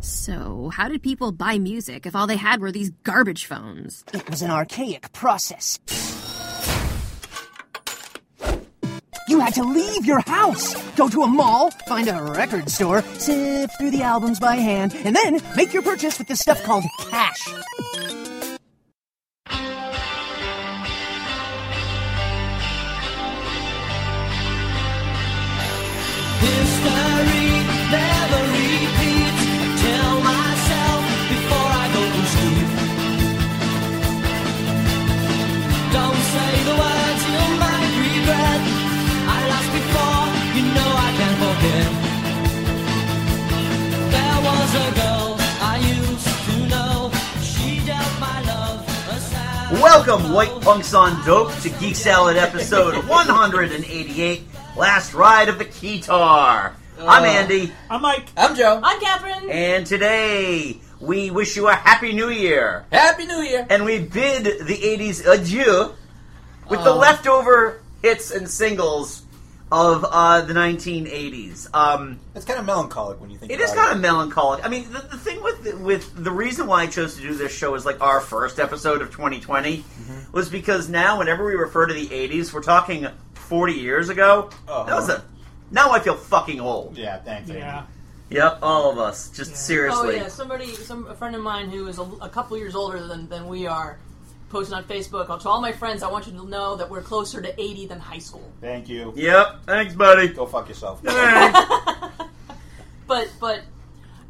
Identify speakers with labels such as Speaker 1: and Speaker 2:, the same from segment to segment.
Speaker 1: So, how did people buy music if all they had were these garbage phones?
Speaker 2: It was an archaic process. You had to leave your house, go to a mall, find a record store, sift through the albums by hand, and then make your purchase with this stuff called cash.
Speaker 3: History never repeats. I tell myself before I go to sleep. Don't say the words you might regret. I lost before, you know I can't forget. There was a girl I used to know. She dealt my love a sad
Speaker 4: Welcome,
Speaker 3: blow.
Speaker 4: White Punks on Dope, to Geek Salad episode 188, Last Ride of the Keytar. I'm Andy,
Speaker 5: I'm like,
Speaker 6: I'm Joe.
Speaker 7: I'm Catherine.
Speaker 4: and today we wish you a Happy New Year.
Speaker 6: Happy New Year.
Speaker 4: And we bid the 80s adieu with
Speaker 6: Uh.
Speaker 4: the leftover hits and singles of uh, the 1980s. Um,
Speaker 6: It's kind of melancholic when you think
Speaker 4: It
Speaker 6: about
Speaker 4: is kind of melancholic. I mean, the, the thing with the, with the reason why I chose to do this show is like our first episode of 2020
Speaker 6: Mm-hmm.
Speaker 4: was because now whenever we refer to the 80s, we're talking 40 years ago.
Speaker 6: Uh-huh.
Speaker 4: That was a now I feel fucking old.
Speaker 6: Yeah, thanks. Andy.
Speaker 5: yeah.
Speaker 4: Yep, all of us. Just
Speaker 7: Oh
Speaker 4: seriously.
Speaker 7: yeah, somebody, some a friend of mine who is a, a couple years older than, than we are, posted on Facebook. "Oh, To all my friends, I want you to know that we're closer to 80 than high school.
Speaker 6: Thank you.
Speaker 4: Yep. Thanks, buddy.
Speaker 6: Go fuck yourself.
Speaker 4: Thanks.
Speaker 7: But but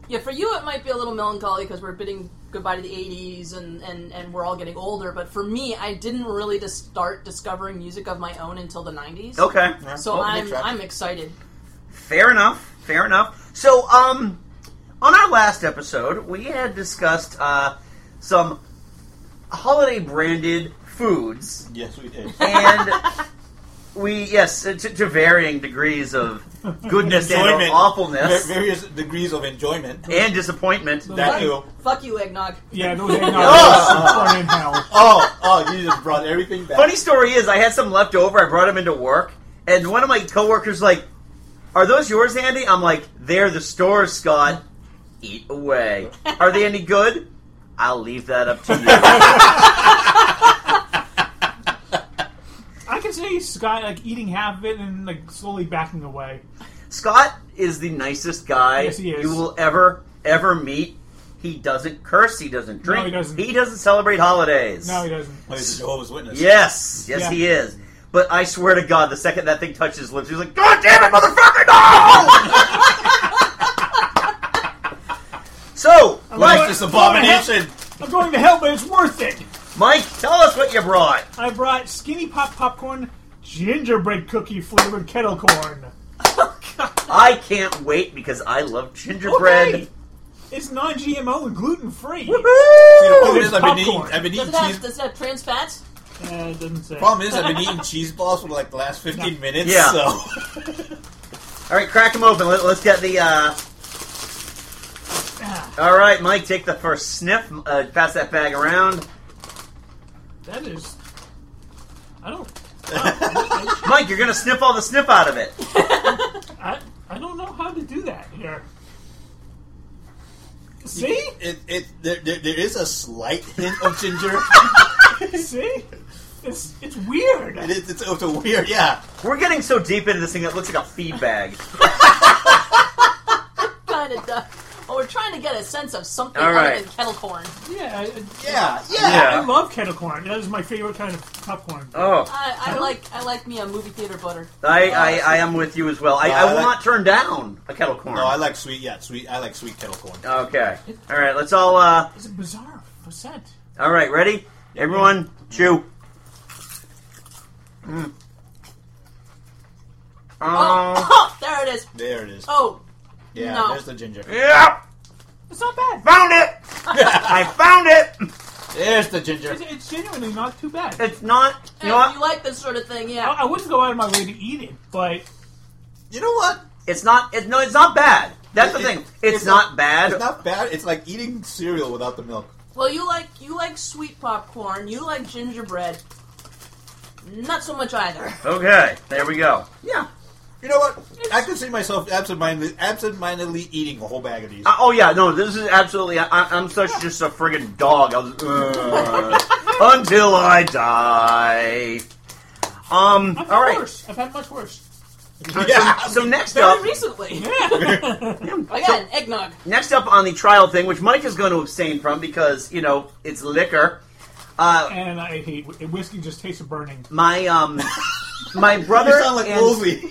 Speaker 7: yeah, for you it might be a little melancholy because we're bidding goodbye to the 80s and, and and we're all getting older. But for me, I didn't really just start discovering music of my own until the 90s.
Speaker 4: okay.
Speaker 7: So
Speaker 6: Oh,
Speaker 7: I'm
Speaker 6: next track.
Speaker 7: I'm excited.
Speaker 4: Fair enough. Fair enough. So, um, on our last episode, we had discussed uh, some holiday branded foods
Speaker 6: Yes, we did.
Speaker 4: and we yes to, to varying degrees of goodness and
Speaker 6: Enjoyment.
Speaker 4: awfulness
Speaker 6: Va- various degrees of enjoyment.
Speaker 4: and disappointment
Speaker 6: That too.
Speaker 7: Fuck you, eggnog.
Speaker 5: Yeah, those are not in hell.
Speaker 6: Oh, oh, you just brought everything back.
Speaker 4: funny story is i had some left over i brought them into work and one of my coworkers like are those yours andy i'm like they're the stores scott eat away are they any good i'll leave that up to you
Speaker 5: I can see Scott like eating half of it and like slowly backing away.
Speaker 4: scott is the nicest guy
Speaker 5: Yes, he is.
Speaker 4: you will ever ever meet he doesn't curse he doesn't drink
Speaker 5: he doesn't.
Speaker 4: celebrate holidays
Speaker 5: No, he doesn't.
Speaker 6: Oh, he's a Jehovah's Witness.
Speaker 4: Yes, yes,
Speaker 5: Yeah.
Speaker 4: he is. But I swear to God, the second that thing touches his lips, he's like, "God damn it, motherfucker, no!" so,
Speaker 6: That's
Speaker 4: Mike,
Speaker 6: this abomination.
Speaker 5: I'm going to hell, but it's worth it.
Speaker 4: Mike, tell us what you brought.
Speaker 5: I brought skinny pop popcorn, gingerbread cookie flavored kettle corn.
Speaker 4: I can't wait because I love gingerbread.
Speaker 5: Okay. It's non-GMO and gluten free.
Speaker 6: See, the problem
Speaker 5: It's
Speaker 6: is I've been eating,
Speaker 5: popcorn.
Speaker 6: I've been
Speaker 7: Does
Speaker 6: eating
Speaker 7: it have,
Speaker 6: cheese.
Speaker 7: does it have trans fats?
Speaker 5: Uh, it doesn't say.
Speaker 6: Problem is I've been eating cheese balls for like the last 15 minutes.
Speaker 4: Yeah.
Speaker 6: So
Speaker 4: All right, crack them open. Let, let's get the. uh
Speaker 5: Ah,
Speaker 4: All right, Mike, take the first sniff. Uh, pass that bag around.
Speaker 5: That is. I don't.
Speaker 4: Mike, you're gonna sniff all the sniff out of it.
Speaker 5: I, I don't know how to do that here. See,
Speaker 6: it, it there, there, there is a slight hint of ginger.
Speaker 5: see, it's it's weird.
Speaker 6: it is, it's, it's a weird, yeah.
Speaker 4: We're getting so deep into this thing that it looks like a feed bag.
Speaker 7: Kind of. Uh, well, we're trying to get a sense of something
Speaker 4: All
Speaker 7: other
Speaker 4: right.
Speaker 7: than kettle corn.
Speaker 5: Yeah, I,
Speaker 6: Yeah,
Speaker 4: Yeah.
Speaker 6: yeah. Uh.
Speaker 5: I love kettle corn. That is my favorite kind of popcorn.
Speaker 4: Oh.
Speaker 7: I, I like I like me a movie theater butter.
Speaker 4: I, I, I am with you as well. I,
Speaker 6: No,
Speaker 4: I
Speaker 6: I
Speaker 4: will
Speaker 6: like-
Speaker 4: not turn down a kettle corn.
Speaker 6: No, I like sweet. Yeah, sweet. I like sweet kettle corn.
Speaker 4: okay. All right. Let's all. Uh,
Speaker 5: It's a bizarre scent.
Speaker 4: all right. Ready? Everyone, chew. Mm. Oh.
Speaker 7: Oh, there it is.
Speaker 6: There it is.
Speaker 7: Oh,
Speaker 6: yeah,
Speaker 7: no.
Speaker 6: there's the ginger.
Speaker 4: Yeah.
Speaker 5: It's not bad.
Speaker 4: Found it. I found it.
Speaker 6: There's the ginger.
Speaker 5: It's, it's genuinely not too bad.
Speaker 4: It's not. You know
Speaker 7: if you
Speaker 4: what?
Speaker 7: like this sort of thing,
Speaker 5: I,
Speaker 7: yeah.
Speaker 5: I wouldn't go out of my way to eat it, but
Speaker 6: You know what?
Speaker 4: It's not. It, no. It's not bad. That's the
Speaker 6: It-
Speaker 4: thing.
Speaker 6: it-
Speaker 4: It's,
Speaker 6: it's
Speaker 4: not bad.
Speaker 6: It's not bad. It's like eating cereal without the milk.
Speaker 7: Well, you like you like sweet popcorn. You like gingerbread. Not so much either.
Speaker 4: Okay. There we go. Yeah.
Speaker 6: You know what? I could see myself absent-mindedly, absent-mindedly eating a whole bag of these.
Speaker 4: Uh, oh yeah, no, this is absolutely. I, I'm such just a friggin' dog. I was, uh, until I die. Um.
Speaker 5: I've had
Speaker 4: All right.
Speaker 5: worse. I've had much worse.
Speaker 6: yeah.
Speaker 4: So next
Speaker 7: Very
Speaker 4: up,
Speaker 7: recently. I got
Speaker 4: so
Speaker 7: an eggnog.
Speaker 4: next up on the trial thing, which Mike is going to abstain from because you know it's liquor. Uh,
Speaker 5: And I hate wh- whiskey. Just tastes of burning.
Speaker 4: my um, my brother
Speaker 6: You sound like
Speaker 4: and
Speaker 6: Wolsey.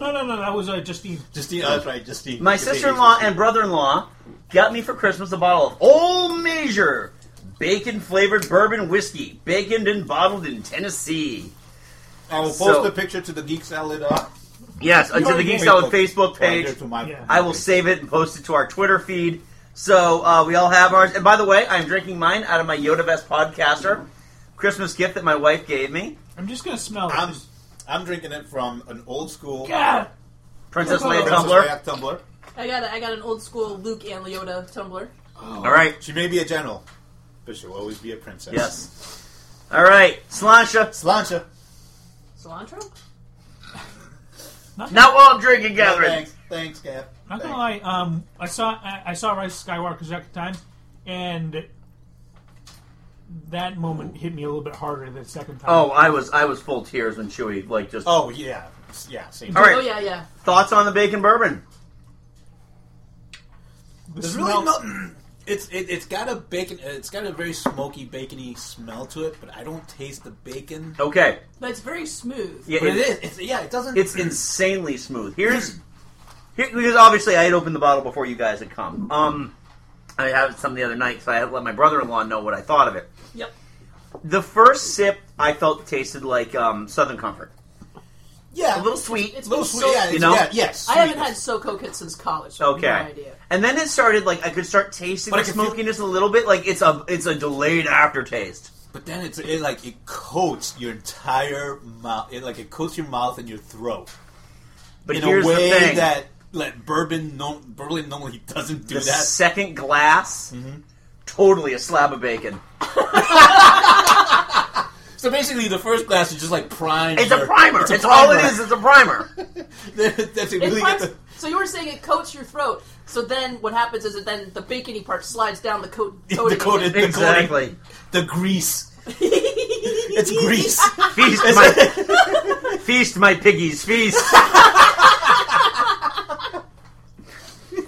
Speaker 5: No, no, no. That was uh, Justine.
Speaker 6: Justine, oh, that's right, Justine.
Speaker 4: my sister-in-law and brother-in-law got me for Christmas a bottle of Old Measure bacon-flavored bourbon whiskey, baconed and bottled in Tennessee.
Speaker 6: I will post
Speaker 4: So-
Speaker 6: the picture to the Geek Salad. Uh,
Speaker 4: Yes, onto the
Speaker 5: already
Speaker 4: Geek
Speaker 5: did.
Speaker 4: Salad Facebook page.
Speaker 6: To my
Speaker 5: Yeah.
Speaker 4: I will save it and post it to our Twitter feed. So uh, we all have ours. And by the way, I'm drinking mine out of my Yoda Vest podcaster Christmas gift that my wife gave me.
Speaker 5: I'm just gonna smell it.
Speaker 6: I'm,
Speaker 5: Just-
Speaker 6: I'm drinking it from an old school
Speaker 5: God.
Speaker 4: Princess
Speaker 5: Oh,
Speaker 4: Leia
Speaker 5: Princess
Speaker 4: tumbler.
Speaker 6: Leia tumbler.
Speaker 7: I got a, I got an old school Luke and Leota tumbler.
Speaker 4: All right.
Speaker 6: She may be a general, but she'll always be a princess.
Speaker 4: Yes. All right. Slancha.
Speaker 6: Slancha.
Speaker 7: Cilantro?
Speaker 4: Not while I'm drinking, Gathering.
Speaker 6: Thanks, thanks, Cap.
Speaker 5: I'm not
Speaker 6: Thanks.
Speaker 5: gonna lie. Um, I saw I, I saw Rise of Skywalker second time, and that moment hit me a little bit harder the second time.
Speaker 4: Oh, I was I was full tears when Chewie like just.
Speaker 6: Oh yeah, yeah. Same.
Speaker 4: All right.
Speaker 7: Oh yeah, yeah.
Speaker 4: Thoughts on the bacon bourbon?
Speaker 5: The
Speaker 6: There's
Speaker 5: smell-
Speaker 6: really no. It's it, it's got a bacon. It's got a very smoky bacony smell to it, but I don't taste the bacon.
Speaker 4: Okay.
Speaker 7: But it's very smooth.
Speaker 4: Yeah,
Speaker 6: But it is. It's, yeah, it doesn't.
Speaker 4: It's insanely smooth. Here's here, because obviously I had opened the bottle before you guys had come. Um, I had some the other night, so I had to let my brother-in-law know what I thought of it.
Speaker 7: Yep.
Speaker 4: The first sip I felt tasted like um, Southern Comfort,
Speaker 6: yeah,
Speaker 4: a little sweet.
Speaker 7: It's
Speaker 6: little
Speaker 7: been
Speaker 6: sweet.
Speaker 7: so-
Speaker 6: yeah, it's,
Speaker 4: you know?
Speaker 6: yeah, yes.
Speaker 7: I haven't
Speaker 6: sweet.
Speaker 7: had SoCo kit since college. So I have no
Speaker 4: Okay,
Speaker 7: idea.
Speaker 4: and then it started like I could start tasting
Speaker 6: But I
Speaker 4: the
Speaker 6: could feel-
Speaker 4: smokiness a little bit. Like it's a it's a delayed aftertaste.
Speaker 6: But then it's it, like it coats your entire mouth. It like it coats your mouth and your throat
Speaker 4: But
Speaker 6: in
Speaker 4: here's
Speaker 6: a way
Speaker 4: the thing:
Speaker 6: that like bourbon no bourbon normally doesn't
Speaker 4: the
Speaker 6: do that. Mm-hmm.
Speaker 4: second glass, totally a slab of bacon.
Speaker 6: so basically, the first glass is just like prime.
Speaker 4: It's a primer. It's, all it is. It's a primer.
Speaker 6: That's it.
Speaker 7: It
Speaker 6: Really
Speaker 7: primes-
Speaker 6: get the,
Speaker 7: so you were saying it coats your throat. So then what happens is that then the bacony part slides down the coat.
Speaker 6: the coated, the coated,
Speaker 4: exactly.
Speaker 6: the grease. It's grease.
Speaker 4: Feast my feast my piggies feast.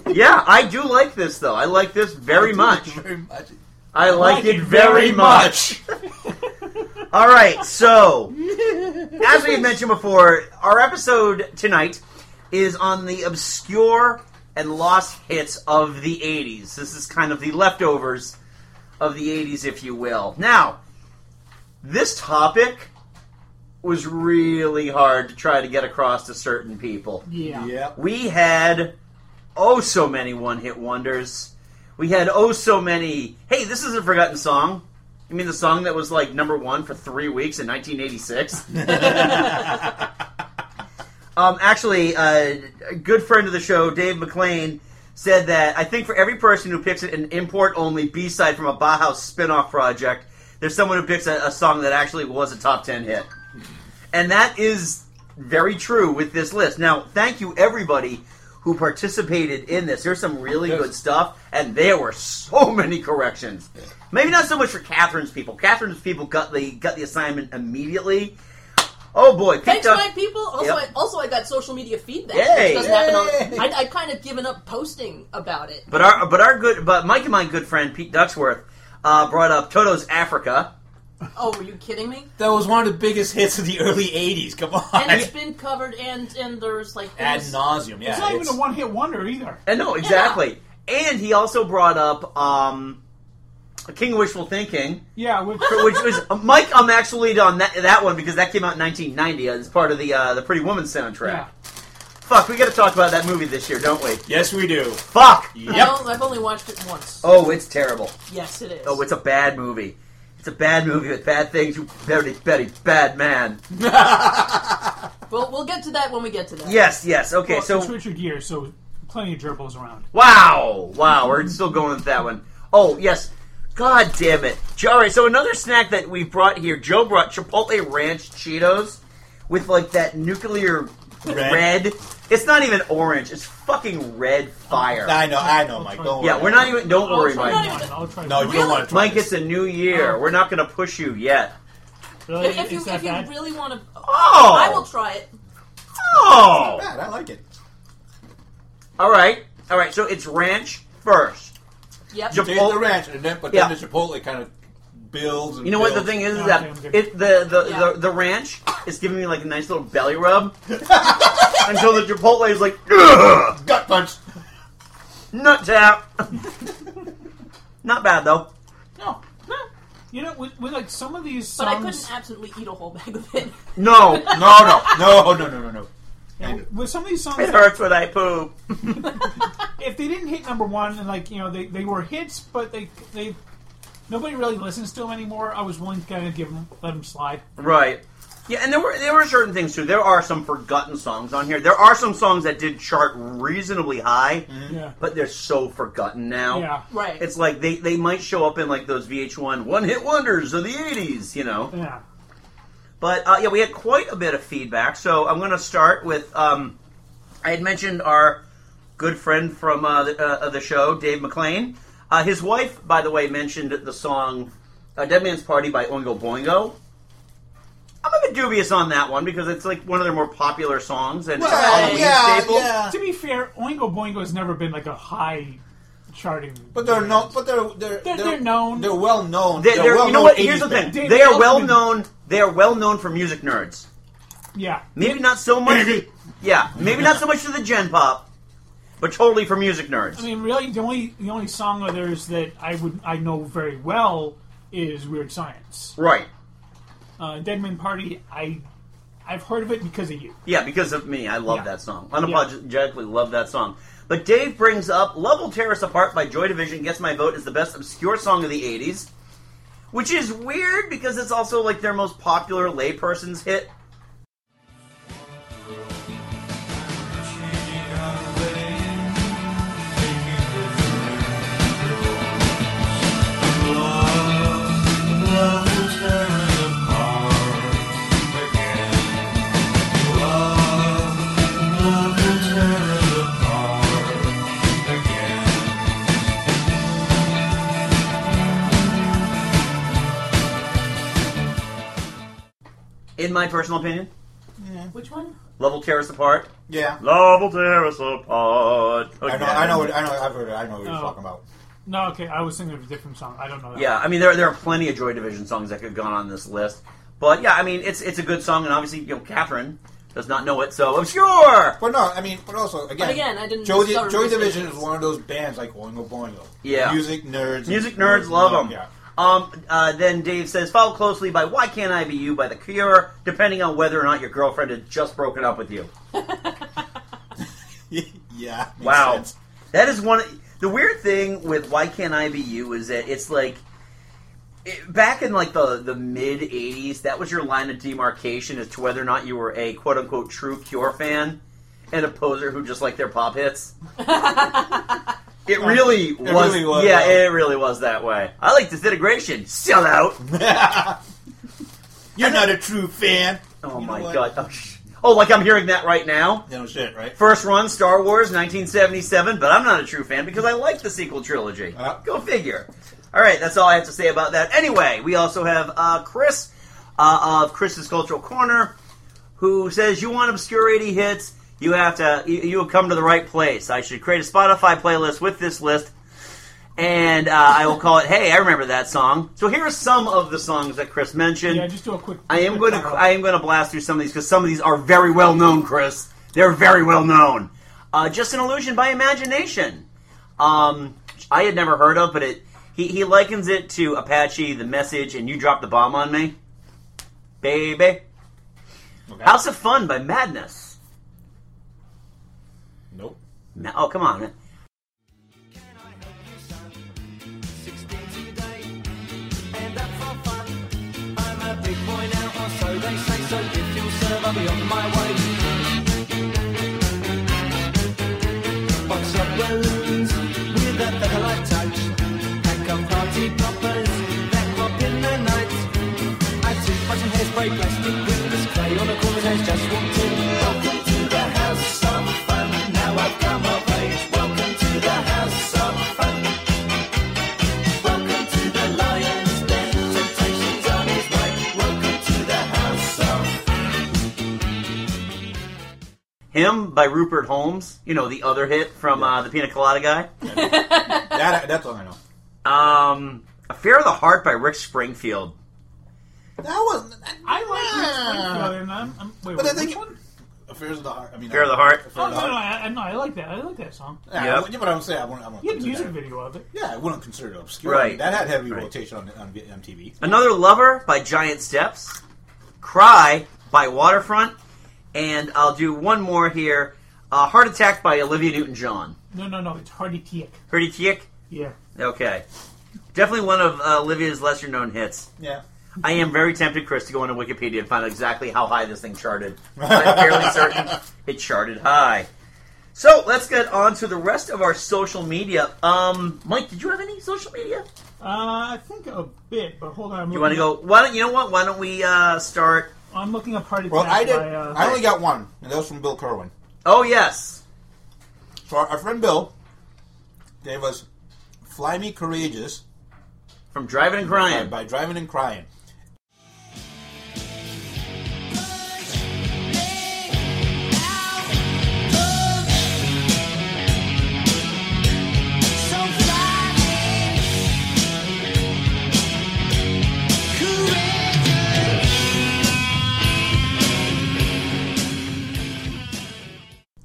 Speaker 4: yeah, I do like this though. I like this very much.
Speaker 6: Very much.
Speaker 4: I like it very much. All right, so as we mentioned before, our episode tonight is on the obscure and lost hits of the '80s. This is kind of the leftovers of the '80s, if you will. Now, this topic was really hard to try to get across to certain people.
Speaker 5: yeah.
Speaker 6: Yep.
Speaker 4: We had oh so many one hit wonders. We had oh so many. Hey, this is a forgotten song. You mean the song that was like number one for three weeks in 1986? um, actually, uh, a good friend of the show, Dave McLean, said that I think for every person who picks an import only B side from a Bauhaus spin off project, there's someone who picks a, a song that actually was a top 10 hit. And that is very true with this list. Now, thank you everybody who participated in this. There's some really
Speaker 6: Yes.
Speaker 4: good stuff, and there were so many corrections. Maybe not so much for Catherine's people. Catherine's people got the got the assignment immediately. Oh boy, picked
Speaker 7: Thanks,
Speaker 4: up-
Speaker 7: my people. Also,
Speaker 4: Yep.
Speaker 7: I, also I got social media feedback,
Speaker 4: Yay.
Speaker 7: which doesn't happen.
Speaker 6: Yay.
Speaker 7: On, I, I've kind of given up posting about it.
Speaker 4: But our but our good but Mike and my good friend Pete Ducksworth uh, brought up Toto's Africa.
Speaker 7: Oh, were you kidding me?
Speaker 6: That was one of the biggest hits of the early '80s. Come on.
Speaker 7: And it's been covered, and and there's like
Speaker 6: Ad
Speaker 7: there's-
Speaker 6: nauseum. Yeah.
Speaker 5: It's not
Speaker 6: it's-
Speaker 5: even a one hit wonder either.
Speaker 4: And Uh, no, exactly. And he also brought up um, King of Wishful Thinking,
Speaker 5: Yeah, which,
Speaker 4: which was uh, Mike. I'm actually on that that one because that came out in 1990 as part of the uh, the Pretty Woman soundtrack.
Speaker 5: yeah.
Speaker 4: Fuck, we got to talk about that movie this year, don't we?
Speaker 6: yes, we do.
Speaker 4: Fuck.
Speaker 7: I
Speaker 6: Yep.
Speaker 7: don't- I've only watched it once.
Speaker 4: Oh, it's terrible.
Speaker 7: Yes, it is.
Speaker 4: Oh, it's a bad movie. It's a bad movie with bad things. You very, very bad man.
Speaker 7: Well, we'll get to that when we get to that.
Speaker 4: Yes, yes. Okay,
Speaker 5: Well,
Speaker 4: so
Speaker 5: it's Richard Gere, so plenty of gerbils around.
Speaker 4: Wow, wow, we're still going with that one. Oh yes, god damn it! Jo- All right, so another snack that we brought here, Joe brought Chipotle Ranch Cheetos with like that nuclear red. It's not even orange. It's fucking red fire.
Speaker 6: I know, I know, Mike. Don't worry.
Speaker 4: Yeah, we're not even. Don't worry,
Speaker 7: try
Speaker 4: Mike.
Speaker 7: not even- Oh.
Speaker 5: I'll try
Speaker 6: No, you
Speaker 5: one.
Speaker 6: don't want to try
Speaker 4: Mike, it's a new year. We're not going to push you yet.
Speaker 5: Really?
Speaker 7: If, if you
Speaker 5: Is that
Speaker 7: if you
Speaker 5: bad?
Speaker 7: really want to,
Speaker 4: Oh!
Speaker 7: I will try it.
Speaker 4: Oh!
Speaker 6: Bad. I like it.
Speaker 4: All right, all right. So it's ranch first.
Speaker 7: Yep.
Speaker 4: Jap-
Speaker 6: Taste
Speaker 4: Chipotle-
Speaker 6: the ranch, and then, but
Speaker 4: Oh. Yeah.
Speaker 6: then the chipotle kind of builds. And
Speaker 4: You know what the
Speaker 6: builds.
Speaker 4: thing is, is
Speaker 5: No,
Speaker 4: that
Speaker 5: I'm good.
Speaker 4: it the the,
Speaker 7: Yeah.
Speaker 4: the the ranch is giving me like a nice little belly rub until the chipotle is like "Ugh,
Speaker 6: Gut punch.
Speaker 4: nut tap. Not bad though.
Speaker 6: No.
Speaker 5: You know, with, with like some of these
Speaker 7: But
Speaker 5: songs,
Speaker 7: I couldn't absolutely eat a whole bag of it.
Speaker 4: No,
Speaker 6: No, no, no, no, no, no, no.
Speaker 5: you know, with some of these songs,
Speaker 4: it hurts when I poop.
Speaker 5: if they didn't hit number one, and like you know, they, they were hits, but they they nobody really listens to them anymore. I was willing to kind of give them let them slide.
Speaker 4: Right. Yeah, and there were there were certain things too. There are some forgotten songs on here. There are some songs that did chart reasonably high,
Speaker 5: Yeah,
Speaker 4: but they're so forgotten now.
Speaker 5: Mm-hmm. yeah,
Speaker 7: Right.
Speaker 4: It's like they, they might show up in like those VH1 one hit wonders of the 80s, you know.
Speaker 5: yeah.
Speaker 4: But uh, yeah, we had quite a bit of feedback, so I'm going to start with. Um, I had mentioned our good friend from uh, the, uh, of the show, Dave McLean. Uh, his wife, by the way, mentioned the song uh, "Dead Man's Party" by Oingo Boingo. I'm a bit dubious on that one because it's like one of their more popular songs and it's a Halloween
Speaker 6: yeah,
Speaker 4: staple.
Speaker 6: yeah.
Speaker 5: To be fair, Oingo Boingo has never been like a high charting.
Speaker 6: But they're known. But they're they're
Speaker 5: They're- they're known.
Speaker 6: They're well known.
Speaker 4: They're, they're-
Speaker 6: well
Speaker 4: you know
Speaker 6: known
Speaker 4: what? Here's
Speaker 6: 80s
Speaker 4: the
Speaker 6: band.
Speaker 4: thing:
Speaker 5: Dave
Speaker 4: they are well
Speaker 5: Elfman.
Speaker 4: known. They are well known for music nerds.
Speaker 5: Yeah,
Speaker 4: Maybe not so much. yeah, maybe not so much for the gen pop, but totally for music nerds.
Speaker 5: I mean, really, the only the only song of theirs that I would I know very well is Weird Science.
Speaker 4: right.
Speaker 5: Uh, Deadman Party, I I've heard of it because of you.
Speaker 4: Yeah, because of me, I love
Speaker 5: Yeah.
Speaker 4: that song. Unapologetically love that song. But Dave brings up "Love Will Tear Us Apart" by Joy Division. Gets my vote as the best obscure song of the '80s, which is weird because it's also like their most popular layperson's hit. In my personal opinion,
Speaker 7: Which one?
Speaker 4: "Love Will Tear Us Apart."
Speaker 6: Yeah.
Speaker 4: Love will tear us apart.
Speaker 6: I know.
Speaker 4: again.
Speaker 6: I know. What, I know. I've heard it. I know what you're
Speaker 5: Oh.
Speaker 6: talking about.
Speaker 5: No, okay, I was thinking of a different song. I don't know that.
Speaker 4: Yeah, I mean there there are plenty of Joy Division songs that could have gone on this list, but yeah, I mean it's it's a good song, and obviously you know Catherine does not know it, so obscure.
Speaker 6: But no, I mean, but also again,
Speaker 7: But again, I didn't
Speaker 6: Joy,
Speaker 7: discover
Speaker 6: Joy
Speaker 7: these
Speaker 6: Division
Speaker 7: things.
Speaker 6: is one of those bands like Oingo Boingo.
Speaker 4: Yeah.
Speaker 6: music nerds.
Speaker 4: Music nerds love them.
Speaker 6: Yeah,
Speaker 4: Um, uh, then Dave says, follow closely by Why Can't I Be You by The Cure, depending on whether or not your girlfriend had just broken up with you.
Speaker 6: yeah. makes
Speaker 4: Wow.
Speaker 6: sense.
Speaker 4: That is one. The weird thing with Why Can't I Be You is that it's like. It, back in like the, the mid 80s, that was your line of demarcation as to whether or not you were a quote unquote true Cure fan and a poser who just liked their pop hits. It really was,
Speaker 6: really was,
Speaker 4: yeah,
Speaker 6: yeah.
Speaker 4: it really was that way. I like disintegration, sell out.
Speaker 6: You're not a true fan.
Speaker 4: Oh
Speaker 6: You know
Speaker 4: my
Speaker 6: what?
Speaker 4: god. Oh, sh- Oh, like I'm hearing that right now.
Speaker 6: No shit, right?
Speaker 4: First run, Star Wars, 1977, but I'm not a true fan because I like the sequel trilogy.
Speaker 6: Uh.
Speaker 4: Go figure. All right, that's all I have to say about that. Anyway, we also have uh, Chris uh, of Chris's Cultural Corner who says, You want obscure 80 hits? You have to, you, you have come to the right place. I should create a Spotify playlist with this list. And uh, I will call it, Hey, I remember that song. So here are some of the songs that Chris mentioned.
Speaker 5: yeah. Just do a quick.
Speaker 4: I am
Speaker 5: quick
Speaker 4: going to
Speaker 5: follow-up.
Speaker 4: I am going to blast through some of these because some of these are very well known, Chris. They're very well known. Uh, just an illusion by imagination. Um, I had never heard of, but it he, he likens it to Apache, the message, and you dropped the bomb on me, baby.
Speaker 6: Okay.
Speaker 4: House of Fun by Madness.
Speaker 6: Nope.
Speaker 4: Ma- oh come on, man.
Speaker 3: Plastic windows, clay on a corner's edge, just walked in. Welcome to the
Speaker 4: Him by Rupert Holmes, you know, the other hit from uh, the Pina Colada guy.
Speaker 6: That, that's all I know.
Speaker 4: Um, Affair of the Heart by Rick Springfield.
Speaker 6: That wasn't.
Speaker 5: I like Rick Springfield, and I'm, I'm um, wait,
Speaker 6: But I
Speaker 5: wait,
Speaker 6: think
Speaker 5: which one?
Speaker 6: Affairs of the Heart. I mean,
Speaker 4: Affair of the Heart.
Speaker 5: Oh, no, no,
Speaker 6: Heart.
Speaker 5: I, I- no, I like that. I like that song.
Speaker 6: Yeah,
Speaker 4: Yep.
Speaker 6: I- yeah, but I'm saying I won't. I won't
Speaker 5: You had a
Speaker 6: consider
Speaker 5: music
Speaker 6: that.
Speaker 5: video of it.
Speaker 6: Yeah, I wouldn't consider it obscure.
Speaker 4: Right.
Speaker 6: That had heavy
Speaker 4: Right.
Speaker 6: rotation on, on MTV.
Speaker 4: Another Lover by Giant Steps. Cry by Waterfront. And I'll do one more here. Uh, Heart Attack by Olivia Newton John.
Speaker 5: No, no, no. It's Hardy Tiek.
Speaker 4: Pretty Tiek?
Speaker 5: Yeah.
Speaker 4: Okay. Definitely one of uh, Olivia's lesser known hits.
Speaker 6: Yeah.
Speaker 4: I am very tempted, Chris, to go on Wikipedia and find out exactly how high this thing charted. I'm fairly certain it charted high. So let's get on to the rest of our social media. Um, Mike, did you have any social media?
Speaker 5: Uh, I think a bit, but hold on. I'm
Speaker 4: You
Speaker 5: looking
Speaker 4: want to
Speaker 5: up-
Speaker 4: go? Why don't you know what? Why don't we uh, start?
Speaker 5: I'm looking up Hardy
Speaker 6: Well,
Speaker 5: Tiek.
Speaker 6: I did.
Speaker 5: By, uh,
Speaker 6: I only got one, and that was from Bill Kerwin.
Speaker 4: Oh yes,
Speaker 6: So our, our friend Bill gave us "Fly Me Courageous"
Speaker 4: from Driving and
Speaker 6: by,
Speaker 4: Crying.
Speaker 6: by Driving and Crying.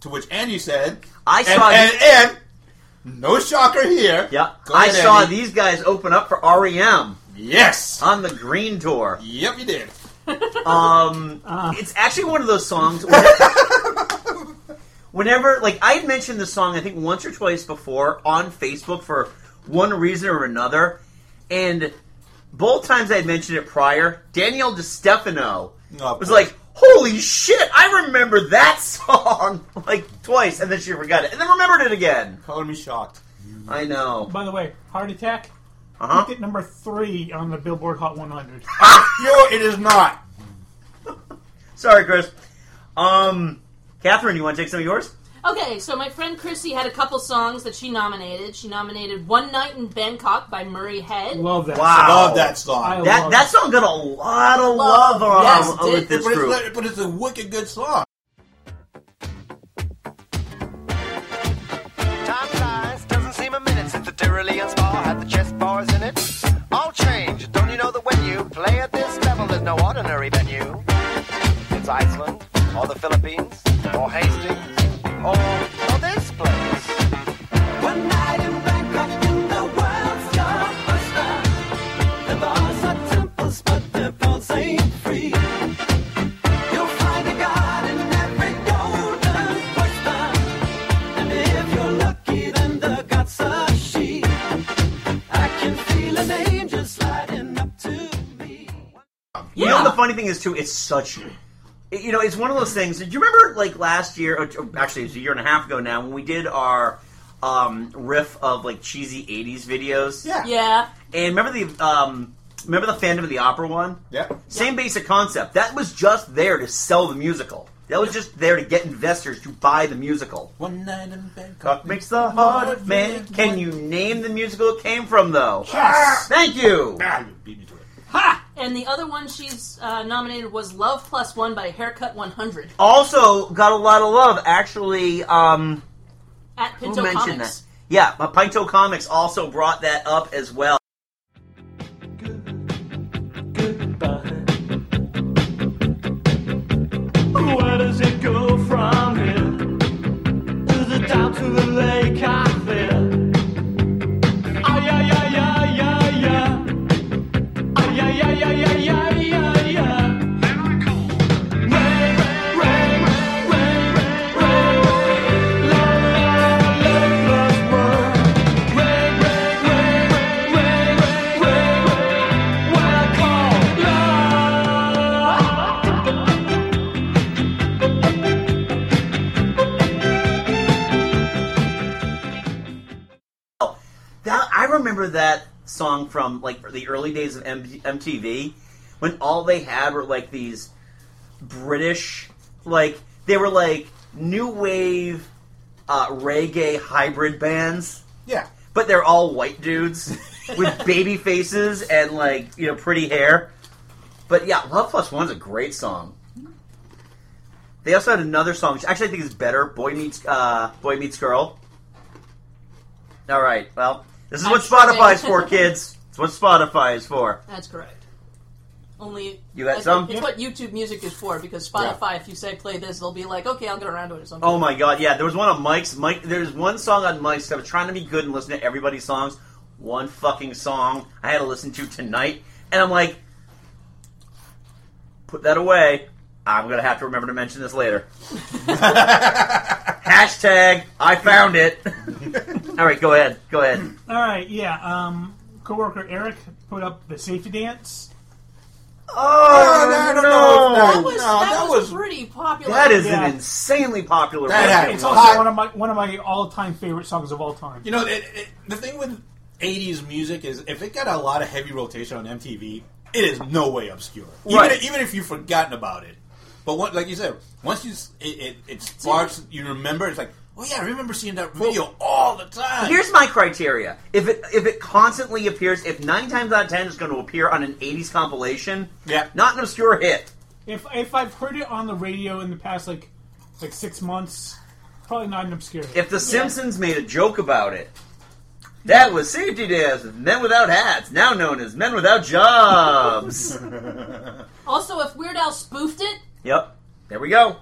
Speaker 6: To which Andy said,
Speaker 4: I
Speaker 6: and,
Speaker 4: saw.
Speaker 6: and, and, no shocker here.
Speaker 4: yeah,
Speaker 6: Go
Speaker 4: I
Speaker 6: ahead,
Speaker 4: saw
Speaker 6: Andy.
Speaker 4: these guys open up for REM
Speaker 6: Yes.
Speaker 4: on the Green Tour.
Speaker 6: Yep, you did.
Speaker 4: Um,
Speaker 6: Uh.
Speaker 4: it's actually one of those songs. whenever- Whenever, like, I had mentioned this song, I think once or twice before on Facebook for one reason or another, and both times I had mentioned it prior, Danielle DiStefano
Speaker 6: Oh,
Speaker 4: was
Speaker 6: boy.
Speaker 4: like, "Holy shit, I remember that song!" like twice, and then she forgot it, and then remembered it again.
Speaker 6: Color me shocked.
Speaker 4: I know.
Speaker 5: By the way, Heart Attack
Speaker 6: Uh-huh.
Speaker 4: Uh
Speaker 5: hit number three on the Billboard Hot 100.
Speaker 6: Ah,
Speaker 4: Ah!
Speaker 6: Yo, it is not.
Speaker 4: Sorry, Chris. Um, Catherine, you want to take some of yours?
Speaker 7: Okay, so my friend Chrissy had a couple songs that she nominated. She nominated One Night in Bangkok by Murray Head.
Speaker 5: Love that.
Speaker 4: Wow.
Speaker 5: song.
Speaker 6: Love that song.
Speaker 5: I love
Speaker 4: That that song got a lot of love,
Speaker 7: Love.
Speaker 4: on
Speaker 7: Yes, it
Speaker 4: on with
Speaker 7: did.
Speaker 4: this
Speaker 6: but,
Speaker 4: group.
Speaker 6: it's, but it's a wicked good song.
Speaker 8: Time flies, doesn't seem a minute since the Tyrolean spa had the chess bars in it. All change, don't you know that when you play at this level is no ordinary venue? It's Iceland, or the Philippines, or Hastings, or, or this place.
Speaker 3: One night in Bangkok in the world's blockbuster. The bars are temples, but the pulse ain't free. You'll find a god in every golden oyster. And if you're lucky, then the gods are she. I can feel an angel sliding up to me.
Speaker 4: You know the funny thing is too, it's such. You know, it's one of those things. Do you remember like last year? Or, or actually, it's a year and a half ago now when we did our um, riff of like cheesy '80s videos.
Speaker 6: Yeah.
Speaker 7: Yeah.
Speaker 4: And remember the um, remember the Phantom of the Opera one?
Speaker 6: Yeah.
Speaker 4: Same basic concept. That was just there to sell the musical. That was just there to get investors to buy the musical.
Speaker 6: One night in Bangkok
Speaker 4: Cock makes the heart man. Can you name the musical it came from though?
Speaker 6: Yes.
Speaker 4: Thank you.
Speaker 6: Ah, you beat me to it.
Speaker 7: And the other one she's uh, nominated was Love Plus One by Haircut 100
Speaker 4: also got a lot of love. Actually, um,
Speaker 7: at
Speaker 4: who
Speaker 7: Pinto
Speaker 4: mentioned
Speaker 7: Comics.
Speaker 4: that? Yeah, but Pinto Comics also brought that up as well.
Speaker 3: goodbye. Where does it go from here? To the down to the lake I fear. Ay, ay, ay, ay, ay, ay. Ay, ay, ay, ay, ay, ay, ay, ay. Rain, rain, rain, rain, rain, rain. La, la, la, love's word. Rain, rain, rain, rain, rain, rain, rain. What I call love.
Speaker 4: That I remember that song from like the early days of M- MTV when all they had were like these British, like they were like new wave uh, reggae hybrid bands,
Speaker 6: Yeah.
Speaker 4: but they're all white dudes with baby faces and like you know pretty hair. But yeah, Love Plus One's a great song. They also had another song. which Actually, I think is better. Boy meets uh, Boy meets girl. All right. Well, this is what
Speaker 7: I'm sure they-
Speaker 4: Spotify's for, kids. It's what Spotify is for.
Speaker 7: That's correct. Only
Speaker 4: You got
Speaker 7: it's-
Speaker 4: some?
Speaker 7: It's what YouTube Music is for because Spotify. If you say play this, they'll be like, okay, I'll get around to it at some point.
Speaker 4: Oh my god, yeah. There was one on Mike's. Mike, there's one song on Mike's. I was trying to be good and listen to everybody's songs. One fucking song I had to listen to tonight, and I'm like, put that away. I'm gonna have to remember to mention this later. Hashtag I found it. All right, go ahead. Go ahead.
Speaker 5: All right, yeah. Um, coworker Eric put up the safety dance.
Speaker 4: Oh
Speaker 6: I don't know if
Speaker 7: that was
Speaker 6: no,
Speaker 7: that,
Speaker 6: that
Speaker 7: was,
Speaker 6: was-
Speaker 7: pretty popular.
Speaker 4: That is
Speaker 5: Yeah.
Speaker 4: an insanely popular.
Speaker 6: That
Speaker 4: record.
Speaker 6: It
Speaker 5: It's
Speaker 6: was
Speaker 5: also
Speaker 6: hot.
Speaker 5: one of my one of my all time favorite songs of all time.
Speaker 6: You know, it, it, the thing with '80s music is if it got a lot of heavy rotation on MTV, it is no way obscure.
Speaker 4: Right.
Speaker 6: Even, even if you've forgotten about it, but what, like you said, once you s- it, it, it sparks, you remember. It's like, oh yeah, I remember seeing that video all the time.
Speaker 4: Here's my criteria: if it if it constantly appears, if nine times out of ten it's going to appear on an '80s compilation,
Speaker 6: Yeah.
Speaker 4: not an obscure hit.
Speaker 5: If if I've heard it on the radio in the past like like six months, probably not an obscure. hit.
Speaker 4: If The Simpsons made a joke about it, that was safety dance with men without hats, now known as men without jobs.
Speaker 7: Also, if Weird Al spoofed it,
Speaker 4: yep, there we go.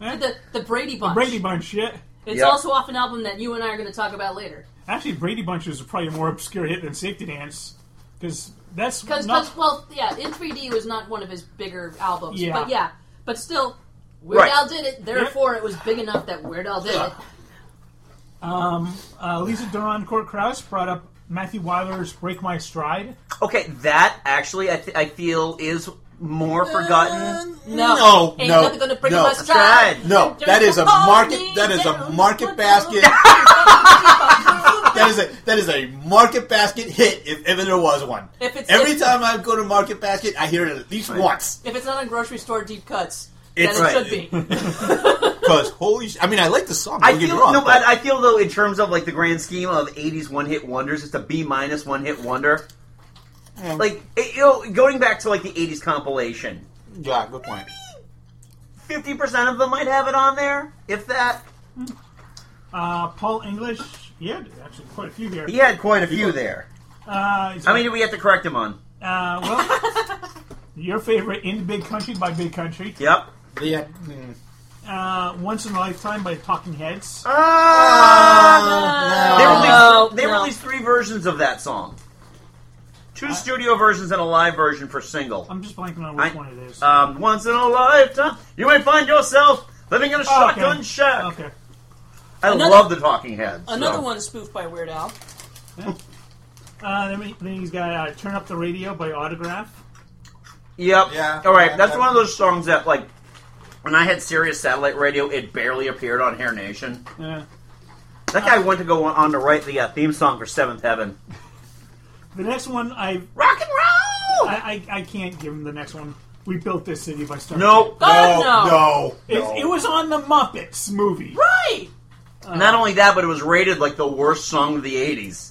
Speaker 5: Eh?
Speaker 7: the the Brady Bunch.
Speaker 5: Brady Bunch, yeah.
Speaker 7: It's
Speaker 4: Yeah.
Speaker 7: also off an album that you and I are going to talk about later.
Speaker 5: Actually, Brady Bunch is probably a more obscure hit than Safety Dance because that's
Speaker 7: Because,
Speaker 5: not.
Speaker 7: well, yeah, In 3D was not one of his bigger albums.
Speaker 5: Yeah.
Speaker 7: But yeah, but still, Weird
Speaker 4: Right.
Speaker 7: Al did it. Therefore, it was big enough that Weird Al did it.
Speaker 5: Uh, Lisa Duran, Court Krause brought up Matthew Weiler's "Break My Stride."
Speaker 4: Okay, that actually I, th- I feel is more forgotten.
Speaker 7: No,
Speaker 6: no,
Speaker 7: ain't
Speaker 6: no,
Speaker 7: nothing gonna break
Speaker 6: no.
Speaker 7: my stride.
Speaker 6: No, that is a market. That is a market basket. That is a that is a market basket hit if ever there was one.
Speaker 7: If it's-
Speaker 6: Every
Speaker 7: if-
Speaker 6: time I go to market basket, I hear it at least once.
Speaker 7: If it's not on grocery store deep cuts,
Speaker 6: It's
Speaker 7: then
Speaker 4: right.
Speaker 7: it should be.
Speaker 6: Because holy, sh- I mean, I like the song. Don't
Speaker 4: I
Speaker 6: get me
Speaker 4: feel
Speaker 6: wrong,
Speaker 4: no,
Speaker 6: but
Speaker 4: but I feel though in terms of like the grand scheme of '80s one-hit wonders, it's a B minus one-hit wonder. Like it, you know, going back to like the '80s compilation,
Speaker 6: yeah, good point.
Speaker 4: fifty percent of them might have it on there, if that.
Speaker 5: Uh, Paul English, yeah, actually quite a few here.
Speaker 4: He had quite a few there.
Speaker 5: Uh, he's-
Speaker 4: How many do we have to correct him on?
Speaker 5: Uh, well, your favorite "In Big Country" by Big Country.
Speaker 4: Yep.
Speaker 6: Yeah, mm.
Speaker 5: Uh, "Once in a Lifetime" by Talking Heads.
Speaker 4: Uh, Oh!
Speaker 7: Uh,
Speaker 4: They released,
Speaker 5: Oh,
Speaker 7: No,
Speaker 4: they
Speaker 7: no.
Speaker 4: released three versions of that song. Two studio versions and a live version for single.
Speaker 5: Uh, I'm just blanking on which
Speaker 4: I-
Speaker 5: one it is.
Speaker 4: Um, once in a lifetime, you may find yourself living in a
Speaker 5: Oh,
Speaker 4: shotgun shack.
Speaker 5: Okay.
Speaker 4: I
Speaker 7: Another-
Speaker 4: love the Talking Heads.
Speaker 7: Another
Speaker 4: so.
Speaker 7: one spoofed by Weird Al.
Speaker 5: Uh, then, we- then he's got uh, "Turn Up the Radio" by Autograph.
Speaker 4: Yep.
Speaker 6: Yeah.
Speaker 4: All right.
Speaker 6: Yeah,
Speaker 4: That's
Speaker 6: that-
Speaker 4: one of those songs that, like, when I had Sirius Satellite Radio, it barely appeared on Hair Nation.
Speaker 5: Uh,
Speaker 4: That guy went to go on, on to write the uh, theme song for Seventh Heaven.
Speaker 5: the next one, I,
Speaker 4: Rock and roll.
Speaker 5: I I I can't give him the next one. We built this city by Star.
Speaker 4: Nope.
Speaker 7: God, no.
Speaker 6: no,
Speaker 5: It,
Speaker 6: no.
Speaker 5: it was on the Muppets movie.
Speaker 7: Right!
Speaker 4: Not only that, but it was rated like the worst song of the '80s.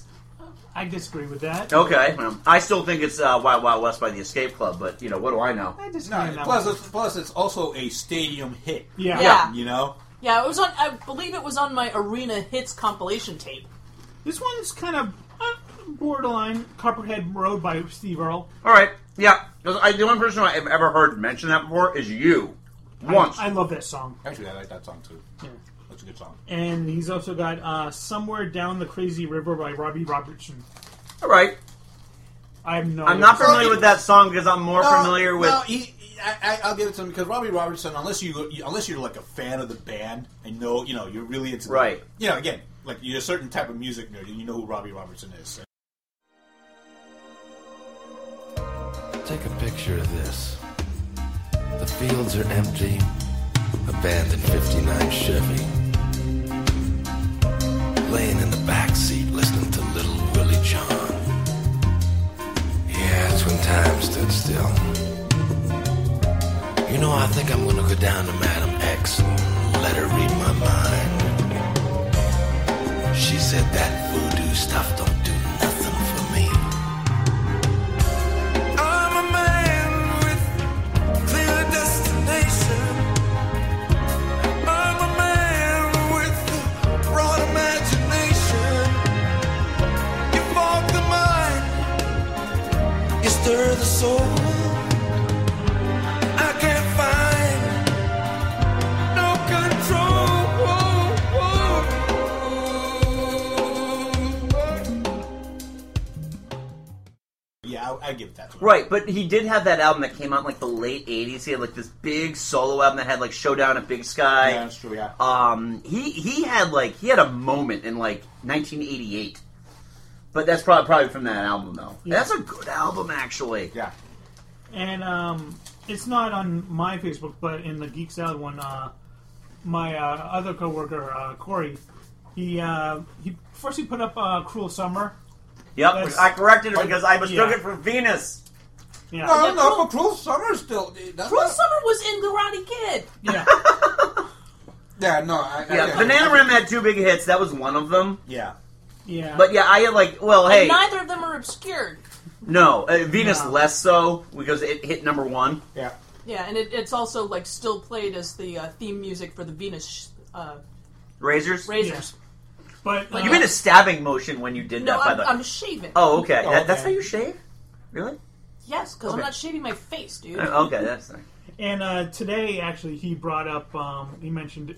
Speaker 5: I disagree with that.
Speaker 4: Okay, um, I still think it's uh, Wild Wild West by the Escape Club, but you know what do I know?
Speaker 5: I disagree.
Speaker 6: No,
Speaker 5: on that
Speaker 6: plus,
Speaker 5: one.
Speaker 6: it's, plus, it's also a stadium hit.
Speaker 5: yeah.
Speaker 7: Yeah.
Speaker 6: You know,
Speaker 7: Yeah, it was on. I believe it was on my Arena Hits compilation tape.
Speaker 5: This one's kind of uh, borderline Copperhead Road by Steve Earl.
Speaker 4: All right, yeah. 'Cause I, the only person I've ever heard mention that before is you. Once.
Speaker 5: I love that song.
Speaker 6: actually, I like that song too. That's a good song.
Speaker 5: And he's also got uh, Somewhere Down the Crazy River by Robbie Robertson.
Speaker 4: All right.
Speaker 5: I have no
Speaker 4: I'm not familiar with that song because I'm more
Speaker 6: No,
Speaker 4: familiar with.
Speaker 6: No, he, he- I, I, will give it to him because Robbie Robertson, unless you unless you're like a fan of the band and know you know you're really into the-
Speaker 4: Right.
Speaker 6: you know, again, like you're a certain type of music nerd and you know who Robbie Robertson is.
Speaker 9: Take a picture of this. The fields are empty. Abandoned 59 Chevy. Laying in the back seat listening to Little Willie John. Yeah, it's when time stood still. You know, I think I'm gonna go down to Madam X and let her read my mind. She said that voodoo stuff don't do nothing for me. I'm a man with clear destination. the soul I can't find no control.
Speaker 6: Yeah, I, I give it that. To him.
Speaker 4: Right, but he did have that album that came out in like the late '80s. He had like this big solo album that had like Showdown at Big Sky.
Speaker 6: Yeah, that's true. Yeah.
Speaker 4: um, he he had like he had a moment in like 1988, but that's probably probably from that album though. That's a good album actually.
Speaker 6: yeah.
Speaker 5: And um, it's not on my Facebook, but in the Geek Salad one, uh, my uh, other coworker uh, Corey, he uh, he first he put up uh, "Cruel Summer."
Speaker 4: Yep,
Speaker 5: That's-
Speaker 4: I corrected it because I mistook
Speaker 5: Yeah.
Speaker 4: it for Venus.
Speaker 5: Yeah,
Speaker 6: I don't
Speaker 7: Yeah,
Speaker 6: know,
Speaker 7: Cruel-
Speaker 6: but Cruel Summer still. eh, That's
Speaker 7: Cruel
Speaker 6: not-
Speaker 7: Summer was in Karate Kid.
Speaker 5: yeah.
Speaker 6: Yeah, no. I, I,
Speaker 4: Yeah, Banana Ram had two big hits. That was one of them.
Speaker 6: Yeah.
Speaker 5: Yeah.
Speaker 4: But yeah, I had like, well, hey,
Speaker 7: And neither of them are obscured.
Speaker 4: no, uh, Venus
Speaker 5: No.
Speaker 4: less so because it hit number one.
Speaker 6: Yeah.
Speaker 7: Yeah, and it, it's also like still played as the uh, theme music for the Venus uh,
Speaker 4: Razors.
Speaker 7: Razors.
Speaker 5: But uh,
Speaker 4: You made a stabbing motion when you did
Speaker 7: No,
Speaker 4: that by
Speaker 7: I'm,
Speaker 4: the.
Speaker 7: I'm shaving.
Speaker 4: oh, okay.
Speaker 6: Oh,
Speaker 4: That, that's how
Speaker 6: okay.
Speaker 4: you shave. Really?
Speaker 7: Yes, because
Speaker 4: Okay.
Speaker 7: I'm not shaving my face, dude.
Speaker 4: Uh, Okay, that's nice.
Speaker 5: and uh, today actually he brought up um, he mentioned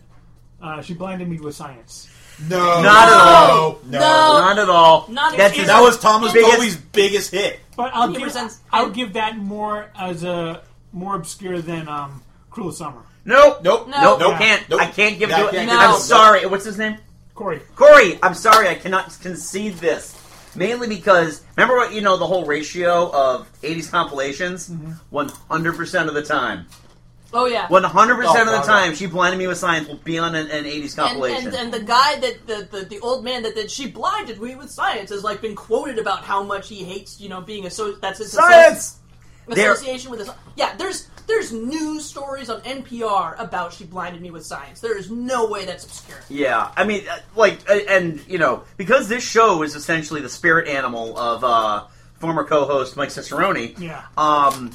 Speaker 5: uh, she blinded me with science.
Speaker 6: No.
Speaker 4: Not at all.
Speaker 7: No.
Speaker 6: No.
Speaker 4: Not at all.
Speaker 7: Not
Speaker 4: that's
Speaker 7: even-
Speaker 4: his-
Speaker 6: That was Thomas
Speaker 4: Biggest-
Speaker 6: Dolby's biggest hit.
Speaker 5: But I'll
Speaker 7: He
Speaker 5: give
Speaker 7: resents-
Speaker 5: I'll give that more as a more obscure than um, "Cruel Summer."
Speaker 4: Nope.
Speaker 6: Nope.
Speaker 7: No.
Speaker 4: Nope.
Speaker 6: Yeah.
Speaker 4: Can't.
Speaker 6: Nope.
Speaker 4: I can't give
Speaker 6: Yeah,
Speaker 4: to it.
Speaker 6: can't
Speaker 7: give
Speaker 4: I'm
Speaker 7: it.
Speaker 4: sorry. What's his name?
Speaker 5: Corey,
Speaker 4: Corey, I'm sorry, I cannot concede this. Mainly because remember what you know the whole ratio of 80s compilations,
Speaker 6: Mm-hmm.
Speaker 4: 100 percent of the time,
Speaker 7: Oh yeah.
Speaker 4: 100 percent of
Speaker 6: Oh,
Speaker 4: the
Speaker 6: wow.
Speaker 4: time, she blinded me with science will be on an, an 80s
Speaker 7: and,
Speaker 4: compilation.
Speaker 7: and, and the guy that the, the, the old man that, that she blinded me with science has like been quoted about how much he hates you know being associated that's his
Speaker 4: science.
Speaker 7: associ-
Speaker 4: There-
Speaker 7: association with his yeah there's there's news stories on NPR about she blinded me with science there is no way that's obscure
Speaker 4: Yeah, I mean, uh, like, uh, and you know, because this show is essentially the spirit animal of uh, former co-host Mike Cicerone.
Speaker 5: Yeah.
Speaker 4: Um,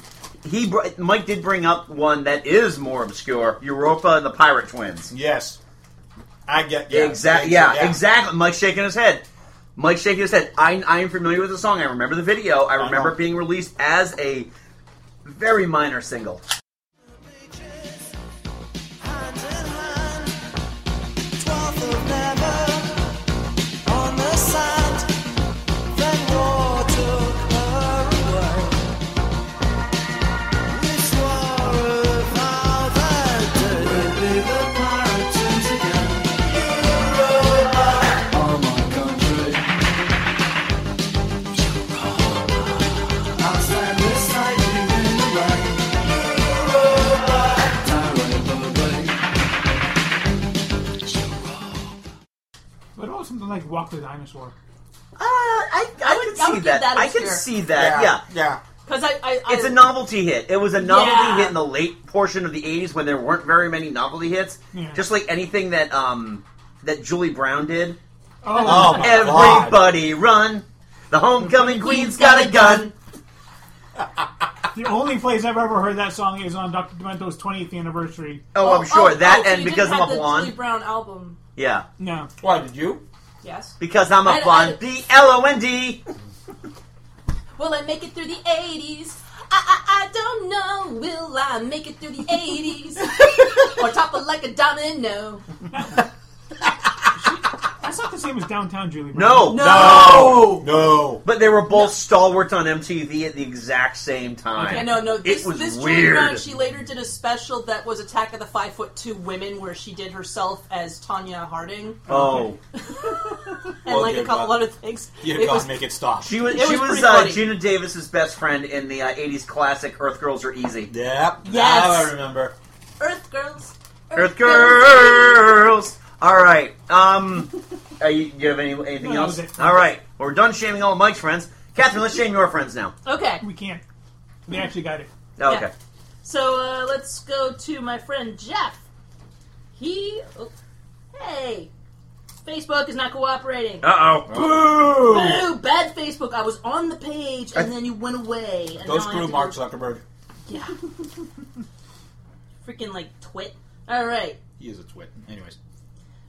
Speaker 4: he br- Mike did bring up one that is more obscure: Europa and the Pirate Twins.
Speaker 6: Yes. I get yeah.
Speaker 4: Yeah, exactly. Yeah, exactly. Mike shaking his head. Mike shaking his head. I, I am familiar with the song. I remember the video. I remember
Speaker 6: know.
Speaker 4: it being released as a very minor single.
Speaker 5: but also something like "Walk the Dinosaur."
Speaker 4: Uh, I, I,
Speaker 7: would-
Speaker 4: can
Speaker 7: I would
Speaker 4: see
Speaker 7: give
Speaker 4: that.
Speaker 7: that
Speaker 4: I can
Speaker 7: obscure.
Speaker 4: see that. Yeah.
Speaker 6: Yeah.
Speaker 7: because I, I, I
Speaker 4: It's a novelty hit. It was a novelty
Speaker 7: Oh. Yeah.
Speaker 4: hit in the late portion of the '80s when there weren't very many novelty hits.
Speaker 5: Yeah.
Speaker 4: Just like anything that um that Julie Brown did.
Speaker 5: Oh,
Speaker 6: my God.
Speaker 4: Everybody run! The homecoming queen's got a gun.
Speaker 5: Oh, the only place I've ever heard that song is on Dr. Demento's 20th anniversary.
Speaker 4: Oh, I'm sure
Speaker 7: oh,
Speaker 4: that,
Speaker 7: oh, so
Speaker 4: and
Speaker 7: you didn't
Speaker 4: because I'm
Speaker 7: have
Speaker 4: a blonde.
Speaker 7: the Julie Brown album
Speaker 4: Yeah.
Speaker 5: No,
Speaker 6: Why did you?
Speaker 7: yes
Speaker 4: Because I'm a
Speaker 7: I-
Speaker 4: blonde.
Speaker 7: I-
Speaker 4: D L O N D.
Speaker 7: Will I make it through the 80s? I, I, I don't know. Will I make it through the 80s? or topple like a domino?
Speaker 5: that's not the same as Downtown Julie.
Speaker 4: No.
Speaker 5: Brown.
Speaker 7: No.
Speaker 6: No.
Speaker 4: But they were both stalwarts on MTV at the exact same time.
Speaker 7: Yeah, no, no. This,
Speaker 4: it was
Speaker 7: this Julie
Speaker 4: weird.
Speaker 7: Brown, she later did a special that was Attack of the Five Foot Two Women, where she did herself as Tanya Harding
Speaker 4: oh,
Speaker 7: and like a
Speaker 6: dear
Speaker 7: couple
Speaker 6: God.
Speaker 7: other things.
Speaker 6: You
Speaker 7: it
Speaker 6: gotta
Speaker 7: was
Speaker 6: make it stop.
Speaker 4: she was
Speaker 7: It
Speaker 4: she
Speaker 7: was
Speaker 4: was,
Speaker 7: pretty
Speaker 4: uh,
Speaker 7: funny.
Speaker 4: Gina Davis's best friend in the uh, '80s classic "Earth Girls Are Easy."
Speaker 6: Yep.
Speaker 7: Yes.
Speaker 6: Now I remember.
Speaker 7: Earth Girls.
Speaker 4: Earth Girls. All right. Um, are you, do you have any, anything
Speaker 5: No,
Speaker 4: else?
Speaker 5: that was it.
Speaker 4: All right. Well, we're done shaming all Mike's friends. Catherine, let's shame your friends now.
Speaker 7: Okay,
Speaker 5: we can't. We actually got it.
Speaker 4: Oh,
Speaker 7: Yeah.
Speaker 4: okay.
Speaker 7: so uh, let's go to my friend Jeff. He, oh, hey, Facebook is not cooperating.
Speaker 4: Uh oh.
Speaker 7: Boo! Bad Facebook. I was on the page and then you went away. And
Speaker 6: Go
Speaker 7: now I have
Speaker 6: screw
Speaker 7: to
Speaker 6: Mark
Speaker 7: go-
Speaker 6: Zuckerberg.
Speaker 7: Yeah. Freaking like twit. All right.
Speaker 6: He is a twit. Anyways.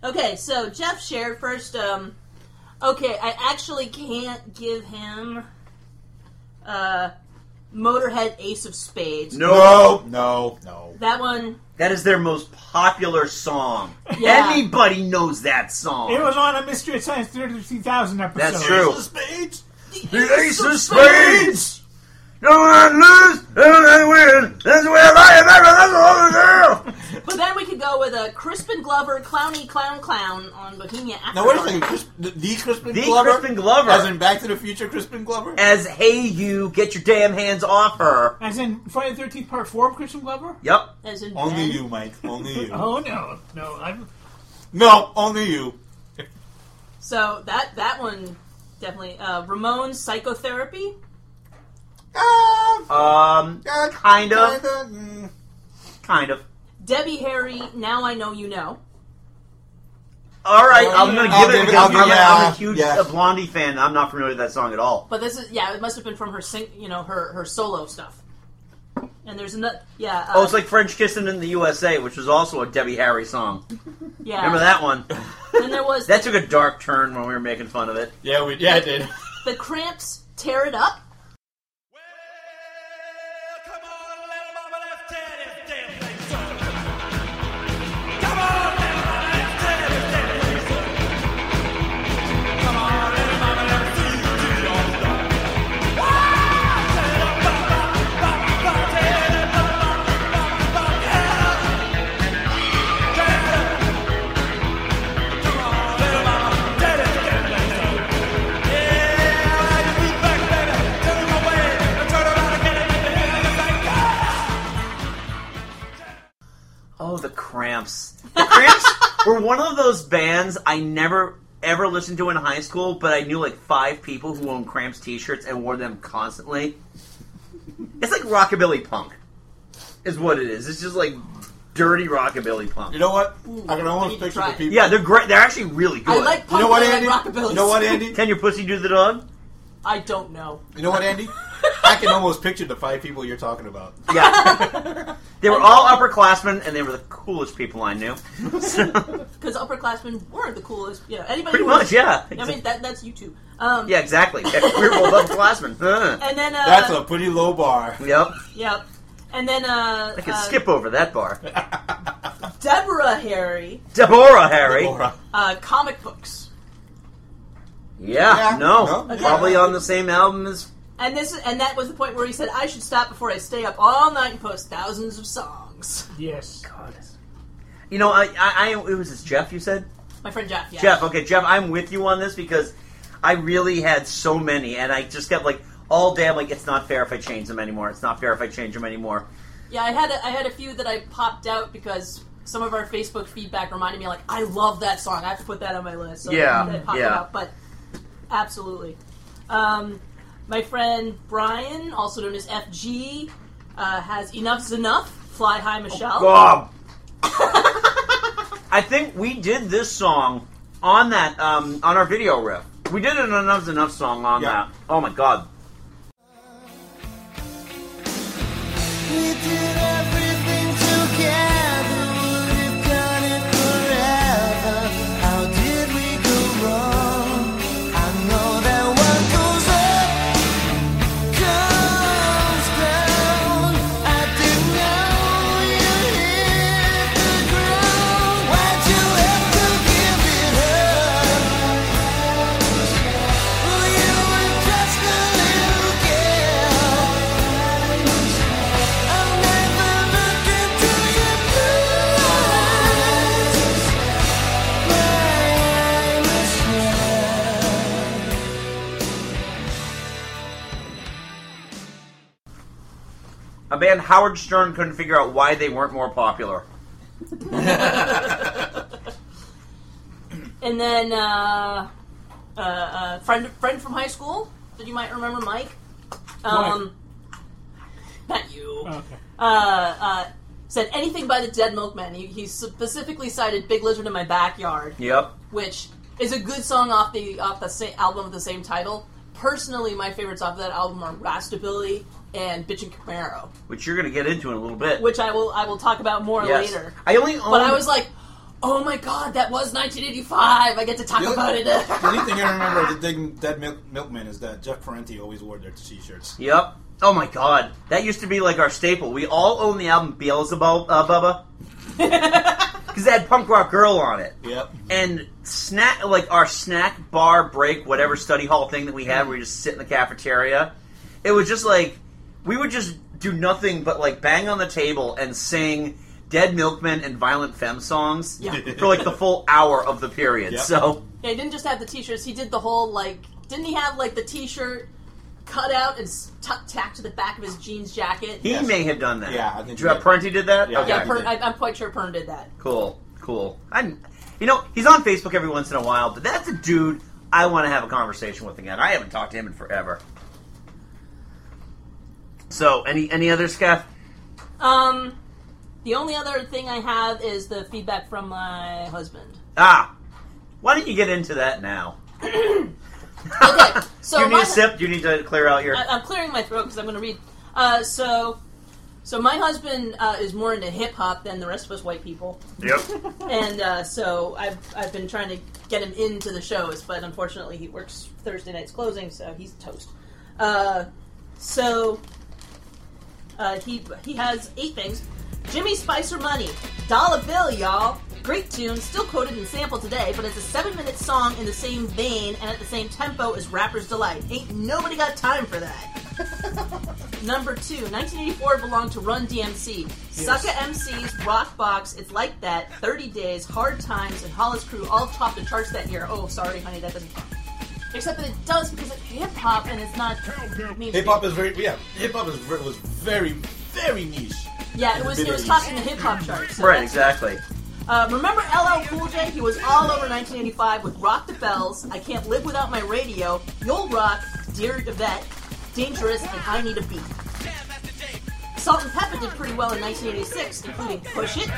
Speaker 7: Okay. So Jeff shared first. Um. Okay. I actually can't give him. Uh. Motorhead Ace of Spades.
Speaker 4: No.
Speaker 6: No, no.
Speaker 7: That one,
Speaker 4: That is their most popular song.
Speaker 7: Yeah.
Speaker 4: Anybody knows that song.
Speaker 5: It was on a Mystery Science 33,000 episode.
Speaker 4: That's true.
Speaker 6: Ace of Spades.
Speaker 4: The Ace of Spades! No, I lose, and I win. That's the way I am. That's all the girl.
Speaker 7: but then we could go with a Crispin Glover, Clowny Clown Clown on Bohemia After
Speaker 6: Now wait a
Speaker 7: Dark.
Speaker 6: second, Chris, the, the Crispin
Speaker 4: The
Speaker 6: Glover,
Speaker 4: Crispin Glover.
Speaker 6: as in Back to the Future Crispin Glover.
Speaker 4: As hey you, get your damn hands off her.
Speaker 5: As in Friday the 13th Part 4 of Christian Glover?
Speaker 4: Yep.
Speaker 7: As in
Speaker 6: Only
Speaker 7: Ben.
Speaker 6: you, Mike. Only you.
Speaker 5: Oh, no. No, I'm.
Speaker 6: no, only you.
Speaker 7: So that that one definitely uh, Ramones Psychotherapy.
Speaker 6: Um,
Speaker 4: Um,
Speaker 6: uh,
Speaker 4: kind of.
Speaker 6: kinda, mm.
Speaker 4: kind of.
Speaker 7: Debbie Harry, Now I Know You Know.
Speaker 4: All right, I'm gonna
Speaker 6: I'll
Speaker 4: give it
Speaker 6: give
Speaker 4: a
Speaker 6: it-
Speaker 4: go.
Speaker 6: I'll
Speaker 4: I'm,
Speaker 6: give it-
Speaker 4: I'm
Speaker 6: yeah,
Speaker 4: a huge
Speaker 6: yeah.
Speaker 4: uh, Blondie fan. I'm not familiar with that song at all.
Speaker 7: But this is yeah, it must have been from her sing, you know, her her solo stuff. And there's another yeah. Uh,
Speaker 4: Oh, it's like French Kissing in the USA, which was also a Debbie Harry song.
Speaker 7: yeah.
Speaker 4: Remember that one?
Speaker 7: And there was
Speaker 4: That took a dark turn when we were making fun of it.
Speaker 6: Yeah, we yeah, I did.
Speaker 7: the Cramps Tear It Up.
Speaker 4: Oh, the Cramps. The Cramps were one of those bands I never ever listened to in high school, but I knew like five people who owned Cramps T-shirts and wore them constantly. It's like rockabilly punk, is what it is. It's just like dirty rockabilly punk.
Speaker 6: You know what? I can
Speaker 7: I need
Speaker 6: almost
Speaker 7: to
Speaker 6: picture
Speaker 7: try
Speaker 6: the
Speaker 7: it.
Speaker 6: people.
Speaker 4: Yeah, they're great. They're actually really good.
Speaker 7: I like
Speaker 6: You
Speaker 7: punk.
Speaker 6: know what,
Speaker 7: I like
Speaker 6: Andy?
Speaker 7: rockabilly.
Speaker 6: You know what, Andy?
Speaker 4: Can your pussy do the dog?
Speaker 7: I don't know.
Speaker 6: You know what, Andy? I can almost picture the five people you're talking about.
Speaker 7: Uh,
Speaker 4: Yeah. they were all upperclassmen, and they were the coolest people I knew. So,
Speaker 7: Because upperclassmen were the coolest. You know, anybody.
Speaker 4: pretty
Speaker 7: who
Speaker 4: much,
Speaker 7: was-
Speaker 4: yeah.
Speaker 7: I mean that that's you too. Um,
Speaker 4: yeah, exactly. Yeah, we were both upperclassmen. Huh.
Speaker 7: And then uh,
Speaker 6: That's a pretty low bar.
Speaker 4: yep.
Speaker 7: yep. And then uh,
Speaker 4: I could
Speaker 7: uh,
Speaker 4: skip over that bar.
Speaker 7: Deborah Harry,
Speaker 4: Deborah Harry.
Speaker 6: Laura.
Speaker 7: uh, comic books.
Speaker 4: Yeah,
Speaker 6: Yeah,
Speaker 4: no.
Speaker 6: no, yeah.
Speaker 4: Probably on the same album as.
Speaker 7: And this and that was the point where he said, "I should stop before I stay up all night and post thousands of songs."
Speaker 5: Yes.
Speaker 4: You know, I, I, I it was this Jeff you said?
Speaker 7: My friend Jeff, yeah,
Speaker 4: Jeff, okay, Jeff, I'm with you on this because I really had so many, and I just kept like all day. I'm like, it's not fair if I change them anymore. It's not fair if I change them anymore.
Speaker 7: yeah. I had a, I had a few that I popped out because some of our Facebook feedback reminded me, like, I love that song. I have to put that on my list. So
Speaker 4: Yeah,
Speaker 7: I popped it
Speaker 4: yeah.
Speaker 7: out, but absolutely. Um, my friend Brian, also known as FG, uh, has enough's enough. Fly high,
Speaker 4: Oh,
Speaker 7: Michelle.
Speaker 4: Bob. I think we did this song on that um, on our video riff. We did an Enough's Enough song on
Speaker 6: Yeah.
Speaker 4: that. Oh my god.
Speaker 10: We did everything together. We've done it forever. How did we go wrong? I know that what goes up comes down. I didn't know you hit the ground. Why'd you have to give it up? Well, you were just a little girl. I'll never look into your blue eyes, my Michelle.
Speaker 4: A band Howard Stern couldn't figure out why they weren't more popular.
Speaker 7: And then uh, uh, uh, friend friend from high school that you might remember, Mike. Um, Not you.
Speaker 5: Okay.
Speaker 7: Uh, uh, said anything by the Dead Milkmen. He, he specifically cited "Big Lizard in My Backyard,"
Speaker 4: Yep.
Speaker 7: which is a good song off the off the sa- album of the same title. Personally, my favorites off that album are "Rastabilly" and "Bitchin' Camaro,"
Speaker 4: Which you're gonna get into in a little bit.
Speaker 7: which I will I will talk about more
Speaker 4: yes.
Speaker 7: later.
Speaker 4: I only own
Speaker 7: But I was like, "Oh my god, that was 1985! I get to talk
Speaker 6: Yeah.
Speaker 7: about it."
Speaker 6: The only thing I remember of the Dead Milk, Milkman is that Jeff Parenti always wore their t-shirts.
Speaker 4: Yep. Oh my god, that used to be like our staple. We all own the album Beelzebub, uh, Bubba, because it had Punk Rock Girl on it.
Speaker 6: Yep.
Speaker 4: And snack, like our snack bar break, whatever study hall thing that we had, where we just sit in the cafeteria. It was just like we would just do nothing but like bang on the table and sing Dead Milkmen and Violent Femme songs
Speaker 7: Yeah.
Speaker 4: for like the full hour of the period.
Speaker 6: Yep.
Speaker 4: So
Speaker 7: Yeah, he didn't just have the t-shirts. He did the whole like. Didn't he have like the t-shirt cut out and s- tuck tacked to the back of his jeans jacket?
Speaker 4: he
Speaker 6: Yes.
Speaker 4: may have done that.
Speaker 6: Yeah, I think
Speaker 4: Dra-
Speaker 6: he did.
Speaker 4: Parenti did that.
Speaker 6: Yeah.
Speaker 4: Okay.
Speaker 7: yeah, Pern, I, I'm quite sure Pern did that.
Speaker 4: Cool, cool. I'm, you know, he's on Facebook every once in a while, but that's a dude I want to have a conversation with again. I haven't talked to him in forever. So, any any other scaff?
Speaker 7: Um, the only other thing I have is the feedback from my husband.
Speaker 4: Ah, why don't you get into that now?
Speaker 7: Okay, so
Speaker 4: Do you need
Speaker 7: my, Uh,
Speaker 4: a sip? Do you need to clear out your?
Speaker 7: I, I'm clearing my throat because I'm going to read. Uh, so, so my husband uh, is more into hip hop than the rest of us white people,
Speaker 4: yep.
Speaker 7: and uh, so I've I've been trying to get him into the shows, but unfortunately he works Thursday night's closing, so he's toast. Uh, so uh, he he has eight things. Jimmy Spicer Money, Dollar Bill, y'all. Great tune, still quoted and sampled today, but it's a seven-minute song in the same vein and at the same tempo as Rapper's Delight. Ain't nobody got time for that. Number two, 1984 belonged to Run DMC. Sucka MC's Rockbox, It's Like That, 30 Days, Hard Times, and Hollis Crew all topped the charts that year. Oh, sorry, honey, that doesn't count. Except that it does because it's hip hop and it's not mainstream.
Speaker 6: Hip hop is very yeah. Hip hop is ver- was very very niche.
Speaker 7: Yeah, it was it was topping the hip hop charts. so
Speaker 4: Right,
Speaker 7: that's-
Speaker 4: exactly.
Speaker 7: Uh, remember LL Cool J? He was all over 1985 with Rock the Bells, I Can't Live Without My Radio, You'll Rock, Dear Yvette, Dangerous, and I Need a Beat. Salt and Pepper did pretty well in 1986, including Push It.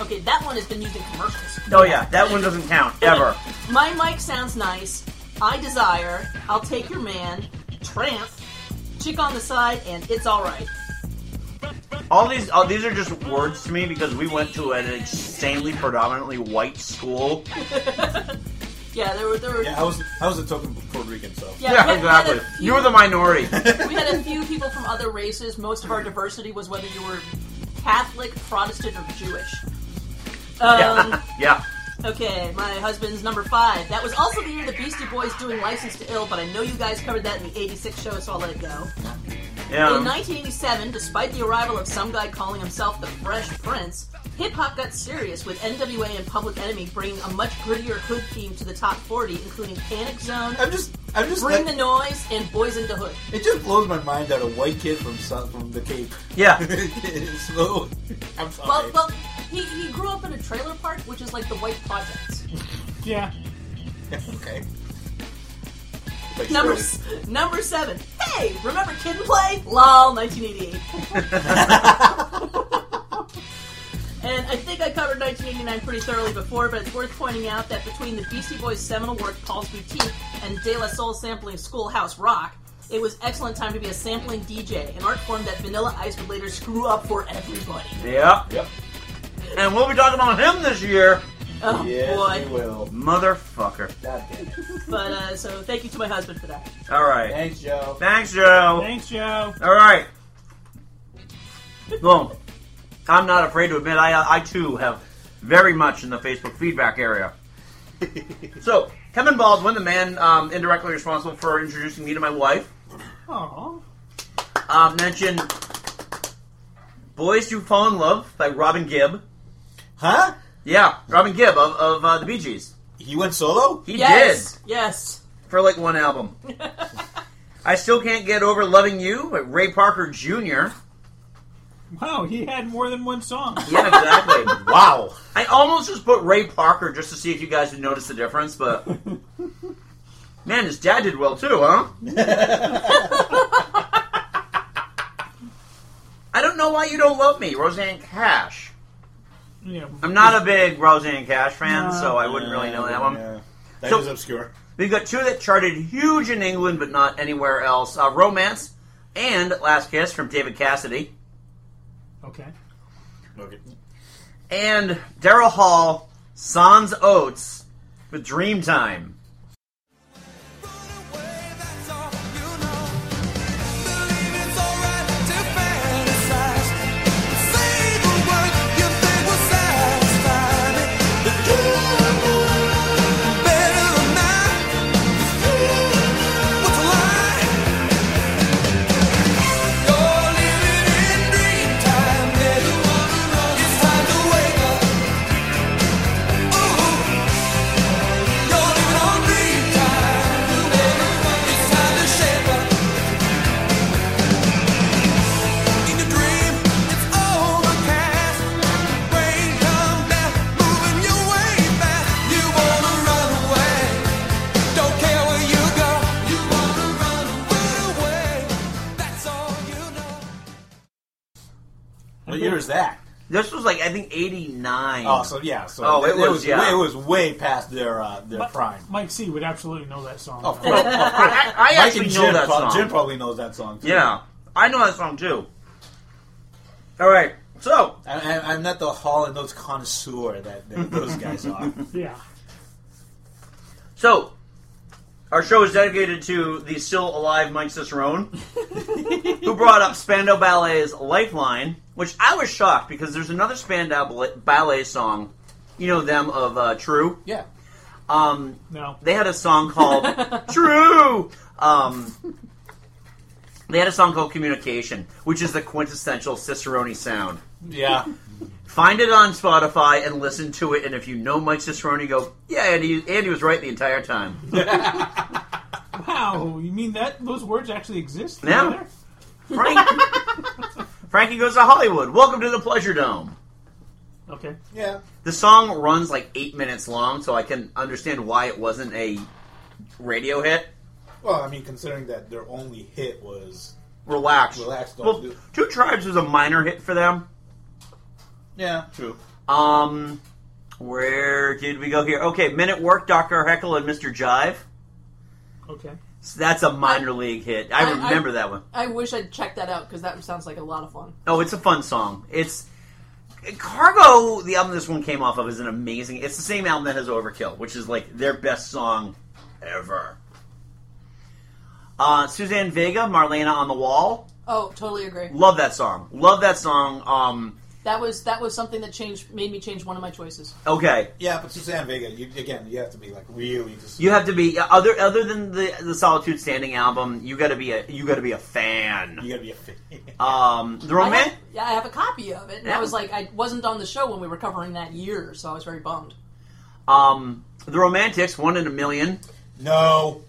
Speaker 7: Okay, that one has been used in commercials.
Speaker 4: Oh yeah, that one doesn't count ever.
Speaker 7: My Mic Sounds Nice, I Desire, I'll Take Your Man, Tramp, Chick on the Side, and It's Alright.
Speaker 4: All these, all these are just words to me because we went to an insanely predominantly white school.
Speaker 7: Yeah, there were, there were
Speaker 6: Yeah, I was I was a token Puerto Rican, so
Speaker 7: Yeah, we had- we had a few-
Speaker 4: You were the minority.
Speaker 7: We had a few people from other races. Most of our diversity was whether you were Catholic, Protestant, or Jewish. Um,
Speaker 4: yeah.
Speaker 7: Okay, my husband's number five. That was also the year the Beastie Boys doing License to Ill, but I know you guys covered that in the 86 show, so I'll let it go. In
Speaker 4: Yeah.
Speaker 7: 1987, despite the arrival of some guy calling himself the Fresh Prince, hip hop got serious with NWA and Public Enemy bringing a much grittier hood theme to the top 40, including Panic Zone,
Speaker 6: I'm just I'm just
Speaker 7: Bring
Speaker 6: like,
Speaker 7: the Noise, and Boys in the Hood.
Speaker 6: it just blows my mind that a white kid from South, from the Cape.
Speaker 4: Yeah.
Speaker 6: It's so- I'm sorry.
Speaker 7: Well, well, he, he grew up in a trailer park, which is like the White Projects.
Speaker 5: Yeah.
Speaker 6: okay. Like,
Speaker 7: Number
Speaker 6: sorry.
Speaker 7: s- number seven. Hey, remember Kid and Play? Lol, 1988. and I think I covered 1989 pretty thoroughly before, but it's worth pointing out that between the Beastie Boys' seminal work Paul's Boutique and De La Soul sampling Schoolhouse Rock, it was excellent time to be a sampling DJ, an art form that Vanilla Ice would later screw up for everybody.
Speaker 4: Yeah.
Speaker 6: Yep.
Speaker 4: And we'll be talking about him this year.
Speaker 7: Oh
Speaker 6: Yes, we
Speaker 7: boy!
Speaker 6: will.
Speaker 4: Motherfucker.
Speaker 6: God damn it.
Speaker 7: But uh, so thank you to my husband for that.
Speaker 4: All right.
Speaker 6: Thanks, Joe.
Speaker 4: Thanks, Joe.
Speaker 5: Thanks, Joe.
Speaker 4: All right. Boom. I'm not afraid to admit I, I too have very much in the Facebook feedback area. so, Kevin Baldwin, the man um, indirectly responsible for introducing me to my wife,
Speaker 5: Aw.
Speaker 4: uh, mentioned Boys Who Fall in Love by Robin Gibb.
Speaker 6: Huh?
Speaker 4: Yeah, Robin Gibb of, of uh, the Bee Gees.
Speaker 6: He went solo?
Speaker 4: He did.
Speaker 7: Yes, yes.
Speaker 4: for like one album. I still can't get over loving you, but Ray Parker Jr.
Speaker 5: Wow, he had more than one song.
Speaker 4: Yeah, exactly.
Speaker 6: Wow.
Speaker 4: I almost just put Ray Parker just to see if you guys would notice the difference, but man, his dad did well too, huh? I don't know why you don't love me, Roseanne Cash.
Speaker 5: Yeah.
Speaker 4: I'm not a big Roseanne Cash fan,
Speaker 5: No.
Speaker 4: so I wouldn't really know Oh, that one.
Speaker 6: Yeah. That
Speaker 4: So-
Speaker 6: is obscure.
Speaker 4: We've got two that charted huge in England, but not anywhere else: uh, "Romance" and "Last Kiss" from David Cassidy.
Speaker 5: Okay.
Speaker 6: Okay.
Speaker 4: and Daryl Hall, Sans Oates with Dreamtime.
Speaker 10: Run away, that's all you know. Believe it's alright.
Speaker 6: What year is that?
Speaker 4: This was like I think eighty nine.
Speaker 6: Oh, so yeah, so
Speaker 4: Oh, it was, yeah.
Speaker 6: way, it was way past their uh, their prime.
Speaker 5: Mike C would absolutely know that song.
Speaker 6: Of course, of course.
Speaker 4: I, I
Speaker 6: Mike
Speaker 4: actually
Speaker 6: and
Speaker 4: know
Speaker 6: Jim
Speaker 4: that
Speaker 6: prob-
Speaker 4: song.
Speaker 6: Jim probably knows that song. Too.
Speaker 4: Yeah, I know that song too. All right, so
Speaker 6: I, I, I'm not the Hall and Notes connoisseur that, that those guys are.
Speaker 5: Yeah.
Speaker 4: so our show is dedicated to the still alive Mike Cicerone, who brought up Spandau Ballet's "Lifeline," which I was shocked because there's another Spandau Bal- Ballet song. You know them of uh, True.
Speaker 6: Yeah,
Speaker 4: Um,
Speaker 5: No.
Speaker 4: they had a song called True. Um, they had a song called Communication, which is the quintessential Cicerone sound.
Speaker 6: yeah.
Speaker 4: Find it on Spotify and listen to it. And if you know Mike Cicerone, go, yeah, Andy, Andy was right the entire time.
Speaker 5: Wow. You mean that those words actually exist?
Speaker 4: Yeah.
Speaker 5: There?
Speaker 4: Frank, Frankie goes to Hollywood. Welcome to the Pleasure Dome.
Speaker 5: Okay.
Speaker 6: Yeah.
Speaker 4: The song runs like eight minutes long, so I can understand why it wasn't a radio hit.
Speaker 6: Well, I mean, considering that their only hit was
Speaker 4: Relax.
Speaker 6: Relax, don't
Speaker 4: Well,
Speaker 6: do-
Speaker 4: Two Tribes was a minor hit for them.
Speaker 6: yeah, true.
Speaker 4: Um, where did we go here? Okay, Men at Work, Dr. Heckle, and Mr. Jive.
Speaker 5: Okay.
Speaker 4: So that's a minor league hit. I,
Speaker 7: I- I-
Speaker 4: remember that one.
Speaker 7: I wish I'd checked that out because that sounds like a lot of fun.
Speaker 4: Oh, it's a fun song. It's Cargo. The album this one came off of is an amazing. It's the same album that has Overkill, which is like their best song ever. Uh, Suzanne Vega, Marlena on the Wall.
Speaker 7: Oh, totally agree.
Speaker 4: Love that song. Love that song. Um,
Speaker 7: That was that was something that changed made me change one of my choices.
Speaker 4: okay,
Speaker 6: Yeah, but Suzanne Vega, you, again, you have to be like really just.
Speaker 4: you have to be other other than the the Solitude Standing album. You got to be a you got to be a fan.
Speaker 6: You gotta be a fan.
Speaker 4: Um, the
Speaker 7: I
Speaker 4: romantic.
Speaker 7: have, yeah, I have a copy of it, and
Speaker 4: Yeah.
Speaker 7: I was like, I wasn't on the show when we were covering that year, so I was very bummed.
Speaker 4: Um, the Romantics, One in a Million.
Speaker 6: no,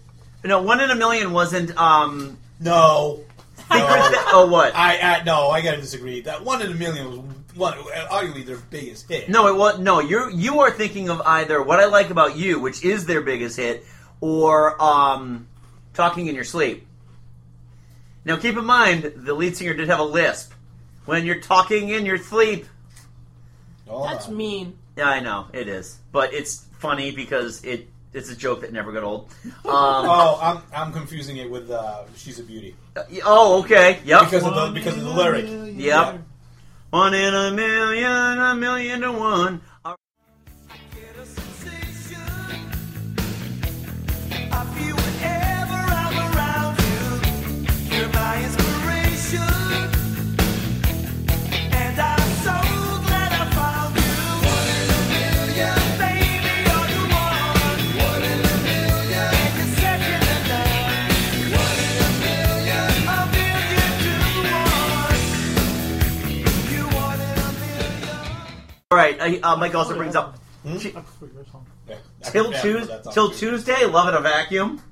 Speaker 4: No, One in a Million wasn't. Um,
Speaker 6: no.
Speaker 4: Secret.
Speaker 6: no.
Speaker 4: Th- oh, what?
Speaker 6: I, I no, I gotta disagree. That one in a million was one, arguably their biggest hit.
Speaker 4: No, it was no. You're you are thinking of either what I like about you, which is their biggest hit, or um, talking in your sleep. Now, keep in mind, the lead singer did have a lisp. When you're talking in your sleep,
Speaker 6: Hold
Speaker 7: That's
Speaker 6: on.
Speaker 7: mean.
Speaker 4: yeah, I know it is, but it's funny because it it's a joke that never got old. Um,
Speaker 6: Oh, I'm I'm confusing it with uh, "She's a Beauty"
Speaker 4: oh, okay, yep.
Speaker 6: because of the because of the lyric.
Speaker 4: Yep. One in a million, a million to one. All right. I, uh, Mike also brings up
Speaker 5: I prefer your song.
Speaker 6: Yeah, I
Speaker 4: till
Speaker 6: forgot
Speaker 4: Tues
Speaker 6: that song.
Speaker 4: till Tuesday. Love in a vacuum.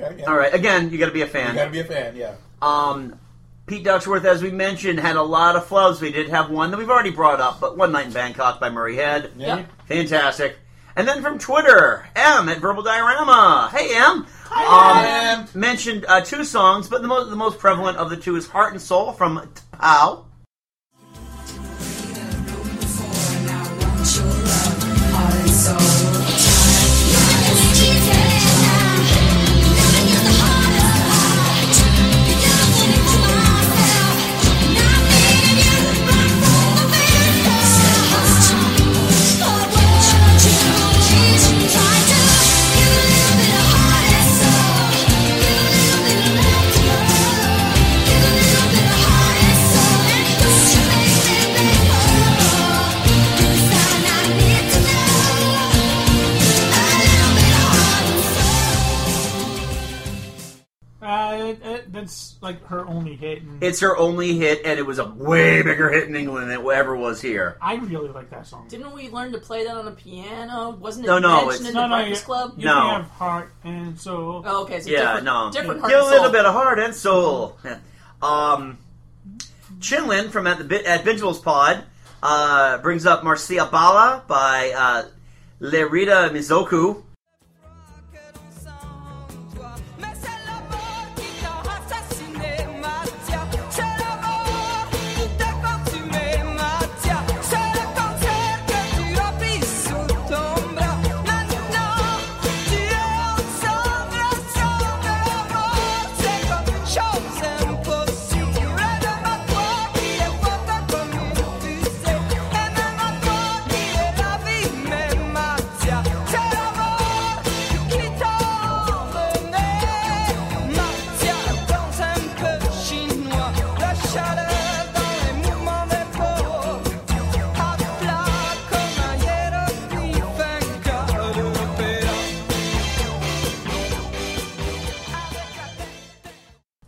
Speaker 6: Okay, yeah.
Speaker 4: All right. Again, you got to be a
Speaker 6: You gotta
Speaker 4: fan.
Speaker 6: be a fan, yeah.
Speaker 4: Um, Pete Ducksworth, as we mentioned, had a lot of flubs. We did have one that we've already brought up, but One Night in Bangkok by Murray Head.
Speaker 6: Yeah.
Speaker 7: Yep.
Speaker 4: Fantastic. And then from Twitter, M at Verbal Diorama. Hey, M.
Speaker 6: Hi,
Speaker 4: um,
Speaker 6: Em.
Speaker 4: Mentioned uh, two songs, but the most the most prevalent of the two is Heart and Soul from Tao.
Speaker 5: Uh, it, it, that's like her only hit. And
Speaker 4: It's her only hit, and it was a way bigger hit in England than it ever was here.
Speaker 5: I really like that song.
Speaker 7: Didn't we learn to play that on a piano? Wasn't it
Speaker 4: No, no,
Speaker 7: mentioned
Speaker 4: it's-
Speaker 7: in
Speaker 5: no,
Speaker 7: the
Speaker 5: no,
Speaker 7: Breakfast
Speaker 5: you-
Speaker 7: Club?
Speaker 5: You
Speaker 4: No.
Speaker 5: can have heart and so.
Speaker 7: Oh, okay, so
Speaker 4: Yeah,
Speaker 7: different,
Speaker 4: no.
Speaker 7: different
Speaker 4: Give a
Speaker 7: heart and
Speaker 4: little
Speaker 7: soul.
Speaker 4: bit of heart and soul. um, Chinlin from at the Bi- at Bingeable's Pod uh, brings up Marcia Bala by uh, Lerita Mizoku.
Speaker 11: Mais c'est là-bas qu'il t'a assassiné, Mathia. C'est là-bas où t'as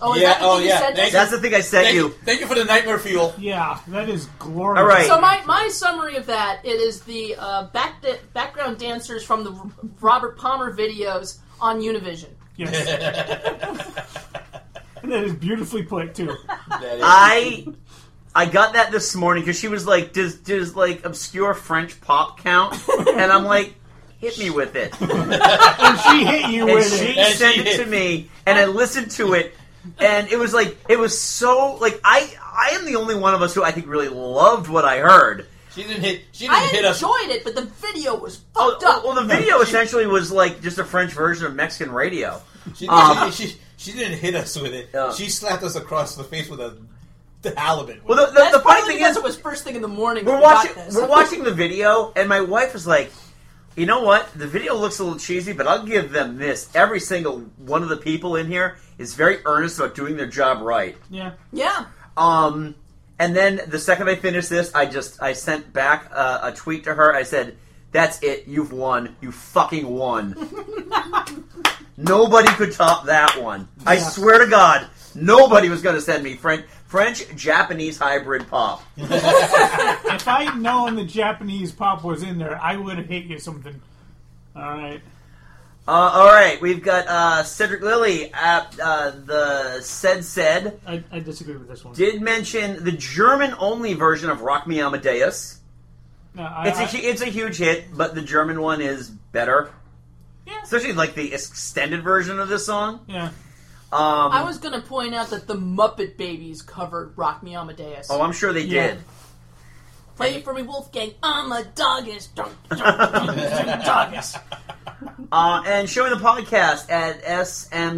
Speaker 7: Oh, is
Speaker 6: yeah,
Speaker 7: that the
Speaker 6: oh,
Speaker 7: thing you
Speaker 6: yeah.
Speaker 7: said?
Speaker 6: Thank
Speaker 4: That's the thing I sent
Speaker 6: Thank you.
Speaker 4: you.
Speaker 6: Thank you for the nightmare fuel.
Speaker 5: Yeah, that is glorious.
Speaker 4: All right.
Speaker 7: So my, my summary of that it is the uh, back background dancers from the Robert Palmer videos on Univision.
Speaker 5: Yes. and that is beautifully put too.
Speaker 6: That is-
Speaker 4: I I got that this morning because she was like, "Does does like obscure French pop count?" And I'm like, "Hit me with it."
Speaker 5: And she hit you
Speaker 4: And
Speaker 5: with
Speaker 4: she
Speaker 5: it.
Speaker 6: And
Speaker 4: sent
Speaker 6: she
Speaker 4: it to
Speaker 6: did.
Speaker 4: me, and I listened to it, and it was like it was so like I I am the only one of us who I think really loved what I heard.
Speaker 6: she didn't hit. She didn't
Speaker 7: I
Speaker 6: hit us.
Speaker 7: enjoyed it, but the video was
Speaker 4: Oh,
Speaker 7: fucked up.
Speaker 4: well, the video essentially was like just a French version of Mexican radio.
Speaker 6: She,
Speaker 4: Um,
Speaker 6: she, she, she didn't hit us with it.
Speaker 4: Yeah.
Speaker 6: She slapped us across the face with a the halibut.
Speaker 4: Well, the, the,
Speaker 7: That's
Speaker 4: the funny
Speaker 7: probably
Speaker 4: thing
Speaker 7: because
Speaker 4: is,
Speaker 7: it was first thing in the morning. when
Speaker 4: we're
Speaker 7: we got
Speaker 4: watching
Speaker 7: this.
Speaker 4: we're watching the video and my wife was like you know what the video looks a little cheesy but i'll give them this every single one of the people in here is very earnest about doing their job right
Speaker 5: Yeah.
Speaker 7: Yeah,
Speaker 4: um and then the second i finished this i just i sent back a, a tweet to her i said that's it you've won you fucking won nobody could top that one i
Speaker 5: Yeah.
Speaker 4: swear to god nobody was going to send me french french japanese hybrid pop
Speaker 5: If I had known the Japanese pop was in there, I would have hit you something. All right.
Speaker 4: Uh, all right, we've got uh, Cedric Lilly at uh, the said said
Speaker 5: I, I disagree with this one.
Speaker 4: did mention the German only version of Rock Me Amadeus.
Speaker 5: No, I,
Speaker 4: It's a
Speaker 5: I-
Speaker 4: hu- it's a huge hit, but the German one is better,
Speaker 5: yeah.
Speaker 4: especially like the extended version of this song.
Speaker 5: yeah.
Speaker 4: Um,
Speaker 7: I was going to point out that the Muppet Babies covered "Rock Me Amadeus."
Speaker 4: oh, I'm sure they
Speaker 5: Yeah.
Speaker 4: did.
Speaker 7: Play it for me, Wolfgang. I'm a doggish. Dun, dun, dun, dun, doggish.
Speaker 4: Uh, and showing the podcast at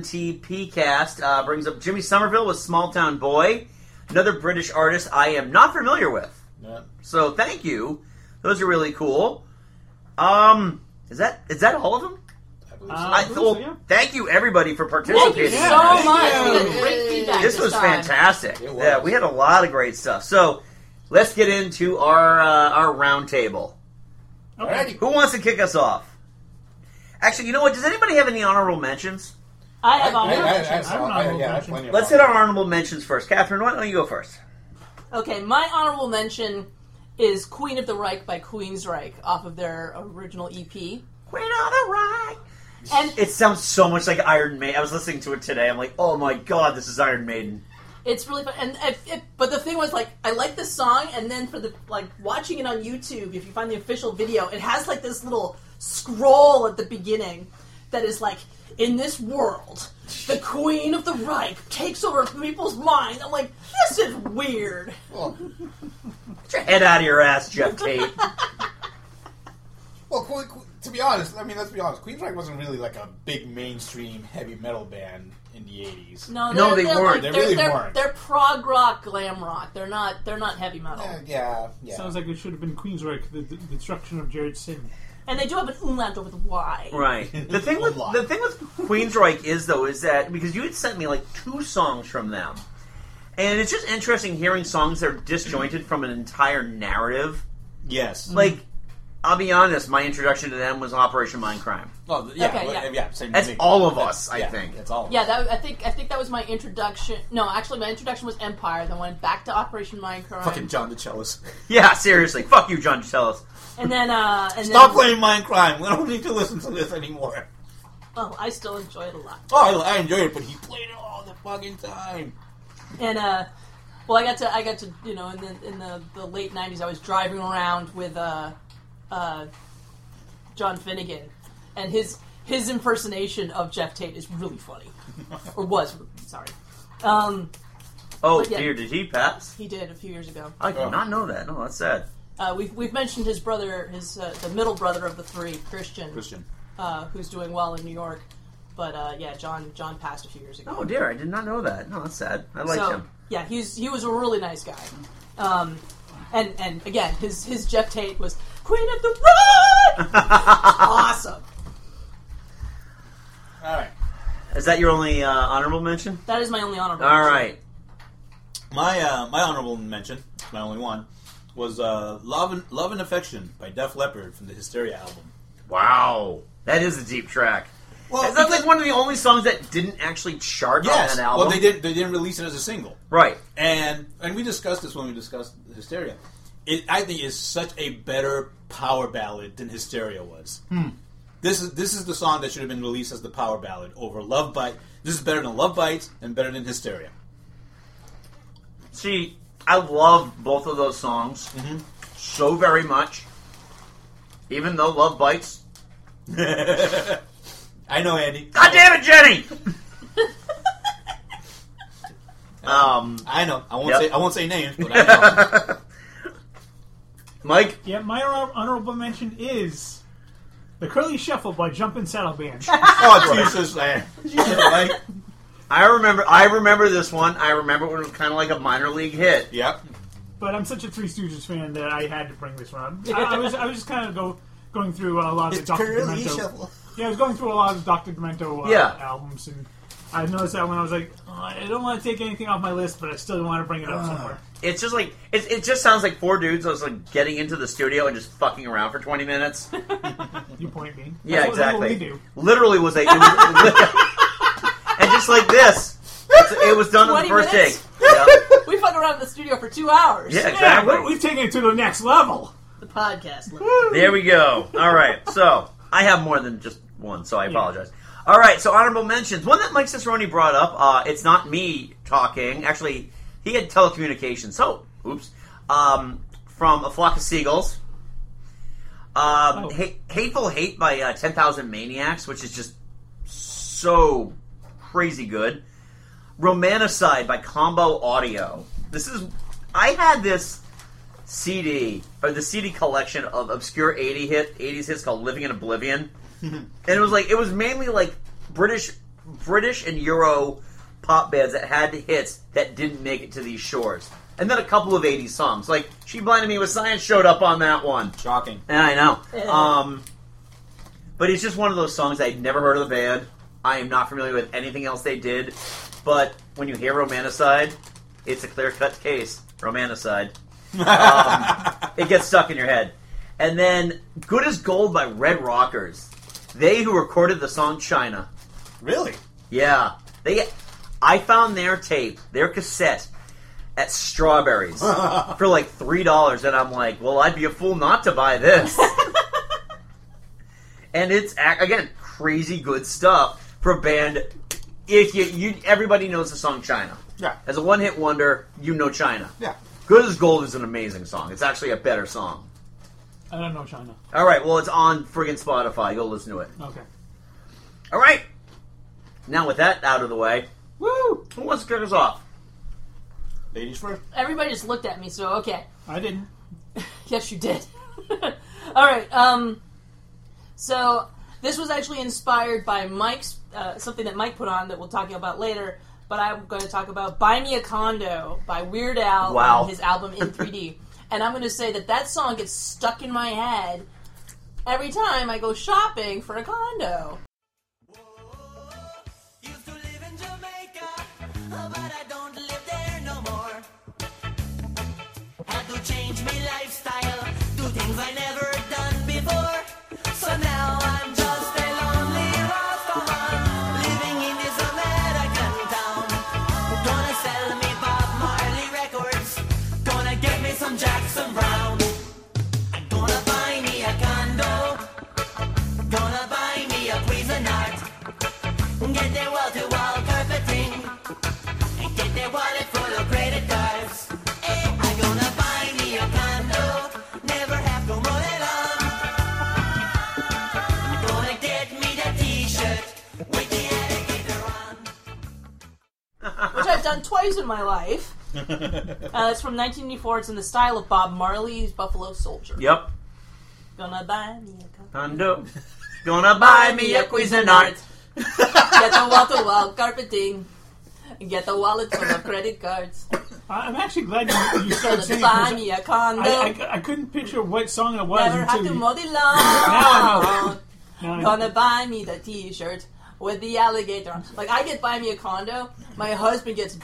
Speaker 4: SMTPcast uh, brings up Jimmy Somerville with Small Town Boy, another British artist I am not familiar with.
Speaker 6: Yeah.
Speaker 4: So thank you. Those are really cool. Um, is that is that all of them?
Speaker 6: I believe so.
Speaker 5: Uh,
Speaker 4: I
Speaker 5: believe
Speaker 4: well,
Speaker 5: so, yeah.
Speaker 4: thank you everybody for
Speaker 7: Thank you
Speaker 4: participating. in
Speaker 7: so
Speaker 4: this.
Speaker 7: much.
Speaker 6: you.
Speaker 7: We got great feedback.
Speaker 4: This was
Speaker 7: time.
Speaker 4: fantastic.
Speaker 6: It was.
Speaker 4: Yeah, we had a lot of great stuff. So let's get into our uh, our roundtable.
Speaker 6: Alrighty.
Speaker 4: Who wants to kick us off? Actually, you know what? Does anybody have any honorable mentions?
Speaker 7: I
Speaker 6: I,
Speaker 7: have
Speaker 6: I, I,
Speaker 7: honor.
Speaker 6: I, saw- I, yeah, I have plenty of
Speaker 4: Let's hit our honorable mentions first. Catherine, why don't you go first?
Speaker 7: Okay, my honorable mention is Queen of the Reich by Queensryche off of their original EP.
Speaker 4: Queen of the Rock.
Speaker 7: And
Speaker 4: It sounds so much like Iron Maiden. I was listening to it today. I'm like, oh my god, this is Iron Maiden.
Speaker 7: it's really fun. And it, it, but the thing was, like, I like this song, and then for the like watching it on YouTube, if you find the official video, it has like this little scroll at the beginning that is like, in this world, the Queen of the Reich takes over people's minds. I'm like, this is weird.
Speaker 6: Well,
Speaker 4: Head out of your ass, Jeff Tate.
Speaker 6: well Que- Que- to be honest, I mean, let's be honest. Queensryche wasn't really like a big mainstream heavy metal band in the '80s.
Speaker 7: No,
Speaker 4: No,
Speaker 7: they're-
Speaker 4: they
Speaker 7: they're,
Speaker 4: weren't.
Speaker 7: Like,
Speaker 6: They
Speaker 7: they're,
Speaker 6: really
Speaker 7: they're,
Speaker 6: weren't.
Speaker 7: They're prog rock, glam rock. They're not. They're not heavy metal.
Speaker 6: Yeah, Eh, yeah, yeah.
Speaker 5: Sounds like it should have been Queensryche, the, the destruction of Jared Sin.
Speaker 7: And they do have an umlaut with Y.
Speaker 4: Right. The thing with
Speaker 6: lot.
Speaker 4: the thing with Queensryche is though is that because you had sent me like two songs from them, and it's just interesting hearing songs that are disjointed from an entire narrative.
Speaker 6: Mm-hmm. yes.
Speaker 5: Mm.
Speaker 4: Like, I'll be honest, my introduction to them was Operation Mindcrime.
Speaker 6: oh, yeah,
Speaker 7: Okay,
Speaker 6: well,
Speaker 7: yeah.
Speaker 6: yeah, Same
Speaker 4: That's
Speaker 6: thing.
Speaker 4: all of us, I
Speaker 6: yeah,
Speaker 4: think.
Speaker 6: That's all. Of
Speaker 7: Yeah,
Speaker 6: us.
Speaker 7: that, I think I think that was my introduction. No, actually, my introduction was Empire. Then went back to Operation Minecraft.
Speaker 6: Fucking John DeCellis.
Speaker 4: Yeah, seriously. Fuck you, John DeCellis.
Speaker 7: And then, uh, and
Speaker 6: Stop
Speaker 7: then,
Speaker 6: playing Mind Crime. We don't need to listen to this anymore.
Speaker 7: Oh, I still enjoy it a lot.
Speaker 6: Oh, I, I enjoyed it, but he played it all the fucking time.
Speaker 7: And uh, well, I got to I got to you know in the in the, the late '90s, I was driving around with uh, uh, John Finnegan, and his his impersonation of Jeff Tate is really funny, or was sorry. Um,
Speaker 4: Oh
Speaker 7: But yeah.
Speaker 4: dear, did he pass?
Speaker 7: he did a few years ago.
Speaker 4: I did
Speaker 6: Oh.
Speaker 4: not know that. No, that's sad.
Speaker 7: Uh, we've we've mentioned his brother, his uh, the middle brother of the three, Christian,
Speaker 6: Christian.
Speaker 7: Uh, who's doing well in New York. But uh, yeah, John John passed a few years ago.
Speaker 4: Oh dear, I did not know that. No, that's sad. I liked
Speaker 7: so
Speaker 4: him.
Speaker 7: yeah, he's he was a really nice guy. Um, and and again, his his Jeff Tate was Queen of the Road. awesome.
Speaker 6: All right.
Speaker 4: Is that your only uh, honorable mention?
Speaker 7: That is my only honorable.
Speaker 4: All
Speaker 7: mention.
Speaker 4: right.
Speaker 6: My uh, my honorable mention, my only one, was uh, "Love and Love and Affection" by Def Leppard from the Hysteria album.
Speaker 4: Wow, that is a deep track.
Speaker 6: Well,
Speaker 4: Is that
Speaker 6: because-
Speaker 4: like one of the only songs that didn't actually chart
Speaker 6: Yes.
Speaker 4: on that album?
Speaker 6: Well, they did. They didn't release it as a single,
Speaker 4: Right.
Speaker 6: and and we discussed this when we discussed Hysteria. It, I think, is such a better power ballad than Hysteria was. This is this is the song that should have been released as the power ballad over Love Bite. This is better than Love Bites and better than Hysteria.
Speaker 4: See, I love both of those songs
Speaker 6: Mm-hmm.
Speaker 4: so very much. Even though Love Bites.
Speaker 6: I know, Andy.
Speaker 4: God damn it, Jenny! um,
Speaker 6: I know. I won't
Speaker 4: Yep.
Speaker 6: say I won't say names, but I know.
Speaker 4: Mike,
Speaker 5: Yeah, my hon- honorable mention is the Curly Shuffle by Jumpin' Saddle Band.
Speaker 6: oh Jesus, man.
Speaker 4: Mike, I remember. I remember this one. I remember when it was kind of like a minor league hit.
Speaker 6: Yep.
Speaker 5: but I'm such a Three Stooges fan that I had to bring this one. up. I, I was I was just kind of go going through a lot of the Doctor Demento. Yeah, I was going through a lot of Doctor Demento uh,
Speaker 4: Yeah.
Speaker 5: albums, and I noticed that when I was like, oh, I don't want to take anything off my list, but I still want to bring it up
Speaker 4: Ah.
Speaker 5: somewhere.
Speaker 4: It's just like it, it just sounds like four dudes. I was like getting into the studio and just fucking around for twenty minutes.
Speaker 5: You point me.
Speaker 4: Yeah,
Speaker 5: That's what- that's
Speaker 4: exactly.
Speaker 5: What we do.
Speaker 4: Literally was a, it was, and just like this, it's, it was done on the
Speaker 7: 20
Speaker 4: first
Speaker 7: minutes?
Speaker 4: take. Yeah,
Speaker 7: We fuck around in the studio for two hours.
Speaker 4: yeah
Speaker 5: Yeah,
Speaker 4: exactly.
Speaker 5: we- we've taken it to the next level.
Speaker 7: The podcast.
Speaker 4: There we go. All right. So I have more than just one, so I apologize. All right. So honorable mentions. One that Mike Cicerone brought up. Uh, it's not me talking. Actually, he had telecommunications. So, oops. Um, from A Flock of Seagulls. Um,
Speaker 5: Oh.
Speaker 4: Ha- Hateful Hate by uh, 10,000 Maniacs, which is just so crazy good. Romanticide by Combo Audio. This is. I had this CD or the CD collection of obscure 80 hit 80s hits called Living in Oblivion. and it was like it was mainly like British British and Euro pop bands that had hits that didn't make it to these shores. And then a couple of 80s songs. Like She Blinded Me with Science showed up on that one.
Speaker 6: Shocking.
Speaker 4: And I know. Um, but it's just one of those songs I'd never heard of the band. I am not familiar with anything else they did. But when you hear Romanticide, it's a clear cut case. Romanticide. Um, it gets stuck in your head. And then Good as Gold by Red Rockers. They who recorded the song China.
Speaker 6: Really?
Speaker 4: Yeah. They I found their tape, their cassette at Strawberries for like $3 and I'm like, "Well, I'd be a fool not to buy this." and it's ac- again crazy good stuff for a band if you, you everybody knows the song China.
Speaker 6: Yeah.
Speaker 4: As a one-hit wonder, you know China.
Speaker 6: Yeah.
Speaker 4: Good as Gold is an amazing song. It's actually a better song.
Speaker 5: I don't know China.
Speaker 4: All right, well, it's on friggin' Spotify. Go listen to it.
Speaker 5: Okay.
Speaker 4: All right. Now with that out of the way,
Speaker 5: Woo!
Speaker 4: who wants to kick us off?
Speaker 6: Ladies first.
Speaker 7: Everybody just looked at me, so okay.
Speaker 5: I didn't.
Speaker 7: Yes, you did. All right. Um, so this was actually inspired by Mike's uh, something that Mike put on that we'll talk about later. But I'm going to talk about "Buy Me a Condo" by Weird Al
Speaker 4: Wow.
Speaker 7: on his album in 3D, and I'm going to say that that song gets stuck in my head every time I go shopping for a condo.
Speaker 10: Used to live in Jamaica, oh, but I don't live there no more. Had to change my lifestyle, do things I never done before. So now I'm just a lonely Rasta man, living in this American town. Gonna sell me Bob Marley records, gonna get me some Jackson Brown. I'm gonna buy me a condo, gonna buy me a Cuisinart. Get their wall-to-wall carpeting. And get their wallet full of credit cards. Eh, I'm gonna buy me a condo. Never have to mow it on. I'm gonna get me that T-shirt with the alligator on.
Speaker 7: which I've done twice in my life. Uh, it's from 1984. It's in the style of Bob Marley's Buffalo Soldier.
Speaker 4: Yep.
Speaker 7: Gonna buy me a condo.
Speaker 4: Hondo. Gonna buy me a Cuisinart. Oh,
Speaker 7: Get the wall to wall carpeting. Get the wallet full of credit cards.
Speaker 5: I- I'm actually glad you, you started
Speaker 7: Gonna
Speaker 5: singing.
Speaker 7: buy
Speaker 5: 'cause
Speaker 7: me a condo.
Speaker 5: I, I cou- I couldn't picture what song it was
Speaker 7: Never have
Speaker 5: until
Speaker 7: to
Speaker 5: you,
Speaker 7: mow the
Speaker 5: I
Speaker 7: lawn.
Speaker 5: now I-
Speaker 7: Gonna buy me the T-shirt with the alligator on. Like I get buy me a condo. My husband gets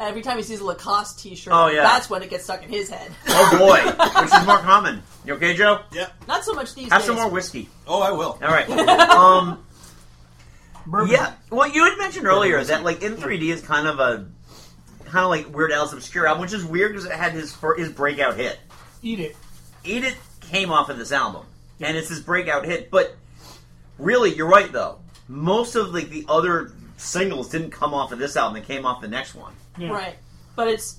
Speaker 7: every time he sees a Lacoste T-shirt.
Speaker 4: Oh, yeah.
Speaker 7: that's when it gets stuck in his head.
Speaker 4: Oh boy, which is more common? You okay, Joe?
Speaker 6: Yeah.
Speaker 7: Not so much these
Speaker 4: Have
Speaker 7: days.
Speaker 4: some more whiskey.
Speaker 6: Oh, I will.
Speaker 4: All right. Um,
Speaker 5: bourbon.
Speaker 4: Yeah. Well, you had mentioned earlier that like in 3D is kind of a kind of like Weird Al's obscure album, which is weird because it had his fir- his breakout hit.
Speaker 5: Eat it.
Speaker 4: Eat It came off of this album, and it's his breakout hit. But really, you're right though. Most of like the other singles didn't come off of this album; they came off the next one.
Speaker 5: Yeah.
Speaker 7: Right. But it's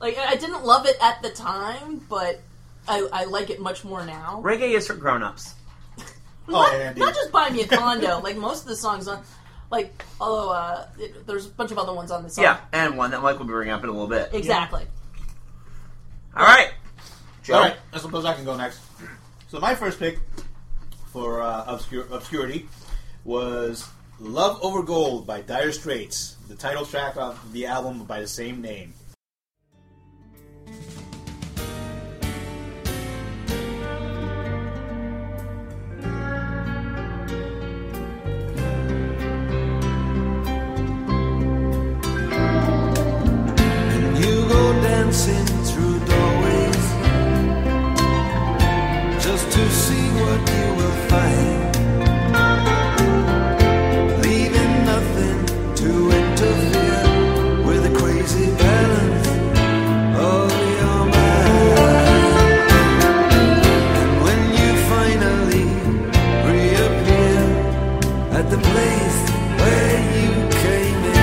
Speaker 7: like I I didn't love it at the time, but I, I like it much more now.
Speaker 4: Reggae is for grown-ups.
Speaker 7: not,
Speaker 6: Oh, Andy.
Speaker 7: not just buy me a condo. like most of the songs on, like although uh, it, there's a bunch of other ones on this. Song.
Speaker 4: Yeah, and one that Mike will bring up in a little bit.
Speaker 7: exactly.
Speaker 4: All right, Joe.
Speaker 6: All right, I suppose I can go next. So my first pick for uh, obscure, obscurity was "Love Over Gold" by Dire Straits, the title track of the album by the same name.
Speaker 10: You go dancing through doorways just to see what you will find. Leaving nothing to interfere with the crazy balance of your mind. And when you finally reappear at the place where you came in.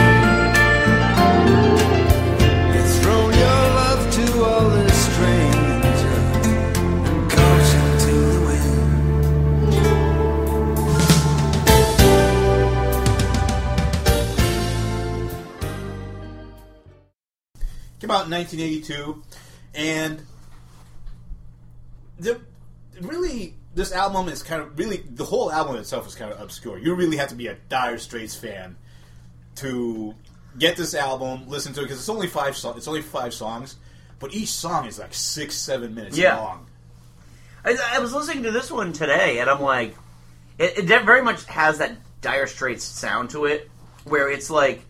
Speaker 10: You've thrown your love to all the strangers and caution to the wind.
Speaker 6: Came out in 1982, and the really this album is kind of really the whole album itself is kind of obscure. You really have to be a Dire Straits fan to get this album, listen to it because it's only five so- it's only five songs, but each song is like six seven minutes
Speaker 4: Yeah.
Speaker 6: long.
Speaker 4: I, I was listening to this one today, and I'm like, it, it de- very much has that Dire Straits sound to it, where it's like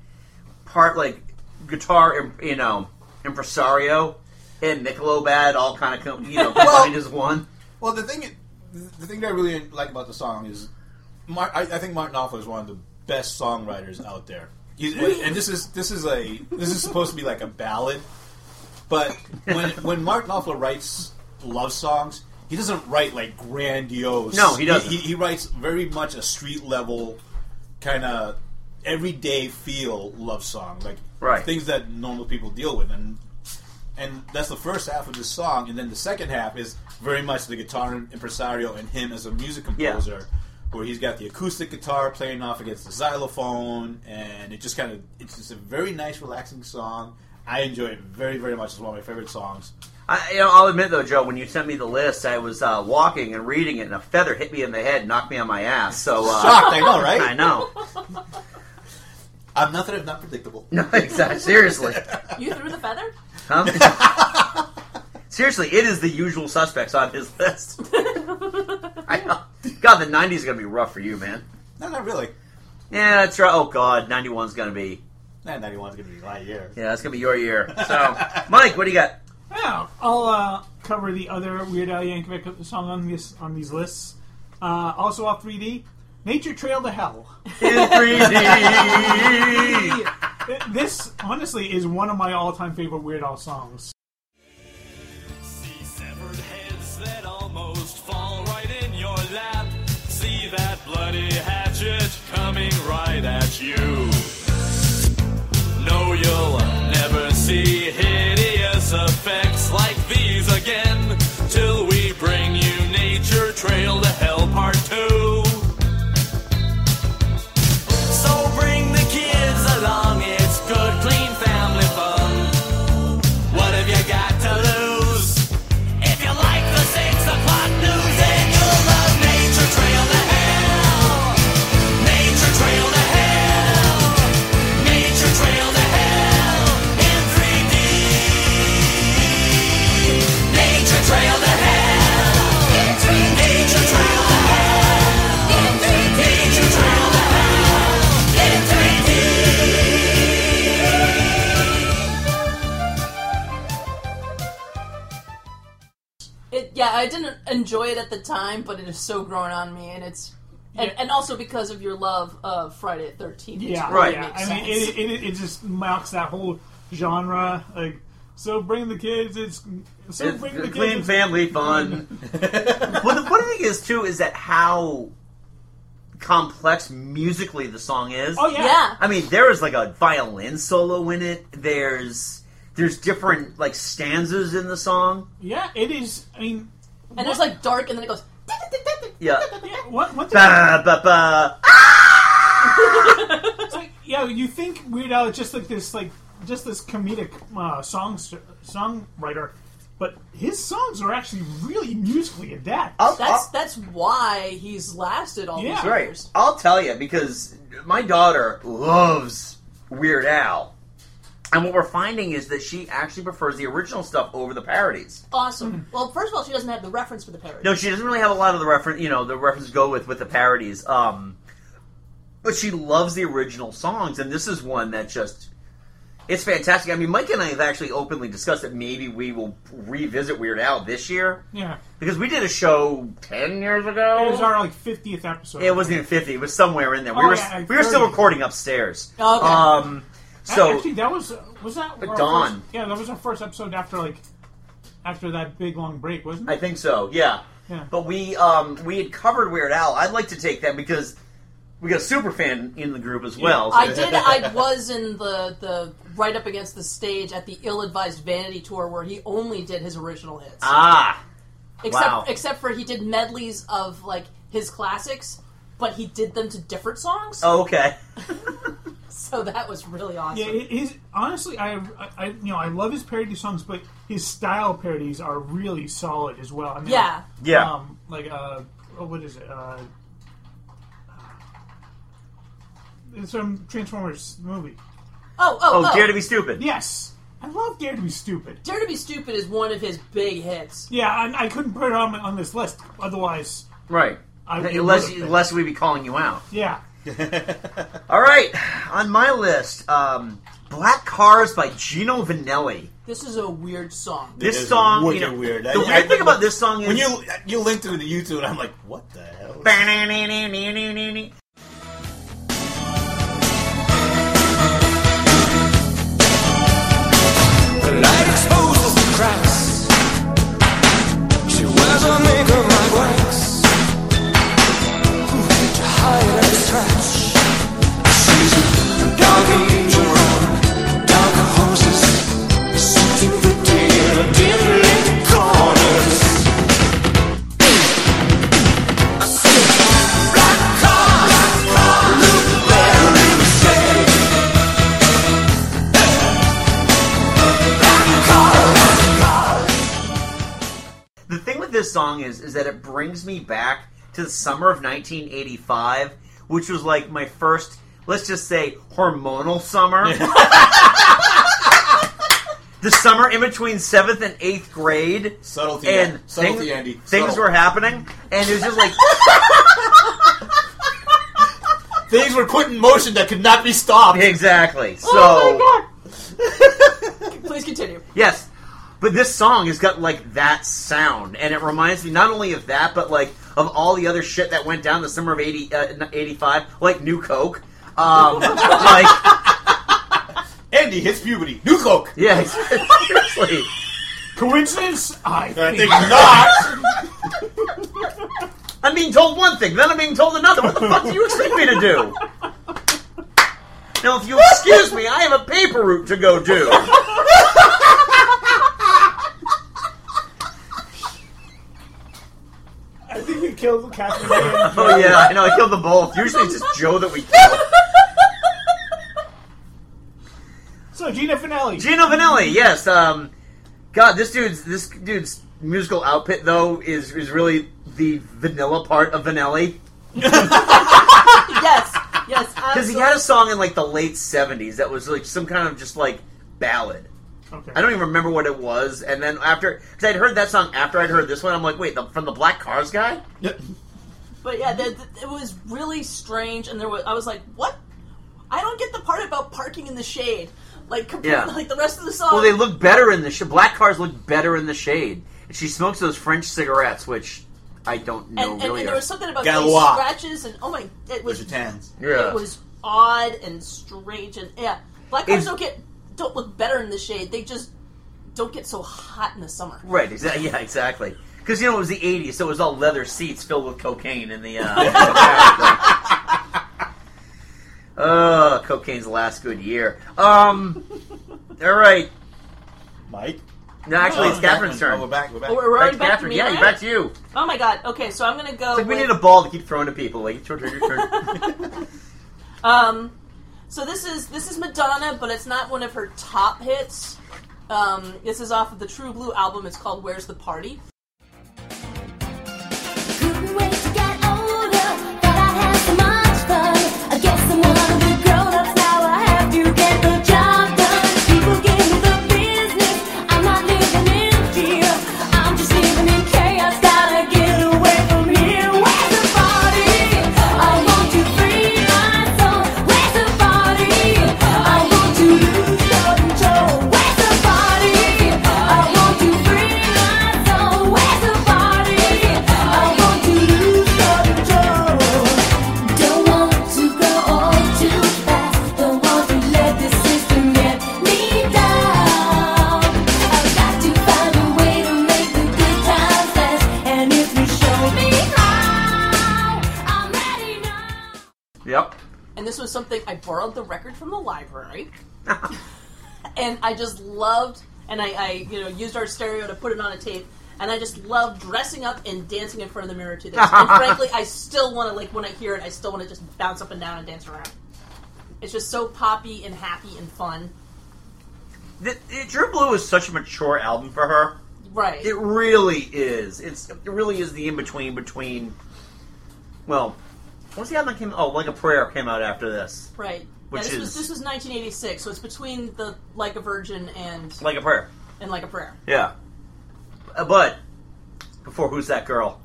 Speaker 4: part like guitar, im- you know, impresario and Nickelobad all kind of com- you know combined as one.
Speaker 6: Well, the thing the thing that I really like about the song is Mar- I, I think Martin Knopfler is one of the best songwriters out there. He's, and this is this is a this is supposed to be like a ballad, but when when Martin Knopfler writes love songs, he doesn't write like grandiose.
Speaker 4: No, he doesn't.
Speaker 6: He, he writes very much a street level kind of everyday feel love song, like
Speaker 4: Right.
Speaker 6: things that normal people deal with, and and that's the first half of this song, and then the second half is very much the guitar impresario and him as a music composer, where he's got the acoustic guitar playing off against the xylophone, and it just kind of it's just a very nice, relaxing song. I enjoy it very, very much. It's one of my favorite songs.
Speaker 4: I, you know, I'll admit though, Joe, when you sent me the list, I was uh, walking and reading it, and a feather hit me in the head, and knocked me on my ass. So uh,
Speaker 6: Shocked, I know,
Speaker 4: I
Speaker 6: right?
Speaker 4: know,
Speaker 6: I'm nothing if not predictable.
Speaker 4: no, exactly. Seriously,
Speaker 7: You threw the feather.
Speaker 4: Huh? Seriously, it is the usual suspects on his list. I know. God, the 90s is going to be rough for you, man.
Speaker 6: No, not really.
Speaker 4: Yeah, that's right. Oh, God, 91's going to be.
Speaker 6: Nah, 91's gonna be my year.
Speaker 4: Yeah, that's going to be your year. So, Mike, what do you got?
Speaker 5: Yeah, I'll uh, cover the other Weird Al Yankovic song on this on these lists. Uh, also off 3D, Nature Trail to Hell.
Speaker 4: In 3D!
Speaker 5: Th- this honestly is one of my all-time favorite Weird Al songs.
Speaker 10: See severed heads that almost fall right in your lap. See that bloody hatchet coming right at you. No, you'll never see hideous effects like these again till we bring you Nature Trail to Hell Part 2. So bring the kids along, it's good, clean family fun. What have you got to lose? If you like the six o'clock news, then you'll love Nature Trail to Hell. Nature Trail to Hell. Nature Trail to Hell in 3D. Nature Trail to Hell. Nature Trail to Hell. Nature Trail to Hell in 3D.
Speaker 7: It yeah, I didn't enjoy it at the time, but it is so grown on me, and it's and, and also because of your love of Friday the Thirteenth.
Speaker 5: Yeah,
Speaker 4: Right.
Speaker 5: Yeah.
Speaker 7: Makes
Speaker 5: I mean,
Speaker 7: sense.
Speaker 5: it, it, it just marks that whole genre. Like, so bring the kids. It's so
Speaker 4: It's
Speaker 5: bring the kids.
Speaker 4: clean
Speaker 5: it's-
Speaker 4: family fun. well, the funny thing is too is that how complex musically the song is.
Speaker 5: Oh yeah.
Speaker 7: yeah.
Speaker 4: I mean, there is like a violin solo in it. There's there's different like stanzas in the song.
Speaker 5: Yeah, It is. I mean,
Speaker 7: and there's like dark, and then it goes.
Speaker 4: Yeah.
Speaker 5: yeah, what what the
Speaker 4: Ba, ba, ba.
Speaker 5: It's like, yeah, you think Weird Al is just like this, like just this comedic uh, song songwriter, but his songs are actually really musically adept.
Speaker 4: I'll-
Speaker 7: That's
Speaker 4: I'll-
Speaker 7: that's why he's lasted all
Speaker 5: Yeah.
Speaker 7: these
Speaker 5: Right.
Speaker 4: Right.
Speaker 7: years.
Speaker 4: I'll tell you because my daughter loves Weird Al. And what we're finding is that she actually prefers the original stuff over the parodies.
Speaker 7: Awesome.
Speaker 5: Mm-hmm.
Speaker 7: Well, first of all, she doesn't have the reference for the parody.
Speaker 4: No, she doesn't really have a lot of the reference, you know, the references go with with the parodies. Um but she loves the original songs and this is one that just it's fantastic. I mean, Mike and I have actually openly discussed that maybe we will revisit Weird Al this year
Speaker 5: yeah,
Speaker 4: because we did a show 10 years ago.
Speaker 5: it was our like fiftieth episode.
Speaker 4: It wasn't even fifty. It was somewhere in there. We
Speaker 5: Oh,
Speaker 4: were
Speaker 5: yeah, like
Speaker 4: we were still
Speaker 5: 30.
Speaker 4: recording upstairs.
Speaker 7: Oh, okay.
Speaker 4: Um,
Speaker 5: A-
Speaker 4: so
Speaker 5: actually, that was was that our
Speaker 4: Dawn.
Speaker 5: first- yeah, that was our first episode after like after that big long break, wasn't
Speaker 4: I
Speaker 5: it?
Speaker 4: think so. Yeah.
Speaker 5: Yeah.
Speaker 4: But we um we had covered Weird Al. I'd like to take that because we got a super fan in the group as well.
Speaker 7: I did. I was in the the right up against the stage at the ill-advised Vanity Tour, where he only did his original hits.
Speaker 4: ah.
Speaker 7: except
Speaker 4: wow.
Speaker 7: except for he did medleys of like his classics, but he did them to different songs.
Speaker 4: Oh, okay.
Speaker 7: So that was really awesome.
Speaker 5: Yeah, hi- his honestly, I, I I- you know I love his parody songs, but his style parodies are really solid as well. I mean,
Speaker 7: Yeah.
Speaker 4: Yeah.
Speaker 5: um, like uh, oh, what is it? Uh, it's from Transformers movie.
Speaker 7: Oh, oh,
Speaker 4: oh,
Speaker 7: oh.
Speaker 4: dare to be stupid.
Speaker 5: Yes, I love Dare to Be Stupid.
Speaker 7: Dare to be stupid is one of his big hits.
Speaker 5: Yeah, I, I couldn't put it on on this list otherwise.
Speaker 4: Right.
Speaker 5: I- it
Speaker 4: unless
Speaker 5: would've been.
Speaker 4: unless we be calling you out.
Speaker 5: Yeah,
Speaker 4: All right. On my list, um, Black Cars by Gino Vanelli.
Speaker 7: This is a weird song.
Speaker 4: This
Speaker 6: is
Speaker 4: song,
Speaker 6: wicked
Speaker 4: you know,
Speaker 6: weird.
Speaker 4: The
Speaker 6: I-
Speaker 4: weird
Speaker 6: I-
Speaker 4: thing about this song is
Speaker 6: When you you linked it to the YouTube, and I'm like, what the hell?
Speaker 10: Light exposes the cracks. She wears a makeup like wax. To hide her scratch. She's a dark angel on dark horses. Seeking for dear, dim lit corners. I see black car, black car, look better in the shade.
Speaker 4: The thing with this song is is that it brings me back to the summer of 1985, which was like my first, let's just say, hormonal summer. the summer in between seventh and eighth grade,
Speaker 6: Subtlety,
Speaker 4: and
Speaker 6: subtlety,
Speaker 4: thing-
Speaker 6: Andy.
Speaker 4: things
Speaker 6: Subtle.
Speaker 4: were happening, and it was just like
Speaker 6: things were put in motion that could not be stopped.
Speaker 4: exactly. So
Speaker 7: Please continue.
Speaker 4: Yes. But this song has got like that sound, and it reminds me not only of that, but like of all the other shit that went down the summer of 80, uh, n- 85, like New Coke. Um, like,
Speaker 6: Andy hits puberty. New Coke.
Speaker 4: yeah, seriously.
Speaker 5: coincidence? I
Speaker 6: I
Speaker 5: think.
Speaker 6: think not.
Speaker 4: I'm being told one thing, then I'm being told another. What the fuck do you expect me to do? Now, if you'll excuse me, I have a paper route to go do.
Speaker 5: I think we killed Catherine. Again.
Speaker 4: Oh, yeah, I know, I killed them both. Usually it's just Joe that we kill.
Speaker 5: so Gina Finelli.
Speaker 4: Gino Vanelli, yes. Um, God, this dude's this dude's musical outfit though is is really the vanilla part of Vanelli
Speaker 7: Yes, yes,
Speaker 4: because he
Speaker 7: absolutely.
Speaker 4: had a song in like the late seventies that was like some kind of just like ballad.
Speaker 5: okay.
Speaker 4: I don't even remember what it was. And then after, because I'd heard that song after I'd heard this one, I'm like, wait, the, from the Black Cars guy?
Speaker 7: But yeah, the, the, it was really strange, and there was I was like, what? I don't get the part about parking in the shade, like compared
Speaker 4: Yeah.
Speaker 7: like the rest of the song.
Speaker 4: Well, they look better in the sh- Black Cars look better in the shade. And she smokes those French cigarettes, which I don't know
Speaker 7: and, and,
Speaker 4: really.
Speaker 7: and there was something about
Speaker 6: Galois.
Speaker 7: these scratches and oh my, it was
Speaker 6: Those are tans.
Speaker 4: yeah.
Speaker 7: it was odd and strange and yeah. Black cars
Speaker 4: It's-
Speaker 7: don't get don't look better in the shade. They just don't get so hot in the summer.
Speaker 4: Right, exactly. Yeah, exactly. Because you know it was the '80s, so it was all leather seats filled with cocaine in the. Uh, uh, cocaine's last good year. Um, all right.
Speaker 6: Mike.
Speaker 4: No, actually, it's
Speaker 6: Oh,
Speaker 4: Catherine's turn.
Speaker 6: Catherine. Oh, we're back. We're back.
Speaker 7: Oh, we're
Speaker 4: Back
Speaker 7: already
Speaker 4: to
Speaker 7: back, to
Speaker 4: Catherine.
Speaker 7: me,
Speaker 4: Yeah,
Speaker 7: right?
Speaker 4: you're back to you.
Speaker 7: Oh my god. Okay, so I'm gonna go.
Speaker 4: It's like we
Speaker 7: with-
Speaker 4: need a ball to keep throwing to people. Like, turn, turn, turn, turn.
Speaker 7: Um, so this is this is Madonna, but it's not one of her top hits. Um, this is off of the True Blue album. It's called "Where's the Party."
Speaker 11: Couldn't wait to get older, thought I'd have so much fun. I guess I'm one of the grown-ups now. I have to get the job done. People give me the business. I'm not living in fear. I'm just living in chaos. Gotta get away from here. Where's the party? I want to free my soul. Where's the party? I want to lose control. Where's the party? I want to free my soul. Where's the party? I want to lose control. Don't want to grow old too fast. Don't want to let the system get me down. I've got to find a way to make the good times last. And if you show me how, I'm ready now.
Speaker 4: yep.
Speaker 7: And this was something I borrowed the record from the library, and I just loved. And I, I, you know, used our stereo to put it on a tape. And I just loved dressing up and dancing in front of the mirror to this. and frankly, I still want to like when I hear it, I still want to just bounce up and down and dance around. It's just so poppy and happy and fun,
Speaker 4: The, the, True Blue is such a mature album for her.
Speaker 7: right?
Speaker 4: It really is. It's it really is the in between between. Well, what was the album that came? Oh, Like a Prayer came out after this.
Speaker 7: Right.
Speaker 4: Which
Speaker 7: yeah, this
Speaker 4: is-
Speaker 7: was this was 1986, so it's between the Like a Virgin and
Speaker 4: Like a Prayer.
Speaker 7: and Like a Prayer.
Speaker 4: Yeah. Uh, But before Who's That Girl?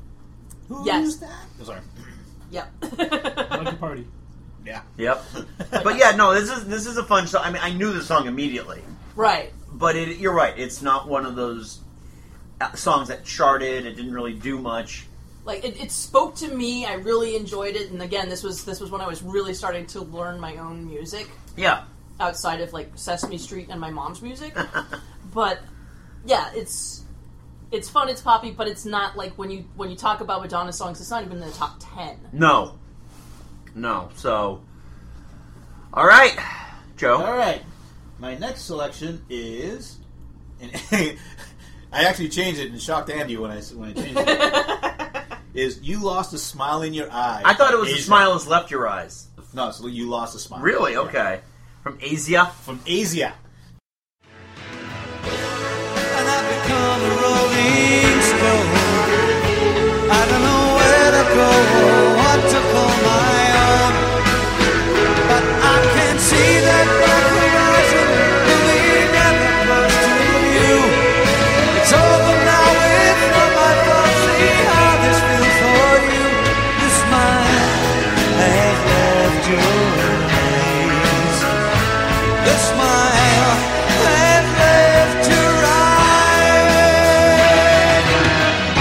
Speaker 6: Who's
Speaker 7: Yes.
Speaker 6: that? I'm sorry.
Speaker 7: Yep.
Speaker 5: Like a party.
Speaker 6: Yeah.
Speaker 4: Yep. but yeah, no, this is this is a fun song. I mean, I knew the song immediately,
Speaker 7: right.
Speaker 4: but it, you're right. It's not one of those uh, songs that charted. It didn't really do much.
Speaker 7: Like it, it spoke to me. I really enjoyed it. And again, this was this was when I was really starting to learn my own music
Speaker 4: Yeah.
Speaker 7: outside of like Sesame Street and my mom's music. but yeah, it's it's fun. It's poppy, but it's not like when you when you talk about Madonna songs, it's not even in the top ten.
Speaker 4: No. No. So. All right, Joe.
Speaker 6: All right. My next selection is. And I actually changed it and shocked Andy when I when I changed it. is you lost a smile in your eye?
Speaker 4: I thought it was the
Speaker 6: Asia.
Speaker 4: smile that's left your eyes.
Speaker 6: No, it's you lost a smile.
Speaker 4: Really?
Speaker 6: Yeah.
Speaker 4: Okay. From Asia.
Speaker 6: From Asia.
Speaker 10: And I've become a rolling stone. I don't know where to go or what to call my own. But I can see that black horizon moving ever close to you. It's over now with from my thoughts. See how this feels for you. The smile has left your eyes. The smile has left your eyes. I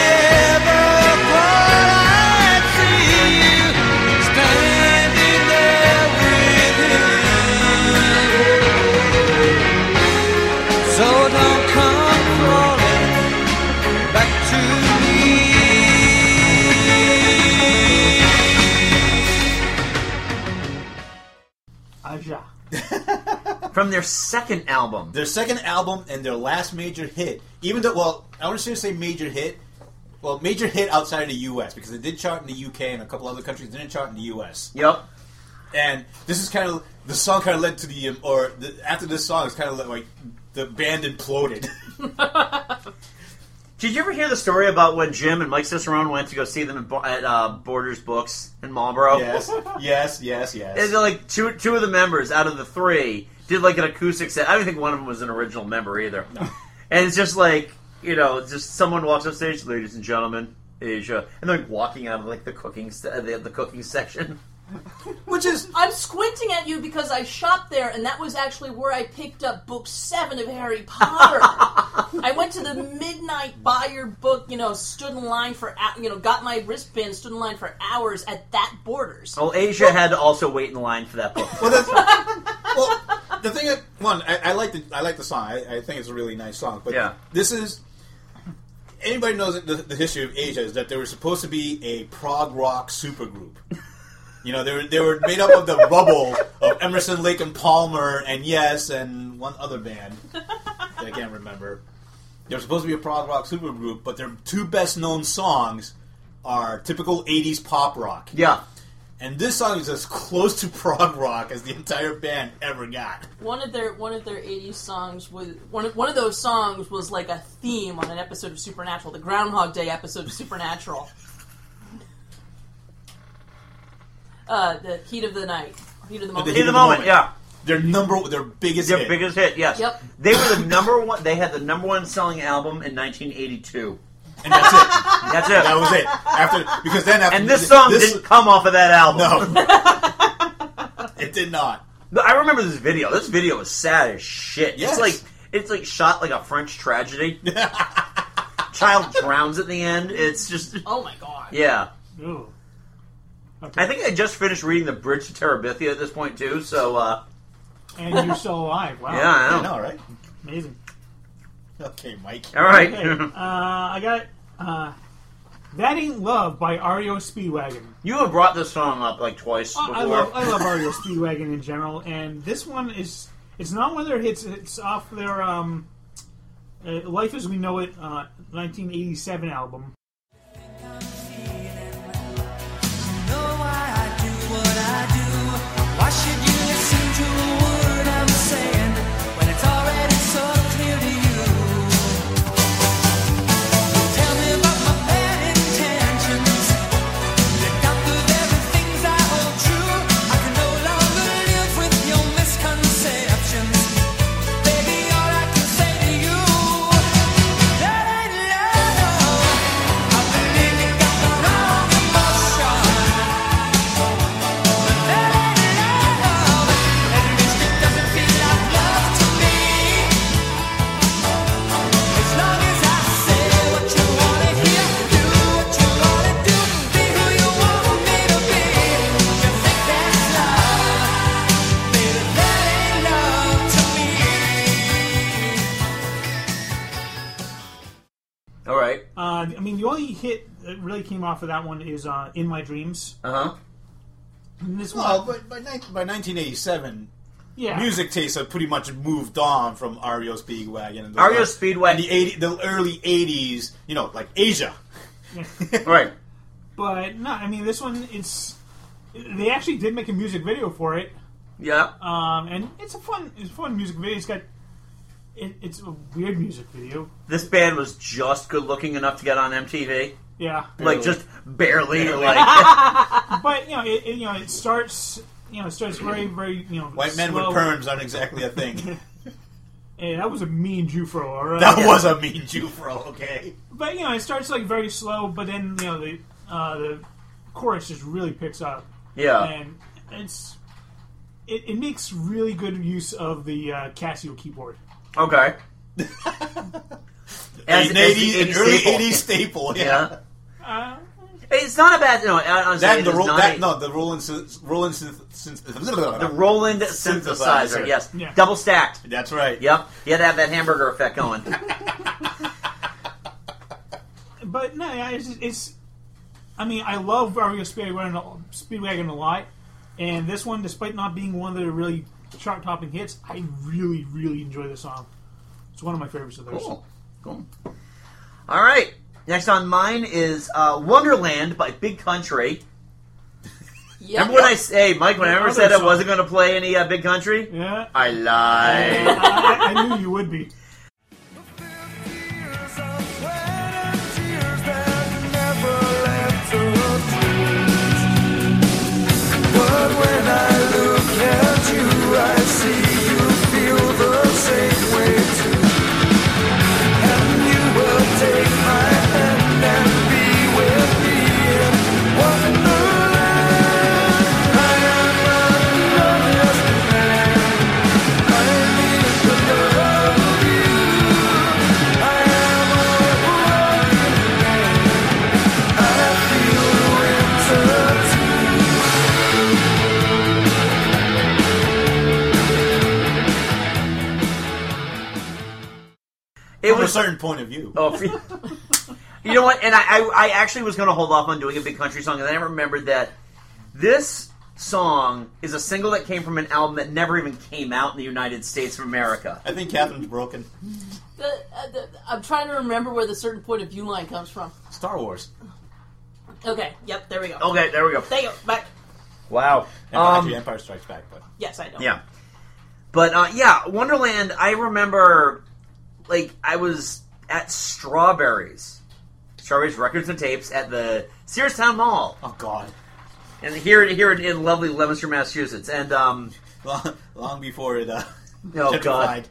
Speaker 10: never thought I'd see you standing there with him. So don't come crawling back to me.
Speaker 5: Aja.
Speaker 4: From their second album.
Speaker 6: Their second album and their last major hit. Even though, well, I want to say major hit. Well, major hit outside of the U.S. because it did chart in the U.K. and a couple other countries. It didn't chart in the U.S.
Speaker 4: Yep.
Speaker 6: and this is kind of the song kind of led to the um, or the, after this song it's kind of like the band imploded
Speaker 4: Did you ever hear the story about when Jim and Mike Cicerone went to go see them at, Bo- at uh, Borders Books in Marlboro?
Speaker 6: yes yes yes
Speaker 4: And
Speaker 6: yes
Speaker 4: they're like two two of the members out of the three did like an acoustic set. I don't think one of them was an original member either. And it's just like you know, it's just someone walks on stage, ladies and gentlemen, Asia, and they're like walking out of like the uh, cooking se- the, the cooking section.
Speaker 6: Which is
Speaker 7: I'm squinting at you because I shopped there, and that was actually where I picked up book seven of Harry Potter. I went to the midnight buy your book, you know, stood in line for, hou- you know, got my wristband, stood in line for hours at that Borders.
Speaker 4: Well, Asia had to also wait in line for that book.
Speaker 6: well. That's, well, the thing that one, I, I like the I like the song. I, I think it's a really nice song. But
Speaker 4: Yeah.
Speaker 6: this is anybody knows that the, the history of Asia is that they were supposed to be a prog rock supergroup. You know, they were they were made up of the rubble of Emerson, Lake and Palmer, and Yes, and one other band that I can't remember. They're supposed to be a prog rock supergroup, but their two best known songs are typical '80s pop rock.
Speaker 4: yeah.
Speaker 6: And this song is as close to prog rock as the entire band ever got.
Speaker 7: One of their one of their '80s songs was one of, one of those songs was like a theme on an episode of Supernatural, the Groundhog Day episode of Supernatural. Uh, the heat of the night, heat of the moment.
Speaker 6: heat
Speaker 4: In the moment, yeah.
Speaker 6: Their number, their biggest,
Speaker 4: Their
Speaker 6: hit.
Speaker 4: biggest hit, yes.
Speaker 7: Yep.
Speaker 4: They were the number one. They had the number one selling album in 1982.
Speaker 6: and that's it.
Speaker 4: That's
Speaker 6: That
Speaker 4: it.
Speaker 6: was it. After because then after
Speaker 4: And this song didn't come off of that album.
Speaker 6: no, it did not.
Speaker 4: But I remember this video. This video was sad as shit.
Speaker 6: Yes.
Speaker 4: It's like it's like shot like a French tragedy. Child drowns at the end. It's just
Speaker 7: Oh my god!
Speaker 4: yeah.
Speaker 5: Ooh.
Speaker 4: I think I just finished reading the Bridge to Terabithia at this point too. So uh,
Speaker 5: And you're still alive. Wow.
Speaker 4: yeah, I
Speaker 6: I
Speaker 4: know.
Speaker 6: know, right?
Speaker 5: Amazing.
Speaker 6: Okay, Mike.
Speaker 4: All right.
Speaker 5: Okay. uh, I got uh, That Ain't Love by REO Speedwagon.
Speaker 4: you have brought this song up like twice
Speaker 5: Oh,
Speaker 4: before.
Speaker 5: I love I love REO Speedwagon in general, and this one is it's not one of their hits. It's off their um, uh, Life as We Know It uh, 1987 album.
Speaker 10: Why should you listen to a word I'm saying when it's already so clear to you? Tell me about my bad intentions. Look out the very things I hold true. I can no longer live with your misconceptions. Baby, all I can say to you, that ain't love. I believe you got the wrong emotion.
Speaker 4: All right.
Speaker 5: Uh, I mean, the only hit that really came off of that one is uh, In My Dreams.
Speaker 4: Uh huh.
Speaker 5: And this
Speaker 6: Well,
Speaker 5: one,
Speaker 6: but by, ni- by 1987,
Speaker 5: yeah,
Speaker 6: music tastes have pretty much moved on from REO Speedwagon. And the-
Speaker 4: REO
Speaker 6: and the
Speaker 4: Speedwagon.
Speaker 6: 80, the early 80s. You know, like Asia.
Speaker 4: All right.
Speaker 5: But no, I mean, this one it's they actually did make a music video for it.
Speaker 4: Yeah.
Speaker 5: Um, and it's a fun, it's a fun music video. It's got, it, it's a weird music video.
Speaker 4: this band was just good looking enough to get on MTV.
Speaker 5: Yeah,
Speaker 4: Like just barely. Like
Speaker 5: but you know, it, it- you know, it starts, you know, it starts very, very, you know,
Speaker 6: White men with
Speaker 5: slow.
Speaker 6: perms aren't exactly a thing.
Speaker 5: Yeah, that was a mean Jufro, all right.
Speaker 6: that was a mean Jufro, okay?
Speaker 5: But you know, it starts like very slow, but then you know the uh, the chorus just really picks up,
Speaker 4: yeah.
Speaker 5: and it's it, it makes really good use of the uh, Casio keyboard.
Speaker 4: Okay. As- as
Speaker 6: an
Speaker 4: the
Speaker 6: 80s, an
Speaker 4: 80s
Speaker 6: early
Speaker 4: staple.
Speaker 6: 80s staple. Yeah.
Speaker 4: Yeah.
Speaker 5: Uh,
Speaker 4: It's not a bad. No, uh, honestly,
Speaker 6: That
Speaker 4: it
Speaker 6: and the
Speaker 4: is
Speaker 6: Ro-
Speaker 4: not
Speaker 6: that
Speaker 4: a-
Speaker 6: no, the Roland synth, Roland synth, synth,
Speaker 4: the Roland synthesizer.
Speaker 6: Synthesizer.
Speaker 4: Yes,
Speaker 5: Yeah.
Speaker 4: double stacked.
Speaker 6: That's right.
Speaker 4: Yep, you had to have that hamburger effect going.
Speaker 5: but no, yeah, it's, it's. I mean, I love Vario Speedwagon, Speedwagon a lot, and this one, despite not being one of the really chart-topping hits, I really, really enjoy the song. It's one of my favorites of theirs.
Speaker 4: cool, cool. All right, next on mine is uh, Wonderland by Big Country.
Speaker 7: Yeah.
Speaker 4: Remember when I say, Mike, when I ever
Speaker 5: Another
Speaker 4: said I
Speaker 5: song.
Speaker 4: wasn't going to play any uh, Big Country?
Speaker 5: Yeah,
Speaker 4: I lied.
Speaker 5: I, I knew you would be.
Speaker 10: Take my hand and be with me in Wonderland.
Speaker 4: It
Speaker 6: from a
Speaker 4: was-
Speaker 6: certain point of view.
Speaker 4: Oh, you, you know what? And I, I, I actually was going to hold off on doing a big country song, and then I remembered that this song is a single that came from an album that never even came out in the United States of America.
Speaker 6: I think Catherine's broken.
Speaker 7: The, uh, the, I'm trying to remember where the certain point of view line comes from.
Speaker 6: Star Wars.
Speaker 7: Okay, yep, there we go.
Speaker 4: Okay, there we go.
Speaker 7: There you go. Back.
Speaker 4: Wow.
Speaker 6: And
Speaker 4: Um,
Speaker 6: actually, Empire Strikes Back, but
Speaker 7: Yes, I know.
Speaker 4: Yeah. But uh, yeah, Wonderland, I remember like I was at Strawberries. Strawberries Records and Tapes at the Sears Town Mall.
Speaker 6: oh god,
Speaker 4: And here here in, in lovely Leominster, Massachusetts. And um
Speaker 6: long, long before it. Uh,
Speaker 4: oh god.
Speaker 6: gentrified.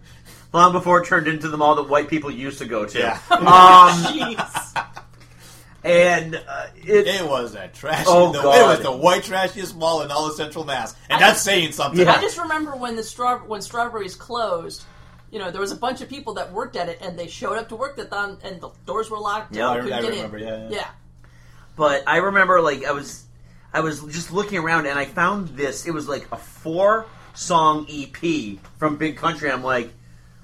Speaker 4: Long before it turned into the mall that white people used to go to.
Speaker 6: Yeah,
Speaker 4: Um
Speaker 7: Jeez.
Speaker 4: and uh, it
Speaker 6: it was that trash.
Speaker 4: Oh,
Speaker 6: the,
Speaker 4: God.
Speaker 6: It was the white trashiest mall in all of Central Mass, and that's saying something.
Speaker 4: Yeah.
Speaker 7: I just remember when the straw when strawberries closed. You know, there was a bunch of people that worked at it, and they showed up to work that on, and the doors were locked. and
Speaker 4: Yeah,
Speaker 7: you
Speaker 4: I-
Speaker 7: couldn't
Speaker 6: I
Speaker 7: get
Speaker 6: remember,
Speaker 7: In.
Speaker 6: yeah, yeah.
Speaker 4: but I remember like I was I was just looking around and I found this. It was like a four song EP from Big Country. I'm like,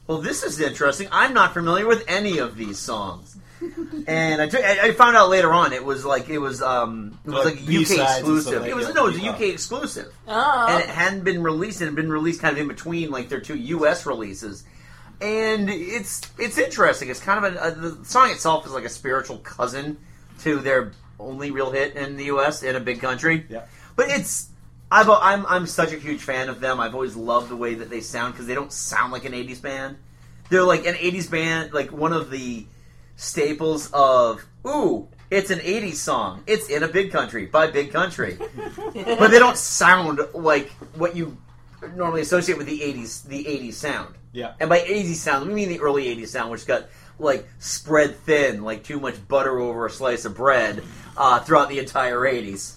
Speaker 4: well, this is interesting. I'm not familiar with any of these songs. and I, took, I I found out later on it was like it was um it was
Speaker 6: Like
Speaker 4: like, a
Speaker 6: B-sides and
Speaker 4: UK
Speaker 6: stuff
Speaker 4: exclusive.
Speaker 6: like
Speaker 4: It was
Speaker 6: that.
Speaker 4: no, it was a
Speaker 6: Yeah.
Speaker 4: UK exclusive,
Speaker 7: Oh.
Speaker 4: and it hadn't been released and had been released kind of in between like their two US releases. And it's it's interesting. It's kind of a, a the song itself is like a spiritual cousin to their only real hit in the U.S. in a big country.
Speaker 6: Yeah.
Speaker 4: But it's I've, I'm I'm such a huge fan of them. I've always loved the way that they sound because they don't sound like an '80s band. They're like an '80s band, like one of the staples of ooh, it's an '80s song. It's in a big country by Big Country, but they don't sound like what you normally associate with the '80s the '80s sound.
Speaker 6: Yeah.
Speaker 4: And by 80s sound, we mean the early 80s sound, which got like spread thin, like too much butter over a slice of bread uh, throughout the entire 80s.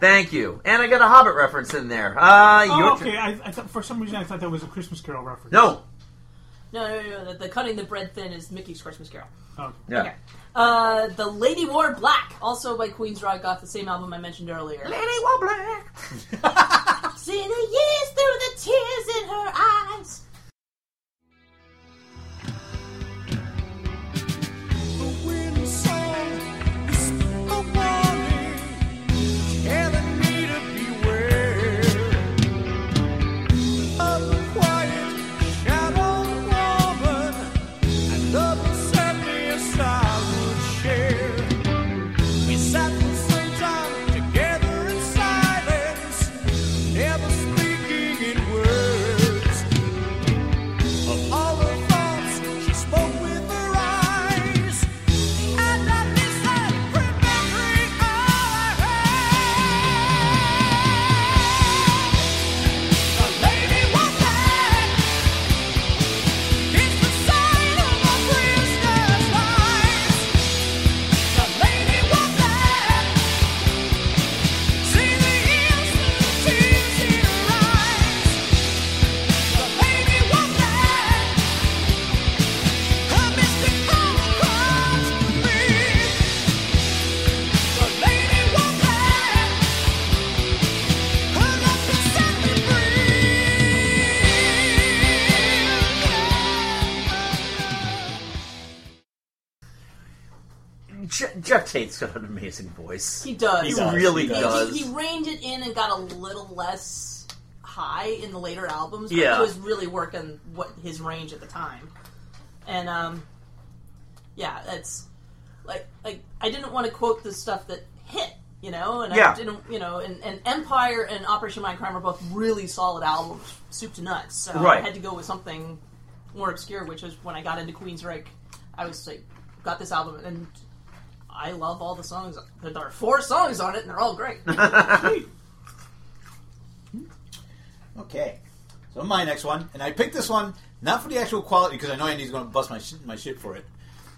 Speaker 4: Thank you. And I got a Hobbit reference in there. Uh,
Speaker 5: Oh,
Speaker 4: your
Speaker 5: okay. I, I thought for some reason I thought that was a Christmas Carol reference.
Speaker 4: No.
Speaker 7: No, no, no, no. The, the cutting the bread thin is Mickey's Christmas Carol.
Speaker 5: Oh,
Speaker 4: Yeah.
Speaker 7: Okay. Uh, the Lady Wore Black, also by Queensrÿche, got the same album I mentioned earlier.
Speaker 4: Lady wore Oh, black.
Speaker 7: See the years through the tears in her eyes.
Speaker 10: Never speaking in words. Of all her thoughts, she spoke with her eyes. And I listen, remembering all I heard. The lady was black. It's the sign of a prisoner's lies. The lady was black. See the ears through tears in her eyes. The lady was black. Her mystic power calls to me. The lady was black. Her love can set me free.
Speaker 4: Je- Jeff Tate's got an amazing voice.
Speaker 7: He does.
Speaker 4: He
Speaker 6: He does,
Speaker 4: really
Speaker 6: he
Speaker 4: does.
Speaker 7: He, he reined it in and got a little less high in the later albums. but
Speaker 4: Yeah.
Speaker 7: he was really working what his range at the time, and um, yeah, that's like like I didn't want to quote the stuff that hit, you know, and
Speaker 4: Yeah.
Speaker 7: I didn't, you know, and, and Empire and Operation Mindcrime are both really solid albums, soup to nuts. So
Speaker 4: Right.
Speaker 7: Um, I had to go with something more obscure, which was when I got into Queensryche, I was like, got this album and. I love all the songs. There are four songs on it, and they're all great. Oh
Speaker 6: Okay. So my next one, and I picked this one not for the actual quality because I know Andy's going to bust my sh- my shit for it.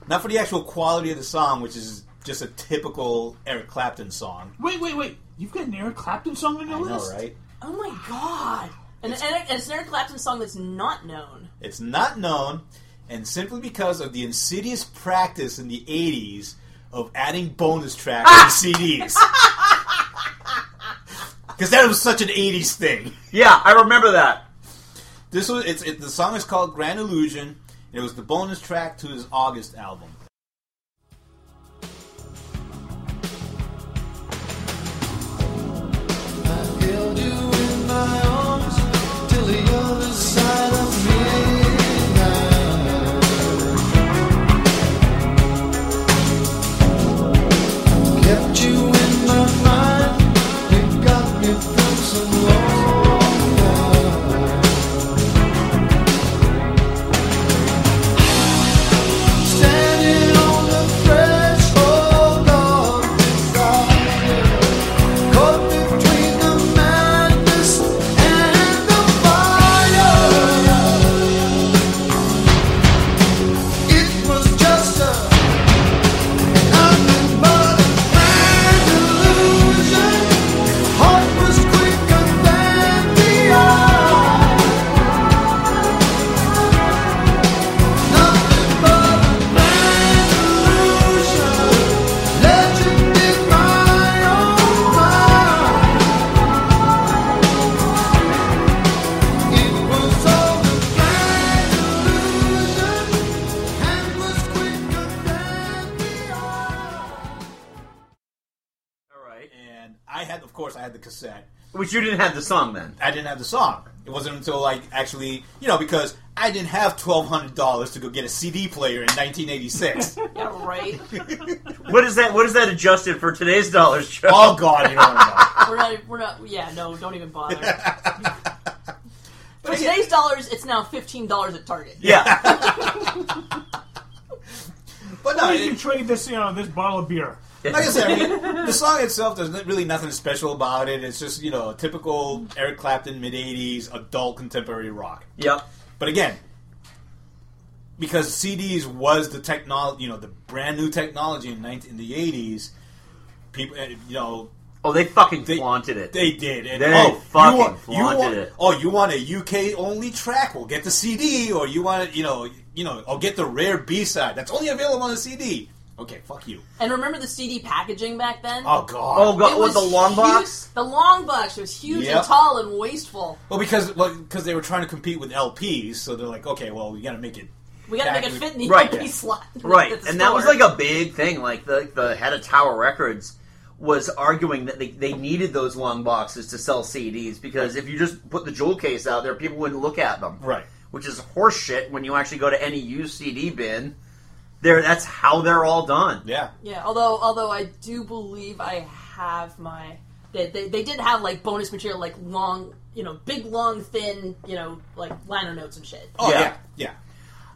Speaker 6: Not for the actual quality of the song, which is just a typical Eric Clapton song.
Speaker 5: Wait, wait, wait. You've got an Eric Clapton song on your
Speaker 6: I know,
Speaker 5: list?
Speaker 6: right?
Speaker 7: Oh my god! And, and, and it's an Eric Clapton song that's not known.
Speaker 6: It's not known, and simply because of the insidious practice in the '80s of adding bonus tracks to CDs, because that was such an '80s thing.
Speaker 4: Yeah, I remember that.
Speaker 6: This was it's it, the song is called Grand Illusion. and It was the bonus track to his August album.
Speaker 4: All right.
Speaker 6: And I had, of course, I had the cassette.
Speaker 4: Which you didn't have the song then.
Speaker 6: I didn't have the song. It wasn't until like actually, you know, because I didn't have twelve hundred dollars to go get a CD player in 1986.
Speaker 7: Yeah, right.
Speaker 4: What is that? What is that adjusted for today's dollars, Joe?
Speaker 6: oh God, you don't know.
Speaker 7: we're not. We're not. Yeah, no, don't even bother. For today's dollars, it's now fifteen dollars at Target.
Speaker 4: yeah.
Speaker 6: But no,
Speaker 5: Or you can
Speaker 6: it,
Speaker 5: trade this, you know, this bottle of beer.
Speaker 6: like I said, I mean, the song itself there's not- really nothing special about it. It's just you know typical Eric Clapton mid '80s adult contemporary rock.
Speaker 4: yep.
Speaker 6: But again, because CDs was the technology, you know, the brand new technology in, 19, in the '80s, people, uh, you know,
Speaker 4: Oh, they fucking
Speaker 6: They-
Speaker 4: flaunted it.
Speaker 6: they did. And,
Speaker 4: They
Speaker 6: oh,
Speaker 4: fucking
Speaker 6: you want,
Speaker 4: flaunted
Speaker 6: you want,
Speaker 4: it.
Speaker 6: Oh, you want a UK only track? Well, get the CD, or you want, you know, you know, or get the rare B side that's only available on the CD. Okay, fuck you.
Speaker 7: And remember the CD packaging back then?
Speaker 6: Oh god.
Speaker 4: oh
Speaker 7: It
Speaker 4: God, with
Speaker 7: was
Speaker 4: the long
Speaker 7: huge-
Speaker 4: box.
Speaker 7: The long box was huge
Speaker 6: Yep.
Speaker 7: and tall and wasteful.
Speaker 6: Well, because well, because they were trying to compete with LPs, so they're like, okay, well, we got to make it.
Speaker 7: We got to make it
Speaker 6: Exactly.
Speaker 7: fit in the
Speaker 4: Right.
Speaker 7: LP slot.
Speaker 4: Right,
Speaker 7: At the
Speaker 4: and that was
Speaker 7: store.
Speaker 4: like a big thing. Like the the head of Tower Records was arguing that they, they needed those long boxes to sell CDs because if you just put the jewel case out there, people wouldn't look at them.
Speaker 6: Right.
Speaker 4: which is horseshit when you actually go to any used CD bin. There, that's how they're all done.
Speaker 6: Yeah.
Speaker 7: Yeah, although although I do believe I have my they, they, they did have like bonus material like long you know big long thin you know like liner notes and shit.
Speaker 6: Oh
Speaker 4: Yeah.
Speaker 6: yeah. Yeah.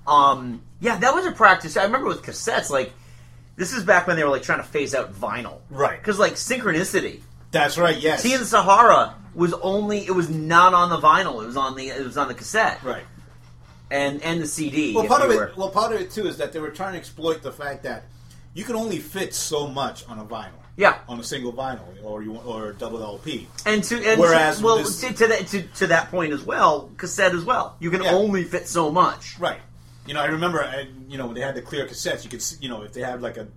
Speaker 4: Um, yeah, that was a practice. I remember with cassettes, like this is back when they were like trying to phase out vinyl,
Speaker 6: Right.
Speaker 4: Because like synchronicity,
Speaker 6: That's right. Yes.
Speaker 4: Tea in the Sahara was only it was not on the vinyl. It was on the it was on the cassette,
Speaker 6: right.
Speaker 4: And and the CD.
Speaker 6: Well,
Speaker 4: if
Speaker 6: part
Speaker 4: you
Speaker 6: of
Speaker 4: were-
Speaker 6: it. Well, part of it too is that they were trying to exploit the fact that you can only fit so much on a vinyl.
Speaker 4: Yeah.
Speaker 6: On a single vinyl, or you or a double LP.
Speaker 4: And to and
Speaker 6: Whereas
Speaker 4: to, well
Speaker 6: this-
Speaker 4: to, to that to, to that point as well, cassette as well. You can
Speaker 6: Yeah.
Speaker 4: only fit so much.
Speaker 6: Right. You know, I remember. I, you know, when they had the clear cassettes, you could see. You know, if they had like a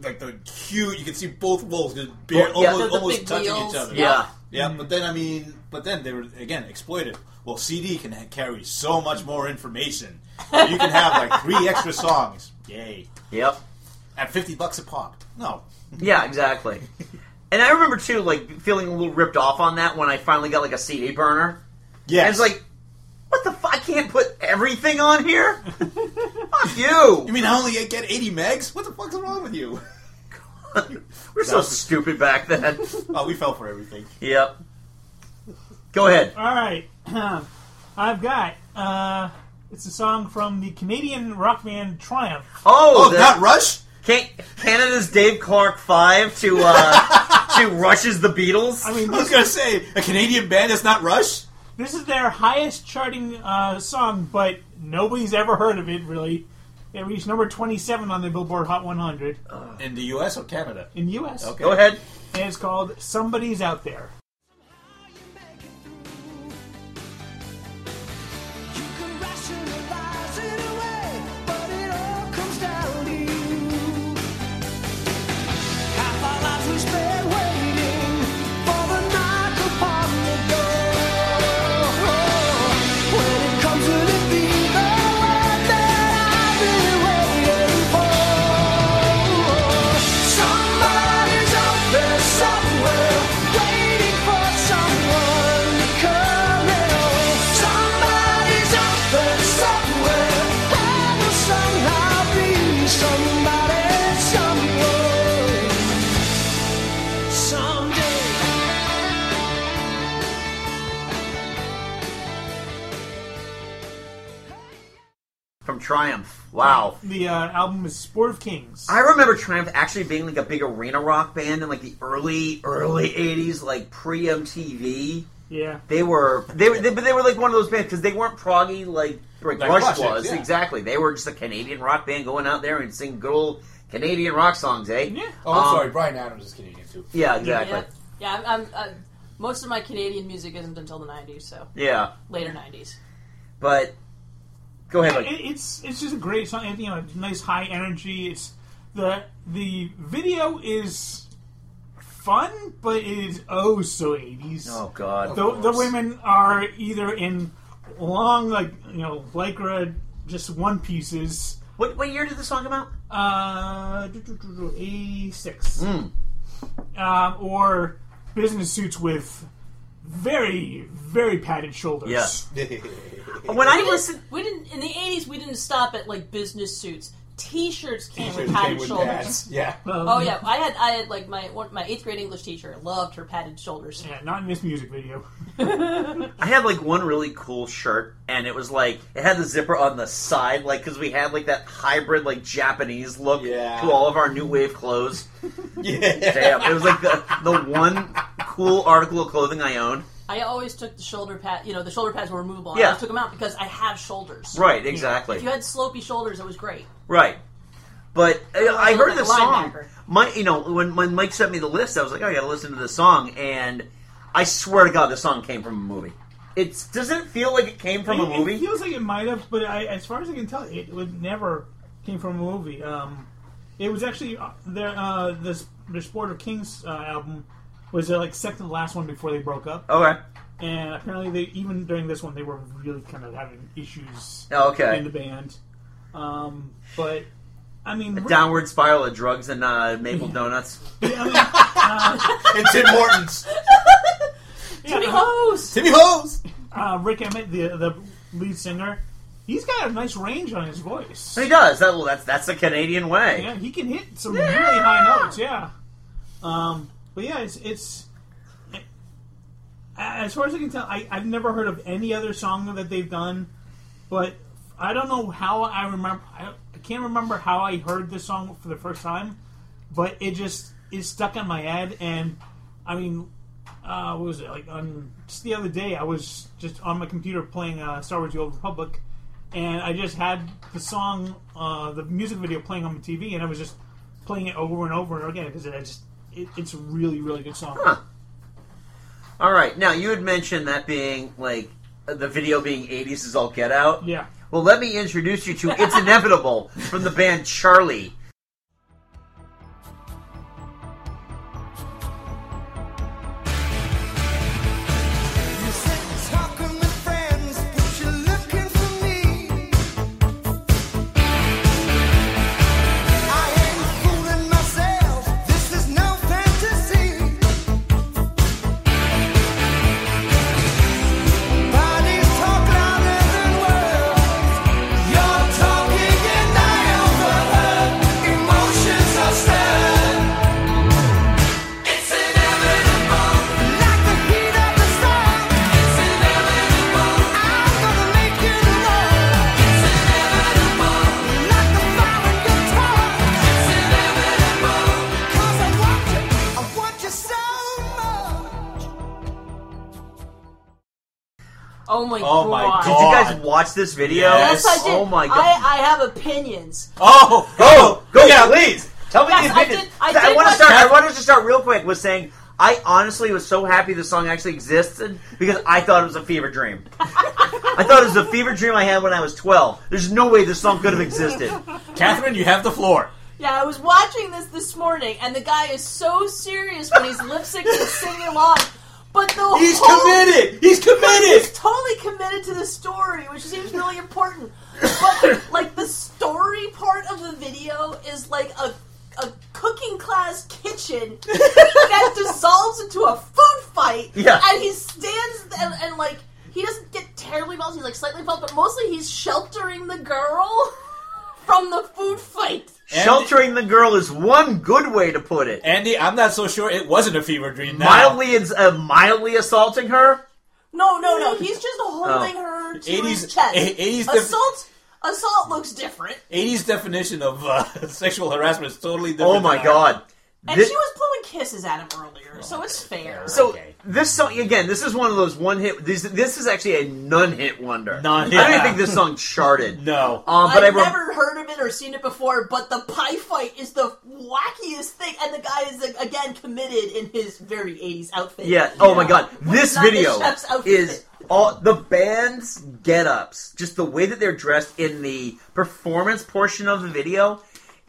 Speaker 6: like the huge, you could see both walls just bare,
Speaker 4: Well, yeah.
Speaker 6: almost,
Speaker 7: The- the
Speaker 6: almost
Speaker 7: big
Speaker 6: touching
Speaker 7: wheels.
Speaker 6: each other.
Speaker 4: Yeah.
Speaker 6: Yeah, but then I mean, but then they were again exploited. Well, CD can ha- carry so much more information. You can have like three extra songs. Yay!
Speaker 4: Yep.
Speaker 6: At fifty bucks a pop. No.
Speaker 4: Yeah, exactly. and I remember too, like feeling a little ripped off on that when I finally got like a CD burner.
Speaker 6: Yeah.
Speaker 4: And it's like, what the fuck? I can't put everything on here. fuck you.
Speaker 6: you mean I only get eighty megs? What the fuck's wrong with you?
Speaker 4: we are so stupid back then.
Speaker 6: Oh, we fell for everything.
Speaker 4: yep. Go ahead.
Speaker 5: All right, I've got. Uh, it's a song from the Canadian rock band Triumph.
Speaker 4: Oh,
Speaker 6: Oh,
Speaker 4: the-
Speaker 6: not Rush.
Speaker 4: Can- Canada's Dave Clark Five to uh, to Rush's the Beatles.
Speaker 5: I mean,
Speaker 6: I was
Speaker 5: this,
Speaker 6: gonna say a Canadian band that's not Rush.
Speaker 5: this is their highest charting uh, song, but nobody's ever heard of it really. It reached number 27 on the Billboard Hot 100
Speaker 6: In the U.S. or Canada?
Speaker 5: in the U.S.
Speaker 6: Okay.
Speaker 4: Go ahead.
Speaker 5: and it's called "Somebody's Out There."
Speaker 10: You can rationalize it away, but it all comes down to you. Half our lives we spend waiting for the knock upon the door.
Speaker 4: from Triumph. Wow.
Speaker 5: The uh, album is Sport of Kings.
Speaker 4: I remember Triumph actually being like a big arena rock band in like the early early '80s, like pre MTV.
Speaker 5: Yeah.
Speaker 4: They were they were they, but they were like one of those bands because they weren't proggy like like,
Speaker 6: Like
Speaker 4: Rush,
Speaker 6: Rush is,
Speaker 4: was
Speaker 6: yeah.
Speaker 4: exactly. They were just a Canadian rock band going out there and singing good old Canadian rock songs, eh?
Speaker 5: Yeah.
Speaker 6: Oh, I'm
Speaker 4: Um,
Speaker 6: sorry, Brian Adams is Canadian too.
Speaker 4: Yeah, exactly.
Speaker 7: Yeah, yeah I'm, I'm, i most of my Canadian music isn't until the 90s, so
Speaker 4: Yeah,
Speaker 7: later 90s.
Speaker 4: but go ahead.
Speaker 5: Yeah,
Speaker 4: Like,
Speaker 5: it, it's it's just a great song. and, You know, nice high energy. It's the the video is fun, but it is oh so eighties.
Speaker 4: oh God.
Speaker 5: the, the women are either in long like you know lycra just one pieces.
Speaker 4: What, what year did the song come out?
Speaker 5: Uh, eighty six.
Speaker 4: Hmm.
Speaker 5: Um, or business suits with very very padded shoulders.
Speaker 4: Yes. When I
Speaker 7: We
Speaker 4: listened,
Speaker 7: didn't, we didn't in the 80s. We didn't stop at like business suits. T-shirts came
Speaker 6: Sure,
Speaker 7: with
Speaker 6: came
Speaker 7: padded
Speaker 6: with
Speaker 7: shoulders.
Speaker 6: pads. Yeah.
Speaker 7: Oh yeah, I had I had like my one, my eighth grade English teacher loved her padded shoulders.
Speaker 5: Yeah, not in this music video.
Speaker 4: I had like one really cool shirt, and it was like it had the zipper on the side, like because we had like that hybrid like Japanese look
Speaker 6: Yeah.
Speaker 4: to all of our new wave clothes.
Speaker 6: Yeah.
Speaker 4: Damn, it was like the the one cool article of clothing I owned.
Speaker 7: I always took the shoulder pad. You know, the shoulder pads were removable. and
Speaker 4: Yeah.
Speaker 7: I always took them out because I have shoulders.
Speaker 4: Right,
Speaker 7: If
Speaker 4: exactly.
Speaker 7: you had slopey shoulders, it was great.
Speaker 4: Right. But uh, I heard
Speaker 7: like
Speaker 4: the
Speaker 7: a
Speaker 4: song.
Speaker 7: linebacker.
Speaker 4: My, you know, when, when Mike sent me the list, I was like, oh, I gotta listen to this song. And I swear to God, the song came from a movie. It's doesn't it feel like it came from a
Speaker 5: It- It
Speaker 4: movie?
Speaker 5: feels like it might have, but I, as far as I can tell, it would never came from a movie. Um, it was actually uh, their uh, this the Sport of Kings uh, album was their like second to last one before they broke up,
Speaker 4: Okay.
Speaker 5: and apparently they even during this one they were really kind of having issues
Speaker 4: Oh,
Speaker 5: in the
Speaker 4: Okay.
Speaker 5: band. Um, but I mean, re-
Speaker 4: Downward spiral of drugs and uh, maple donuts.
Speaker 5: I mean, uh,
Speaker 6: and Tim Hortons.
Speaker 7: Timmy
Speaker 5: yeah,
Speaker 7: Hose.
Speaker 6: Timmy Hose.
Speaker 5: uh, Rick Emmett, the the lead singer, he's got a nice range on his voice.
Speaker 4: He does. That, well, that's that's the Canadian way.
Speaker 5: Yeah, he can hit some really high notes. Yeah. Um, but yeah, it's it's. As far as I can tell, I, I've never heard of any other song that they've done, but I don't know how I remember. I, I can't remember how I heard this song for the first time, but it just is stuck in my head. And I mean, uh, what was it like on just the other day? I was just on my computer playing uh, Star Wars: The Old Republic, and I just had the song, uh, the music video playing on my TV, and I was just playing it over and over and over again because it I just it, it's a really really good song.
Speaker 4: Huh. All right. Now you had mentioned that being like the video being '80s is all get out.
Speaker 5: Yeah,
Speaker 4: Well, let me introduce you to "It's Inevitable" from the band Charlie.
Speaker 7: Oh my
Speaker 6: Oh
Speaker 7: god.
Speaker 6: my
Speaker 4: Did
Speaker 6: God.
Speaker 4: you guys watch this video?
Speaker 7: Yes, I did.
Speaker 4: Oh my god.
Speaker 7: I, I have opinions.
Speaker 6: Oh,
Speaker 4: Go, go,
Speaker 6: yeah.
Speaker 4: please. Tell me
Speaker 7: Yes,
Speaker 4: the
Speaker 7: I
Speaker 4: opinion.
Speaker 7: did- I did
Speaker 4: want to
Speaker 7: watch
Speaker 4: start.
Speaker 7: that.
Speaker 4: I wanted to start real quick with saying I honestly was so happy the song actually existed because I thought it was a fever dream. I thought it was a fever dream I had when I was twelve. There's no way this song could have existed.
Speaker 6: Catherine, you have the floor.
Speaker 7: Yeah, I was watching this this morning, and the guy is so serious when he's lip syncing and singing along. But the
Speaker 6: He's
Speaker 7: whole
Speaker 6: committed. He's committed.
Speaker 7: He's totally committed to the story, which seems really important. But like the story part of the video is like a a cooking class kitchen that dissolves into a food fight.
Speaker 4: Yeah.
Speaker 7: And he stands and, and like he doesn't get terribly involved, he's like slightly involved, but mostly he's sheltering the girl from the food fight.
Speaker 4: Sheltering the girl is one good way to put it.
Speaker 6: Andy, I'm not so sure it wasn't a fever dream. Now.
Speaker 4: Mildly, ins- uh, mildly assaulting her.
Speaker 7: No, no, no. He's just holding her to
Speaker 6: 80s
Speaker 7: his chest.
Speaker 6: eh, 80s def-
Speaker 7: Assault Assault looks different.
Speaker 6: 80s definition of uh, sexual harassment is totally different.
Speaker 4: Oh my
Speaker 6: than our-
Speaker 4: god.
Speaker 7: And
Speaker 4: Thi-
Speaker 7: she was blowing kisses at him earlier, so it's fair.
Speaker 4: So
Speaker 6: Okay.
Speaker 4: this song again. This is one of those one hit. This this is actually a non-hit wonder.
Speaker 6: Non-hit.
Speaker 4: I don't even think this song charted.
Speaker 6: No.
Speaker 4: Um, but I,
Speaker 7: I've
Speaker 4: rem-
Speaker 7: never heard of it or seen it before, but the pie fight is the wackiest thing, and the guy is like, again committed in his very '80s outfit.
Speaker 4: Yeah. Oh my god.
Speaker 7: Which
Speaker 4: This
Speaker 7: is not the
Speaker 4: video
Speaker 7: chef's outfit.
Speaker 4: is all the band's get-ups, just the way that they're dressed in the performance portion of the video.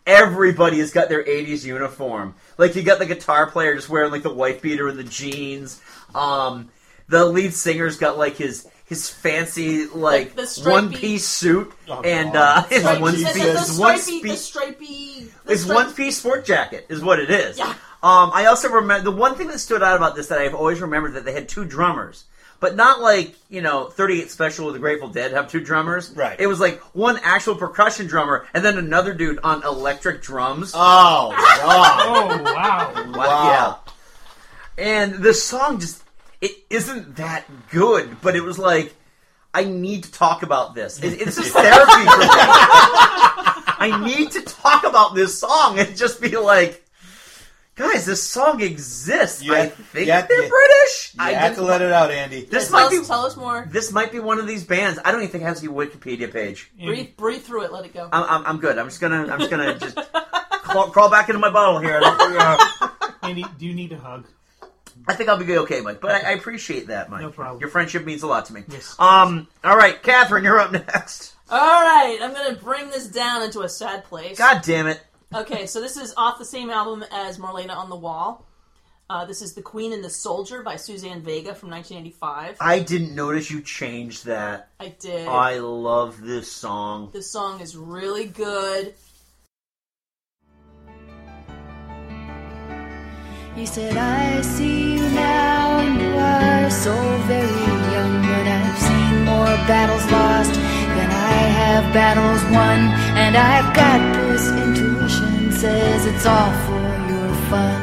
Speaker 4: Everybody has got their '80s uniform. Like you got the guitar player just wearing like the white beater and the jeans. Um, the lead singer's got like his his fancy like,
Speaker 7: Like the stripey-
Speaker 4: one piece suit
Speaker 6: Oh,
Speaker 4: and uh,
Speaker 6: God.
Speaker 4: his
Speaker 7: Stripey-
Speaker 4: one
Speaker 7: the,
Speaker 4: piece
Speaker 7: the, the,
Speaker 4: his one
Speaker 7: stripey, the
Speaker 4: piece-
Speaker 7: stripey, the
Speaker 4: it's
Speaker 7: stripey-
Speaker 4: one piece sport jacket, is what it is.
Speaker 7: Yeah.
Speaker 4: Um, I also remember the one thing that stood out about this that I've always remembered that they had two drummers, but not like you know 38 Special with the Grateful Dead have two drummers.
Speaker 6: Right.
Speaker 4: It was like one actual percussion drummer and then another dude on electric drums.
Speaker 6: Oh, God.
Speaker 5: Oh wow!
Speaker 4: Wow. Yeah. And the song just it isn't that good, but it was like I need to talk about this. It, it's just therapy for me. I need to talk about this song and just be like, guys, this song exists.
Speaker 6: You
Speaker 4: I
Speaker 6: have-
Speaker 4: think
Speaker 6: you have-
Speaker 4: they're
Speaker 6: you-
Speaker 4: British.
Speaker 6: you
Speaker 4: I
Speaker 6: had
Speaker 4: didn't-
Speaker 6: to let it out, Andy.
Speaker 4: this
Speaker 7: tell,
Speaker 4: might
Speaker 7: us,
Speaker 4: be
Speaker 7: tell us more.
Speaker 4: this might be one of these bands. I don't even think it has a Wikipedia page.
Speaker 7: breathe, breathe through it. Let it go.
Speaker 4: I'm, I'm, I'm good. I'm just gonna I'm just gonna just crawl, crawl back into my bottle here. I don't- yeah.
Speaker 5: Andy, do you need a hug?
Speaker 4: I think I'll be okay, Mike. But I, I appreciate that, Mike.
Speaker 5: No problem.
Speaker 4: Your friendship means a lot to me.
Speaker 5: Yes.
Speaker 4: Um. All right, Catherine, you're up next.
Speaker 7: All right, I'm gonna bring this down into a sad place.
Speaker 4: God damn it!
Speaker 7: Okay, so this is off the same album as Marlena on the Wall. Uh, this is The Queen and the Soldier by Suzanne Vega from 1985.
Speaker 4: I didn't notice you changed that.
Speaker 7: I did.
Speaker 4: I love this song.
Speaker 7: This song is really good.
Speaker 11: He said, I see you now, and you are so very young, but I've seen more battles lost than I have battles won. And I've got this intuition, says it's all for your fun.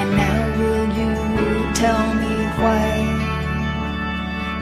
Speaker 11: And now will you tell me why?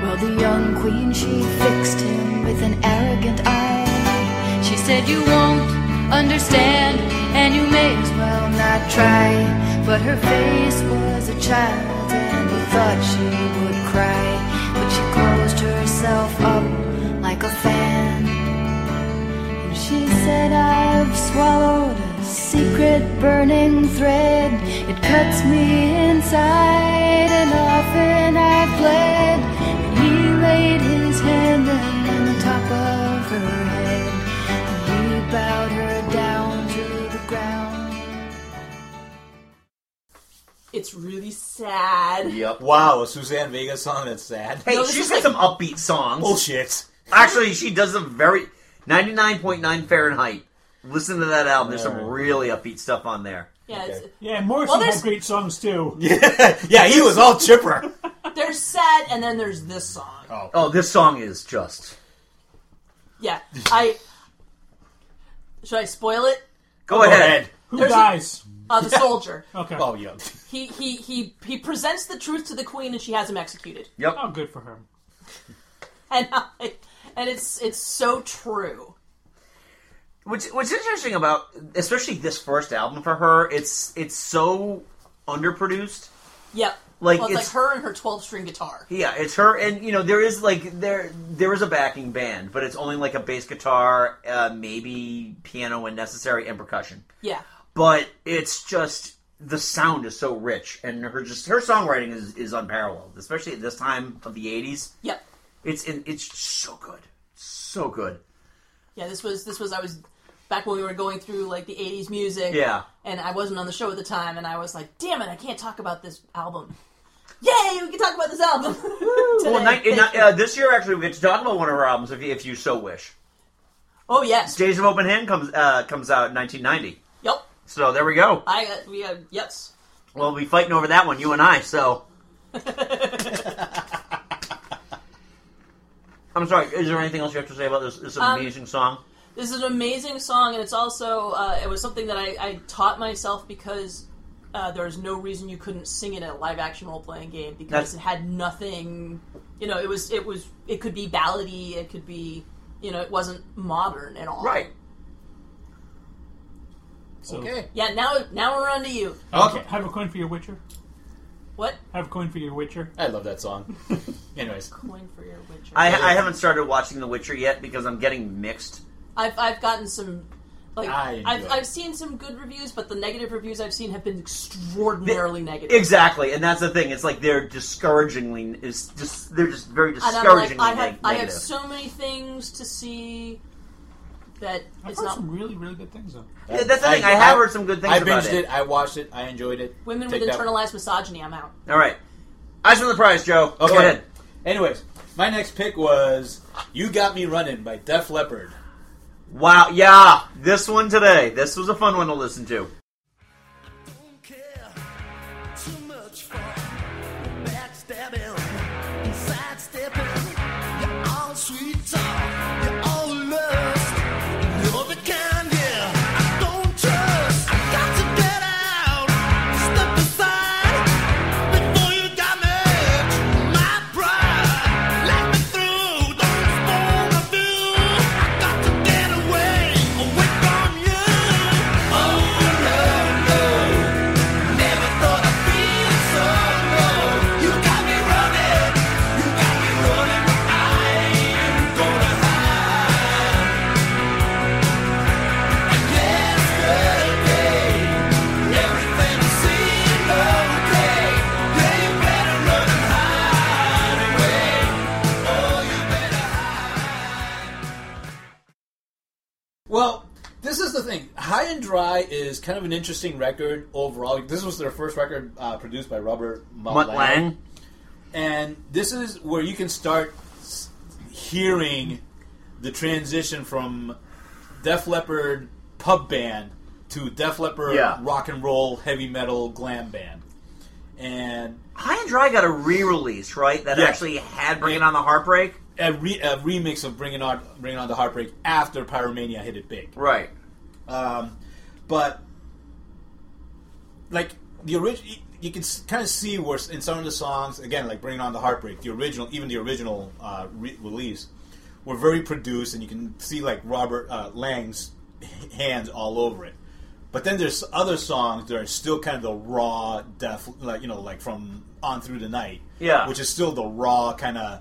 Speaker 11: Well, the young queen, she fixed him with an arrogant eye. She said, You won't understand, and you may as well not try. But her face was a child, and he thought she would cry. But she closed herself up like a fan. And she said, I've swallowed a secret burning thread. It cuts me inside, and often I've bled. And he laid his hand on the top of her head. And he bowed her down to the ground.
Speaker 7: It's really sad.
Speaker 4: Yep.
Speaker 6: Wow, a Suzanne Vega song that's sad.
Speaker 4: Hey,
Speaker 7: No, this
Speaker 4: she's
Speaker 7: is
Speaker 4: got
Speaker 7: like-
Speaker 4: some upbeat songs.
Speaker 6: Bullshit.
Speaker 4: Actually, she does some very ninety-nine point nine Fahrenheit. Listen to that album. There's some really upbeat stuff on there.
Speaker 7: Yeah, it's,
Speaker 5: Yeah, Morrison
Speaker 7: Well,
Speaker 5: had
Speaker 7: there's-
Speaker 5: great songs too.
Speaker 6: Yeah, he was all chipper.
Speaker 7: there's sad, and then there's this song.
Speaker 4: Oh, this song is just.
Speaker 7: Yeah, I. Should I spoil it?
Speaker 4: Go, ahead.
Speaker 5: Who
Speaker 7: There's a-
Speaker 5: dies?
Speaker 7: Uh, the soldier.
Speaker 5: Okay.
Speaker 6: Oh, yeah.
Speaker 7: He, he he he presents the truth to the queen, and she has him executed.
Speaker 4: Yep.
Speaker 5: Oh, good for her.
Speaker 7: And I, and it's it's so true.
Speaker 4: Which what's interesting about especially this first album for her, it's it's so underproduced.
Speaker 7: Yep.
Speaker 4: Like,
Speaker 7: well, it's,
Speaker 4: it's-
Speaker 7: like her and her twelve string guitar.
Speaker 4: Yeah, it's her, and you know there is like there there is a backing band, but it's only like a bass guitar, uh, maybe piano when necessary, and percussion.
Speaker 7: Yeah.
Speaker 4: But it's just the sound is so rich, and her just her songwriting is, is unparalleled, especially at this time of the '80s.
Speaker 7: Yep.
Speaker 4: It's it- it's so good, so good.
Speaker 7: Yeah, this was this was I was back when we were going through like the '80s music.
Speaker 4: Yeah.
Speaker 7: and I wasn't on the show at the time, and I was like, "Damn it, I can't talk about this album." Yay, we can talk about this album.
Speaker 4: Well,
Speaker 7: today.
Speaker 4: ni-
Speaker 7: Thank
Speaker 4: ni-
Speaker 7: you.
Speaker 4: uh, this year actually we get to talk about one of her albums if you, if you so wish.
Speaker 7: oh yes,
Speaker 4: Days of Open Hand comes uh, comes out in 1990.
Speaker 7: yep.
Speaker 4: So there we go.
Speaker 7: I uh, we uh, yes.
Speaker 4: We'll be fighting over that one, you and I. So I'm sorry. Is there anything else you have to say about this? This
Speaker 7: Um,
Speaker 4: amazing song.
Speaker 7: This is an amazing song, and it's also uh, it was something that I, I taught myself because uh, there's no reason you couldn't sing it in a live action role playing game because
Speaker 4: That's-
Speaker 7: it had nothing. You know, it was it was it could be ballady, it could be you know, it wasn't modern at all.
Speaker 4: Right.
Speaker 5: So,
Speaker 6: Okay.
Speaker 7: Yeah, now now we're on to you.
Speaker 6: Okay.
Speaker 5: Have a coin for your Witcher.
Speaker 7: What?
Speaker 5: Have a coin for your Witcher.
Speaker 6: I love that song. Anyways,
Speaker 7: Coin for your Witcher.
Speaker 4: I, I haven't started watching The Witcher yet because I'm getting mixed.
Speaker 7: I've, I've gotten some. Like
Speaker 6: I
Speaker 7: I've,
Speaker 6: enjoy it.
Speaker 7: I've seen some good reviews, but the negative reviews I've seen have been extraordinarily negative.
Speaker 4: Exactly, and that's the thing. It's like they're discouragingly is just they're just very
Speaker 7: And I'm like,
Speaker 4: discouragingly
Speaker 7: I have, I have
Speaker 4: negative.
Speaker 7: so many things to see that
Speaker 5: I've
Speaker 7: it's
Speaker 5: heard
Speaker 7: not.
Speaker 5: some really, really good things though.
Speaker 4: Yeah, that's the thing. I, have heard some good things
Speaker 6: I
Speaker 4: about
Speaker 6: binged it. I watched it. I enjoyed it.
Speaker 7: Women
Speaker 6: Take
Speaker 7: with
Speaker 6: that-
Speaker 7: internalized misogyny, I'm out.
Speaker 4: All right, eyes on the prize, Joe.
Speaker 6: Okay.
Speaker 4: Go ahead.
Speaker 6: Anyways, my next pick was "You Got Me Running" by Def Leppard.
Speaker 4: Wow, yeah, this one today. This was a fun one to listen to.
Speaker 10: Don't care too much for backstabbing and sidestepping. You're all sweet talk, you're all lust. You're the kind, yeah, I don't trust. I got to get out, step aside before you damage my pride. Let me through, don't spoil my view. I got to get away, away from you. Oh no, no. Never thought I'd feel so low. You got me running, you got me running. I am gonna hide. And yesterday, everything seemed okay. Yeah, you better run and hide away. Oh, you better hide.
Speaker 6: Well, this is the thing. High and Dry is kind of an interesting record overall. This was their first record uh, produced by Robert Mutt
Speaker 4: Mutt Lang.
Speaker 6: and this is where you can start s- hearing the transition from Def Leppard pub band to Def Leppard
Speaker 4: Yeah.
Speaker 6: rock and roll heavy metal glam band. And
Speaker 4: High and Dry got a re-release, right? That
Speaker 6: Yes.
Speaker 4: actually had Bringing On the Heartbreak.
Speaker 6: a, re- a remix of Bringing On Bringing On the Heartbreak after Pyromania hit it big.
Speaker 4: Right.
Speaker 6: Um, but like the original, you can kind of see where s- in some of the songs, again, like "Bringing On the Heartbreak," the original, even the original uh, re- release, were very produced, and you can see like Robert uh, Lang's h- hands all over it. But then there's other songs that are still kind of the raw, def, like you know, like from "On Through the Night,"
Speaker 4: Yeah.
Speaker 6: which is still the raw kind of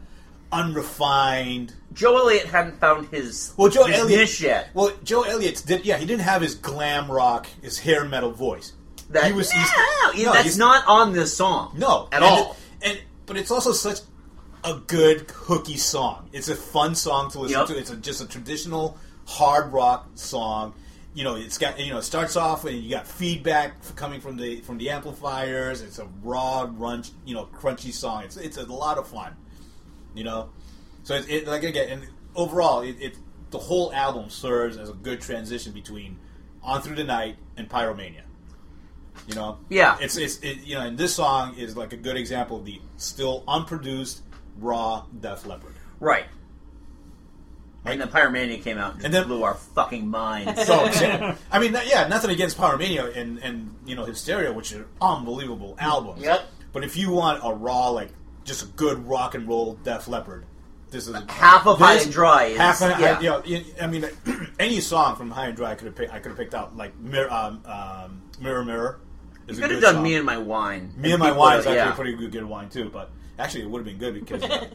Speaker 6: unrefined.
Speaker 4: Joe Elliott hadn't found his
Speaker 6: Well, Joe
Speaker 4: his
Speaker 6: Elliott.
Speaker 4: niche yet.
Speaker 6: Well, Joe Elliott did. Yeah, he didn't have his glam rock, his hair metal voice.
Speaker 4: That,
Speaker 6: he was.
Speaker 4: no,
Speaker 6: he's-
Speaker 4: yeah,
Speaker 6: no,
Speaker 4: that's
Speaker 6: he's-
Speaker 4: not on this song.
Speaker 6: no
Speaker 4: at
Speaker 6: and
Speaker 4: all.
Speaker 6: it- and but it's also such a good hooky song. It's a fun song to listen
Speaker 4: Yep.
Speaker 6: to. It's a, just a traditional hard rock song. You know, it's got you know, it starts off and you got feedback f- coming from the from the amplifiers. It's a raw, crunch, you know, crunchy song. It's it's a lot of fun. You know, so it, it like again, and overall, it, it the whole album serves as a good transition between "On Through the Night" and "Pyromania." You know,
Speaker 4: Yeah.
Speaker 6: it's it's it, you know, and this song is like a good example of the still unproduced raw Def Leppard.
Speaker 4: Right. And then Pyromania came out and,
Speaker 6: And then-
Speaker 4: blew our fucking minds.
Speaker 6: So yeah. I mean, yeah, nothing against Pyromania and and you know Hysteria, which are unbelievable albums.
Speaker 4: Yep.
Speaker 6: But if you want a raw, like just a good rock and roll Def Leppard, this is
Speaker 4: Half of High
Speaker 6: this-
Speaker 4: and Dry is
Speaker 6: half. Of,
Speaker 4: yeah.
Speaker 6: I, you know, you- I mean, any song from High and Dry, I could have picked, I could have picked out like Mir- um, um, Mirror Mirror. Is a
Speaker 4: Could have
Speaker 6: good
Speaker 4: done
Speaker 6: song.
Speaker 4: me and my wine.
Speaker 6: Me and my
Speaker 4: people
Speaker 6: wine
Speaker 4: are-
Speaker 6: is actually
Speaker 4: yeah.
Speaker 6: a pretty good, good wine too, but actually it would have been good because, uh,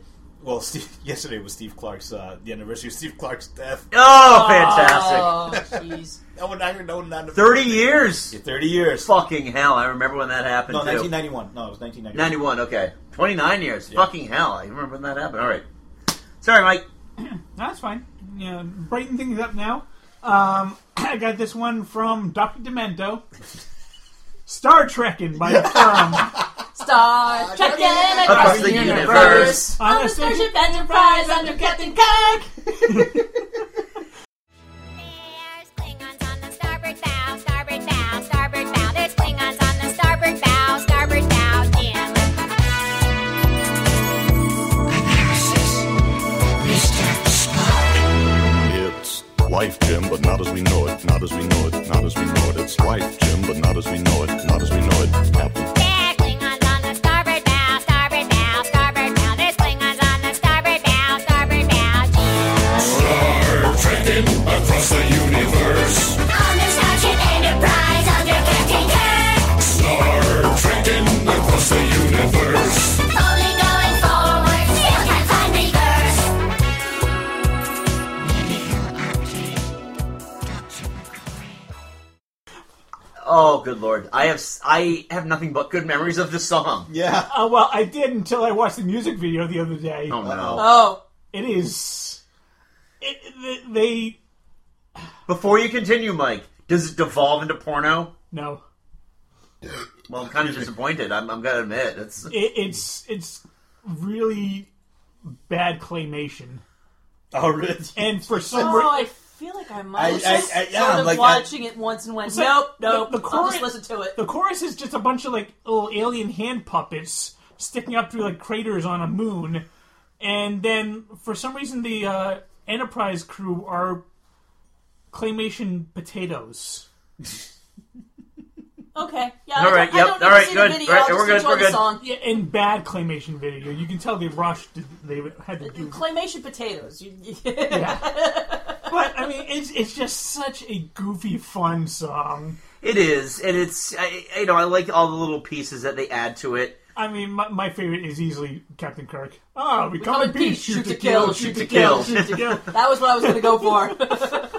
Speaker 6: well, Steve, yesterday was Steve Clark's uh, the anniversary of Steve Clark's death.
Speaker 4: Oh, fantastic!
Speaker 7: Oh, jeez.
Speaker 6: I would not even know not
Speaker 4: Thirty years.
Speaker 6: Thirty years.
Speaker 4: Fucking hell! I remember when that happened.
Speaker 6: No,
Speaker 4: too.
Speaker 6: nineteen ninety one. No, it was nineteen ninety one.
Speaker 4: 91, okay. 29 years. Fucking hell. I remember when that happened. All right. Sorry, Mike.
Speaker 5: That's fine. Yeah, brighten things up now. Um, I got this one from Doctor Demento. Star Trekking by the
Speaker 7: Oh,
Speaker 5: firm.
Speaker 7: Star trekking across the universe. On the starship Enterprise under Captain Kirk.
Speaker 11: There's Klingons on the starboard bow, starboard bow, starboard bow. There's Klingons on the starboard bow, starboard bow, Jim.
Speaker 12: It's life, Jim, but not as we know it, not as we know it, not as we know it. It's life, Jim, but not as we know it, not as we know it. Captain.
Speaker 11: There's Klingons on the starboard bow, starboard bow, starboard bow. There's Klingons on the starboard bow, starboard bow, Jim.
Speaker 4: Oh, good lord! I have s- I have nothing but good memories of this song.
Speaker 6: Yeah.
Speaker 5: Uh, well, I did until I watched the music video the other day.
Speaker 4: Oh no!
Speaker 7: Oh,
Speaker 5: It is. It, th- they
Speaker 4: Before you continue, Mike, does it devolve into porno?
Speaker 5: no.
Speaker 4: Well, I'm kind of disappointed. I'm, I'm gonna admit it's
Speaker 5: It, it's it's really bad claymation,
Speaker 6: Oh, really?
Speaker 5: and for some
Speaker 7: oh,
Speaker 5: reason,
Speaker 7: I feel like I might.
Speaker 6: I-
Speaker 7: have
Speaker 6: I-
Speaker 7: just
Speaker 6: I- yeah,
Speaker 7: sort
Speaker 6: I'm
Speaker 7: of
Speaker 6: like, I-
Speaker 7: watching it once and went,
Speaker 5: like
Speaker 7: nope,
Speaker 5: the-
Speaker 7: nope.
Speaker 5: the
Speaker 7: I'll just
Speaker 5: chorus-
Speaker 7: listen to it.
Speaker 5: the chorus is just a bunch of like little alien hand puppets sticking up through like craters on a moon, and then for some reason the uh, Enterprise crew are claymation potatoes.
Speaker 7: Okay, yeah.
Speaker 4: All
Speaker 7: I
Speaker 4: right, yep,
Speaker 7: don't, I don't
Speaker 4: all
Speaker 7: need
Speaker 4: right,
Speaker 7: to see
Speaker 4: good,
Speaker 7: The video.
Speaker 4: all right,
Speaker 7: I'll
Speaker 4: we're
Speaker 7: just
Speaker 4: good,
Speaker 7: enjoy
Speaker 4: we're
Speaker 7: the
Speaker 4: good.
Speaker 7: Song.
Speaker 5: Yeah, and bad claymation video. You can tell they rushed. They had to do.
Speaker 7: Claymation potatoes. You,
Speaker 5: But I mean, it's it's just such a goofy, fun song.
Speaker 4: it is, and it's I, you know I like all the little pieces that they add to it.
Speaker 5: I mean, my, my favorite is easily Captain Kirk. Ah, we, come,
Speaker 7: come
Speaker 5: in peace, shoot, to kill, shoot to kill, shoot to kill.
Speaker 7: that was what I was going to go for.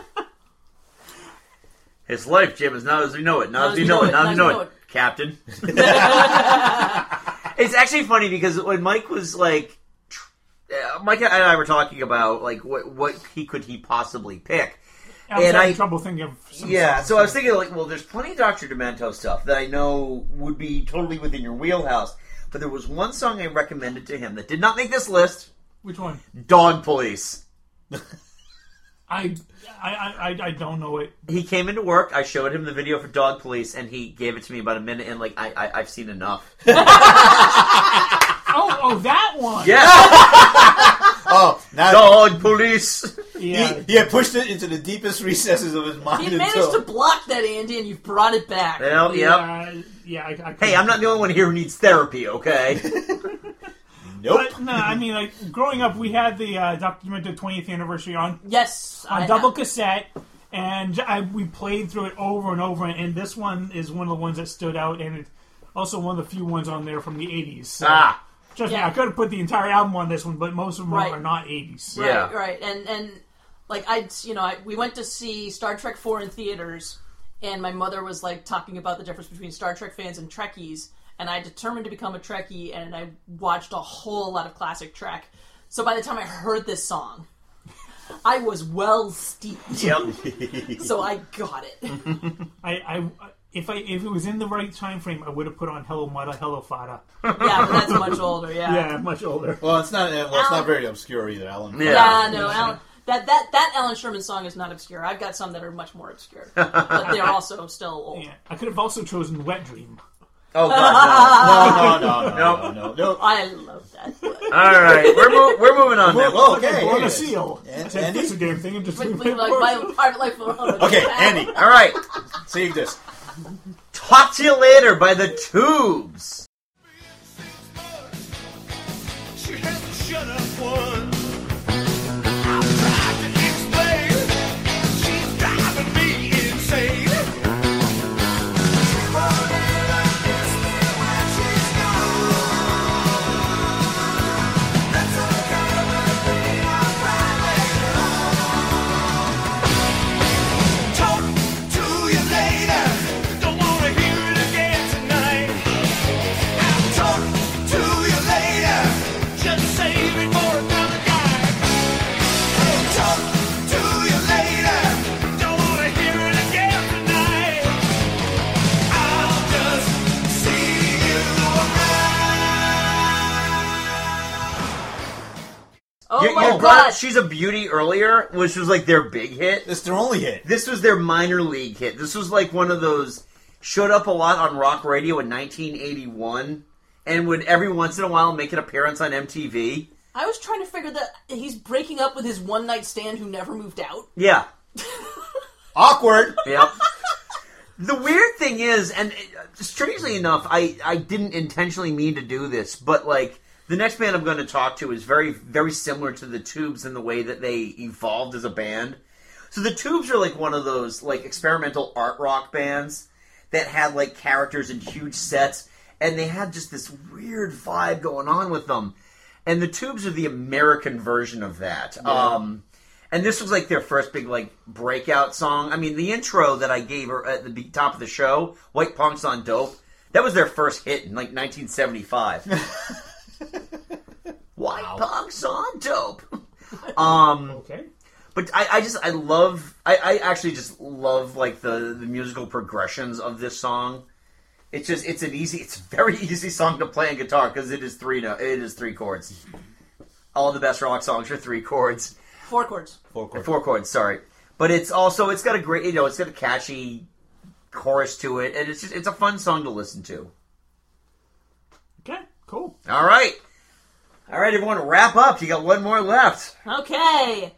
Speaker 4: His life, Jim, is not as we know it. Not, as we know it. Not as we know it, Captain. it's actually funny because when Mike was like, tr- uh, Mike and I were talking about like what what he could he possibly pick.
Speaker 5: I was
Speaker 4: And
Speaker 5: having
Speaker 4: I-
Speaker 5: trouble thinking of some
Speaker 4: Yeah,
Speaker 5: songs.
Speaker 4: so I was thinking like, well, there's plenty of Doctor Demento stuff that I know would be totally within your wheelhouse, but there was one song I recommended to him that did not make this list:
Speaker 5: Which one?
Speaker 4: Dog Police.
Speaker 5: I, I, I, I- I don't know it.
Speaker 4: He came into work. I showed him the video for Dog Police, and he gave it to me about a minute. And like, I, I I've seen enough.
Speaker 5: Oh, oh, that one.
Speaker 4: Yeah,
Speaker 6: Oh, now
Speaker 4: Dog Police.
Speaker 5: yeah.
Speaker 6: He, he had pushed it into the deepest recesses of his
Speaker 7: You
Speaker 6: mind.
Speaker 7: managed
Speaker 6: until-
Speaker 7: to block that, Andy, and you've brought it back.
Speaker 4: Well, yeah.
Speaker 5: Uh, yeah, I, I
Speaker 4: Hey, I'm not the only one here who needs therapy, okay?
Speaker 6: Nope.
Speaker 5: But no, I mean, like growing up, we had the uh, Doctor Demento 20th anniversary on
Speaker 7: Yes,
Speaker 5: on
Speaker 7: I-
Speaker 5: double cassette, and I, we played through it over and over. And this one is one of the ones that stood out, and it's also one of the few ones on there from the 80s. So.
Speaker 4: ah,
Speaker 5: Trust me,
Speaker 7: Yeah.
Speaker 5: I could have put the entire album on this one, but most of them
Speaker 7: Right.
Speaker 5: are not 80s.
Speaker 7: Right,
Speaker 4: Yeah.
Speaker 7: right. And and like I, you know, I, we went to see Star Trek Four in theaters, and my mother was like talking about the difference between Star Trek fans and Trekkies, and I determined to become a Trekkie, and I watched a whole lot of classic Trek. So by the time I heard this song, I was well steeped.
Speaker 4: yep.
Speaker 7: So I got it.
Speaker 5: I, I, if I if it was in the right time frame, I would have put on Hello Mata, Hello Fada.
Speaker 7: Yeah, but that's much older.
Speaker 5: Yeah, much older.
Speaker 6: well, it's not. uh, Well, it's not very obscure either, Alan.
Speaker 4: Yeah.
Speaker 7: Yeah, no, Alan, that that that Alan Sherman song is not obscure. I've got some that are much more obscure, but they're also still old.
Speaker 5: Yeah. I could have also chosen Wet Dream.
Speaker 4: Oh, God,
Speaker 6: No, no, no, no, no, no.
Speaker 7: I love that.
Speaker 4: no. All right, we're, mo- we're moving on then.
Speaker 6: Well, okay.
Speaker 5: Born a
Speaker 6: yes.
Speaker 5: seal.
Speaker 6: And-
Speaker 5: Said,
Speaker 6: Andy?
Speaker 5: "That's a damn thing. And just
Speaker 7: Like,
Speaker 5: leave
Speaker 7: like,
Speaker 5: it
Speaker 7: like,
Speaker 5: alone."
Speaker 7: my private life alone.
Speaker 6: Okay, Andy,
Speaker 4: All right,
Speaker 6: save this.
Speaker 4: Talk to You Later by The Tubes.
Speaker 10: She hasn't shut up once. I've tried to explain. She's driving me insane. She won't ever kiss me when she's gone. That's all gonna be our private love. Talk to you later. Don't wanna hear it again tonight. I'll talk to you later. Just save it for another guy. I'll talk to you later. Don't wanna hear it again tonight. I'll just see you around.
Speaker 7: Oh
Speaker 4: You-
Speaker 7: my
Speaker 4: you brought up
Speaker 7: god.
Speaker 4: She's a Beauty earlier, which was like their big hit.
Speaker 6: It's their only hit.
Speaker 4: This was their minor league hit. This was like one of those showed up a lot on rock radio in 1981 and would every once in a while make an appearance on MTV.
Speaker 7: I was trying to figure that he's breaking up with his one night stand who never moved out.
Speaker 4: Yeah.
Speaker 6: Awkward.
Speaker 4: Yep. the weird thing is, and uh, strangely enough, I, I didn't intentionally mean to do this, but like the next band I'm going to talk to is very very similar to the Tubes in the way that they evolved as a band. So the Tubes are like one of those like experimental art rock bands that had like characters and huge sets, and they had just this weird vibe going on with them. And the Tubes are the American version of that. Um, and this was like their first big like breakout song. I mean, the intro that I gave her at the be- top of the show, "White Punks on Dope," that was their first hit in like 1975. White Punks on Dope. Um,
Speaker 5: okay.
Speaker 4: But I, I just I love I, I actually just love like the the musical progressions of this song. It's just it's an easy it's a very easy song to play on guitar because it is three no it is three chords. All the best rock songs are three chords.
Speaker 7: Four chords.
Speaker 6: Four chords.
Speaker 4: Four chords. Sorry, but it's also it's got a great you know it's got a catchy chorus to it, and it's just it's a fun song to listen to.
Speaker 5: Okay, cool.
Speaker 4: All right, all right, everyone, wrap up. You got one more left.
Speaker 7: Okay.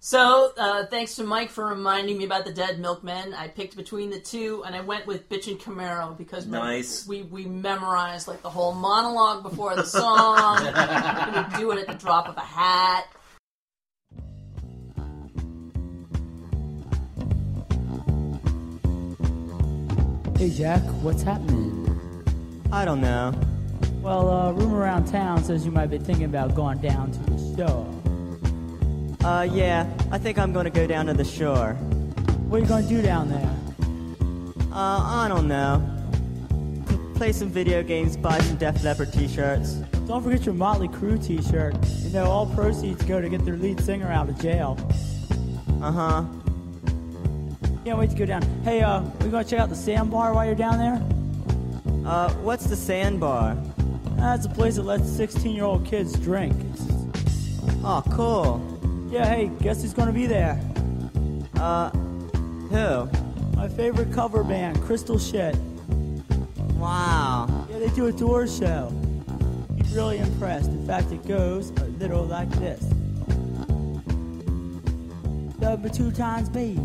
Speaker 7: So, uh, thanks to Mike for reminding me about the Dead Milkmen. I picked between the two, and I went with Bitch and Camaro because we-
Speaker 4: Nice.
Speaker 7: we, we memorized like the whole monologue before the song. we do it at the drop of a hat.
Speaker 13: Hey Jack, what's happening? I don't know. Well, uh, rumor around town says you might be thinking about going down to the shore.
Speaker 14: Uh, yeah, I think I'm gonna go down to the shore.
Speaker 13: What are you gonna do down there?
Speaker 14: Uh, I don't know. P- Play some video games, buy some Def Leppard t-shirts.
Speaker 13: Don't forget your Motley Crue T-shirt. You know, all proceeds go to get their lead singer out of jail.
Speaker 14: Uh huh.
Speaker 13: Can't wait to go down. Hey, uh, we gonna check out the sandbar while you're down there?
Speaker 14: Uh, what's the sandbar?
Speaker 13: That's a place that lets 16-year-old kids drink.
Speaker 14: Oh, cool.
Speaker 13: Yeah, hey, guess who's gonna be there?
Speaker 14: Uh, who?
Speaker 13: My favorite cover band, Crystal Shit.
Speaker 14: Wow.
Speaker 13: Yeah, they do a door show. Be really impressed. In fact, it goes a little like this. Love me two times, baby.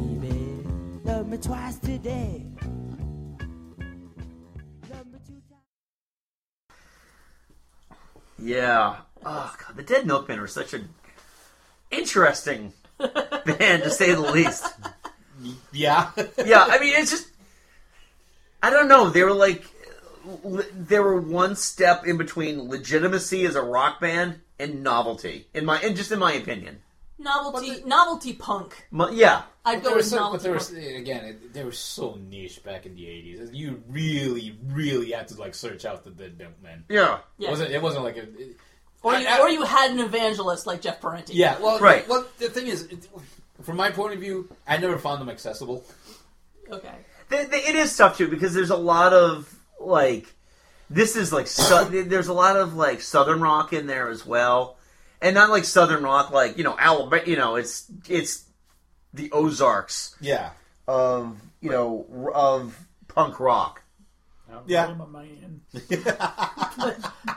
Speaker 13: Love me twice today.
Speaker 4: Yeah. Oh god, the Dead Milkmen are such an interesting band to say the least.
Speaker 6: Yeah.
Speaker 4: yeah, I mean it's just I don't know, they were like le- they were one step in between legitimacy as a rock band and novelty in my and just in my opinion.
Speaker 7: Novelty, novelty punk.
Speaker 4: My, yeah.
Speaker 15: But
Speaker 7: I'd go
Speaker 15: there
Speaker 7: with
Speaker 15: was so, but
Speaker 7: novelty
Speaker 15: there
Speaker 7: punk.
Speaker 15: was again, it, they were so niche back in the eighties. You really, really had to like search out the Dead Milkmen.
Speaker 4: Yeah.
Speaker 7: Yeah.
Speaker 15: It wasn't it wasn't like a, it-
Speaker 7: Or you, or you had an evangelist like Jeff Parenti.
Speaker 15: yeah. Well, Well, the thing is, it, from my point of view, I never found them accessible.
Speaker 7: Okay.
Speaker 4: They, they, it is tough too because there's a lot of like this is like su- there's a lot of like southern rock in there as well, and not like southern rock like you know Alabama. You know it's it's the Ozarks
Speaker 6: Yeah.
Speaker 4: of you know r- of punk rock.
Speaker 6: Yeah.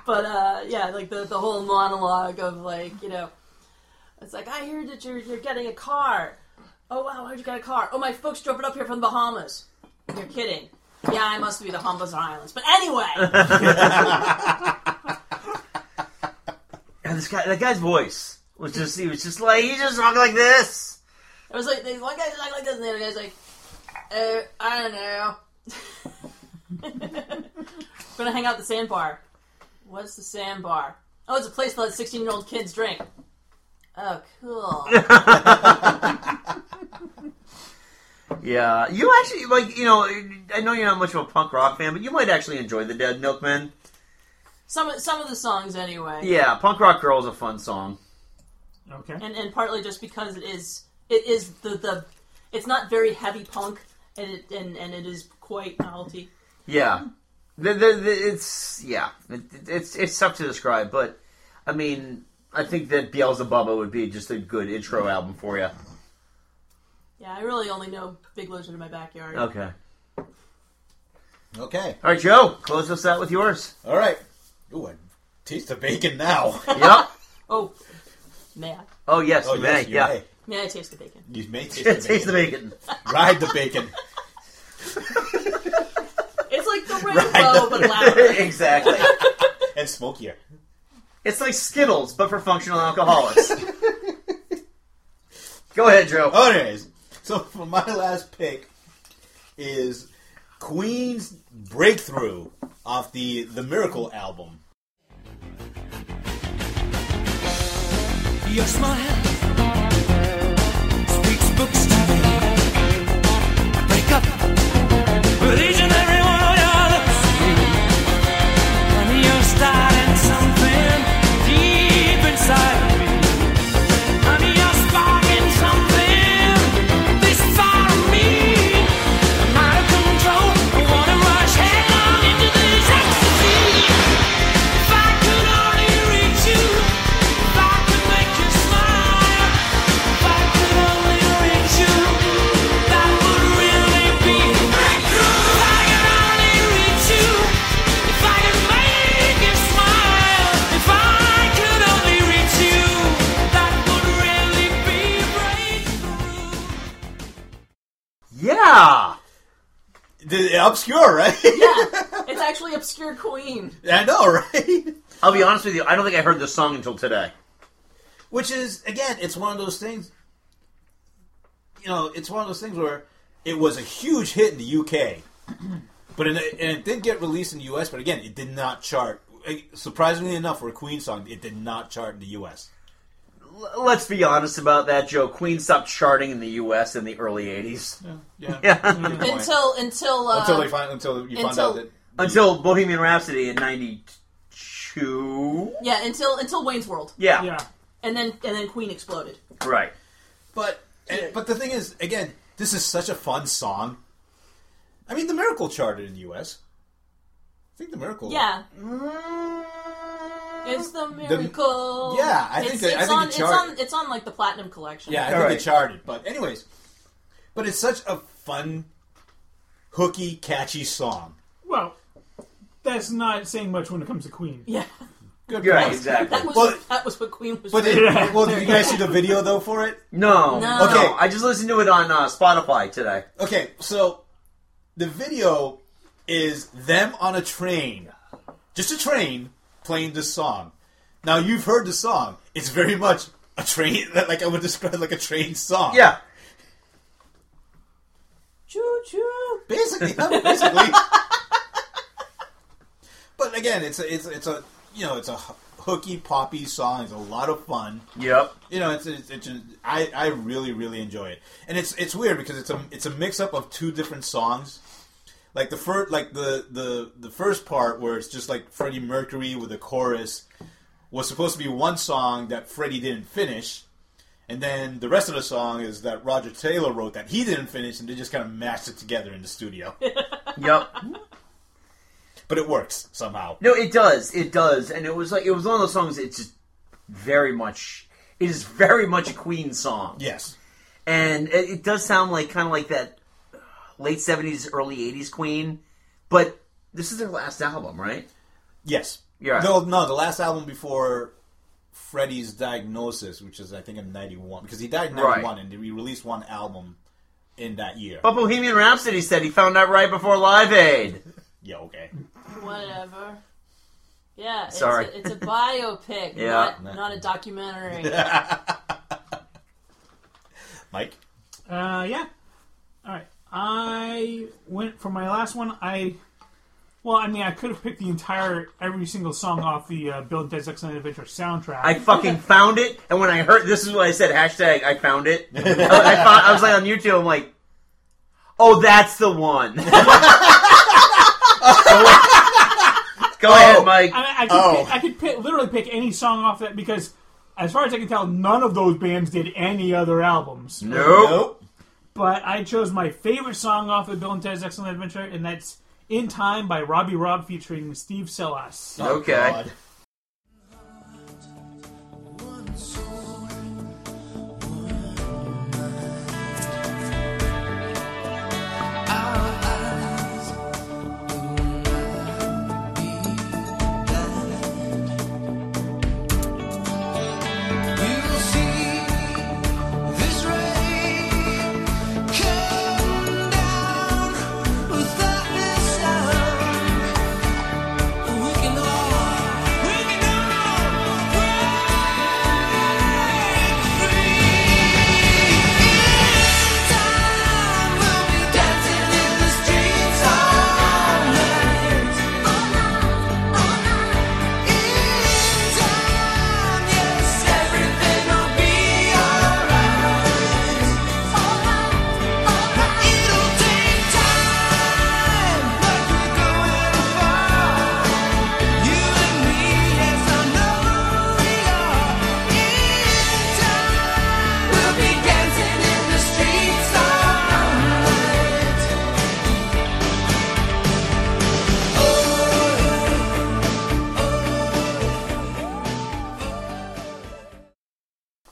Speaker 7: But uh, yeah, like the, the whole monologue of like you know, it's like I hear that you're you're getting a car. Oh wow, I heard you got a car. Oh my folks drove it up here from the Bahamas. You're kidding. Yeah, I must be the Bahamas Islands. But anyway,
Speaker 4: And this guy, that guy's voice was just he was just like he just talking like this.
Speaker 7: it was like the one guy's like like this, and the other guy's like, uh, I don't know. We're gonna hang out at the sandbar. What's the sandbar? Oh, it's a place that sixteen-year-old kids drink. Oh, cool.
Speaker 4: Yeah, you actually like you know I know you're not much of a punk rock fan, but you might actually enjoy the Dead Milkmen.
Speaker 7: some of- some of the songs, anyway.
Speaker 4: Yeah, Punk Rock Girl is a fun song.
Speaker 5: Okay.
Speaker 7: and and partly just because it is it is the the it's not very heavy punk and it and, and it is quite novelty.
Speaker 4: Yeah, the, the, the, it's yeah, it, it's it's tough to describe, but I mean, I think that Beelzebubba would be just a good intro album for you.
Speaker 7: Yeah, I really only know Big Lizard in my backyard.
Speaker 6: Oh.
Speaker 4: Okay.
Speaker 6: Okay.
Speaker 4: All right, Joe, close us out with yours.
Speaker 6: All right. Ooh, I taste the bacon now.
Speaker 4: yep.
Speaker 7: Oh, may I?
Speaker 4: Oh yes,
Speaker 6: Oh,
Speaker 4: you
Speaker 6: yes,
Speaker 4: may.
Speaker 6: you
Speaker 4: yeah.
Speaker 6: may.
Speaker 7: May I taste the bacon?
Speaker 6: You may taste, the,
Speaker 4: Taste the
Speaker 6: bacon.
Speaker 4: bacon.
Speaker 6: Ride the bacon.
Speaker 7: It's like the
Speaker 6: Ride
Speaker 7: rainbow,
Speaker 6: the-
Speaker 7: but louder.
Speaker 4: exactly.
Speaker 6: and smokier.
Speaker 4: It's like Skittles, but for functional alcoholics. Go ahead, Joe.
Speaker 6: Oh, anyways, so for my last pick is Queen's Breakthrough off the The Miracle album.
Speaker 10: Your smile books break up with each and every one of your lips. And you're starting something deep inside of me. And you're sparking something this far of me. I'm out of control. I wanna rush headlong into this ecstasy. If I could only reach you, if I could make you smile.
Speaker 4: Yeah.
Speaker 6: obscure, right?
Speaker 7: It's actually Obscure Queen.
Speaker 6: I know, right?
Speaker 4: I'll be honest with you. I don't think I heard the song until today.
Speaker 6: Which is again, it's one of those things. You know, it's one of those things where it was a huge hit in the UK, but in, and it did get released in the US. But again, it did not chart. eh, Surprisingly enough, for a Queen song, it did not chart in the US.
Speaker 4: L- let's be honest about that, Joe. Queen stopped charting in the U.S. in the early '80s.
Speaker 6: Yeah.
Speaker 7: Until until uh,
Speaker 6: until they find until you find
Speaker 7: until-
Speaker 6: out that
Speaker 4: Until Bohemian Rhapsody in '92.
Speaker 7: yeah until until Wayne's World.
Speaker 4: Yeah. Yeah.
Speaker 7: And then and then Queen exploded.
Speaker 4: Right.
Speaker 6: But and, but the thing is, again, this is such a fun song. I mean, the Miracle charted in the U.S. I think the Miracle.
Speaker 7: Yeah. It's the miracle.
Speaker 6: Mm. yeah, I think
Speaker 7: it's,
Speaker 6: that- I
Speaker 7: it's
Speaker 6: think
Speaker 7: on,
Speaker 6: it
Speaker 7: it's on
Speaker 6: charted.
Speaker 7: it's on like the platinum collection.
Speaker 6: Yeah, I think it charted. But anyways, but it's such a fun, hooky, catchy song.
Speaker 5: Well, that's not saying much when it comes to Queen.
Speaker 7: Yeah.
Speaker 6: Good
Speaker 5: Yeah,
Speaker 6: point.
Speaker 5: exactly.
Speaker 7: That was
Speaker 6: Well,
Speaker 7: that was what Queen was.
Speaker 6: but
Speaker 7: for.
Speaker 6: did, well, did you guys see the video though for it?
Speaker 4: No.
Speaker 7: No.
Speaker 4: Okay. I just listened to it on uh, Spotify today.
Speaker 6: Okay, so the video is them on a train, just a train playing this song. Now you've heard the song; it's very much a train, like I would describe like a train song.
Speaker 4: Yeah.
Speaker 7: Choo choo.
Speaker 6: Basically, yeah, basically. but again, it's a, it's it's a you know it's a h- hooky poppy song. It's a lot of fun.
Speaker 4: Yep.
Speaker 6: You know, it's it's, it's I I really really enjoy it, and it's it's weird because it's a it's a mix up of two different songs. Like the first, like the, the the first part where it's just like Freddie Mercury with a chorus was supposed to be one song that Freddie didn't finish, and then the rest of the song is that Roger Taylor wrote that he didn't finish, and they just kind of mashed it together in the studio.
Speaker 4: Yep.
Speaker 6: But it works somehow.
Speaker 4: No, it does. It does. And it was like it was one of those songs. It's just very much. It is very much a Queen song.
Speaker 6: Yes.
Speaker 4: And it, it does sound like kind of like that late seventies, early eighties Queen. But this is their last album, right?
Speaker 6: Yes.
Speaker 4: Yeah.
Speaker 6: No, no, the last album before Freddie's diagnosis, which is I think in '91, because he died in
Speaker 4: Right. Oh.
Speaker 6: '91, and they released one album in that year.
Speaker 4: But Bohemian Rhapsody said he found out right before Live Aid.
Speaker 6: Yeah. Okay.
Speaker 7: Whatever. Yeah, it's,
Speaker 4: Sorry.
Speaker 7: A, it's a biopic,
Speaker 4: Yeah.
Speaker 7: not, not a documentary.
Speaker 6: Mike.
Speaker 5: Uh, yeah. All right. I went for my last one. I, well, I mean, I could have picked the entire every single song off the uh, Bill and Ted's Excellent Adventure soundtrack.
Speaker 4: I fucking found it, and when I heard this is what I said hashtag I found it. I, I, found, I was like on YouTube. I'm like, oh, that's the one. Go
Speaker 6: Oh.
Speaker 4: ahead, Mike.
Speaker 5: I, mean, I could, pick, I could pick, literally pick any song off that because, as far as I can tell, none of those bands did any other albums.
Speaker 4: Nope.
Speaker 5: But I chose my favorite song off of Bill and Ted's Excellent Adventure, and that's "In Time" by Robbie Robb featuring Steve Sellas.
Speaker 6: Oh,
Speaker 4: okay.
Speaker 10: Without this sound, we can all, we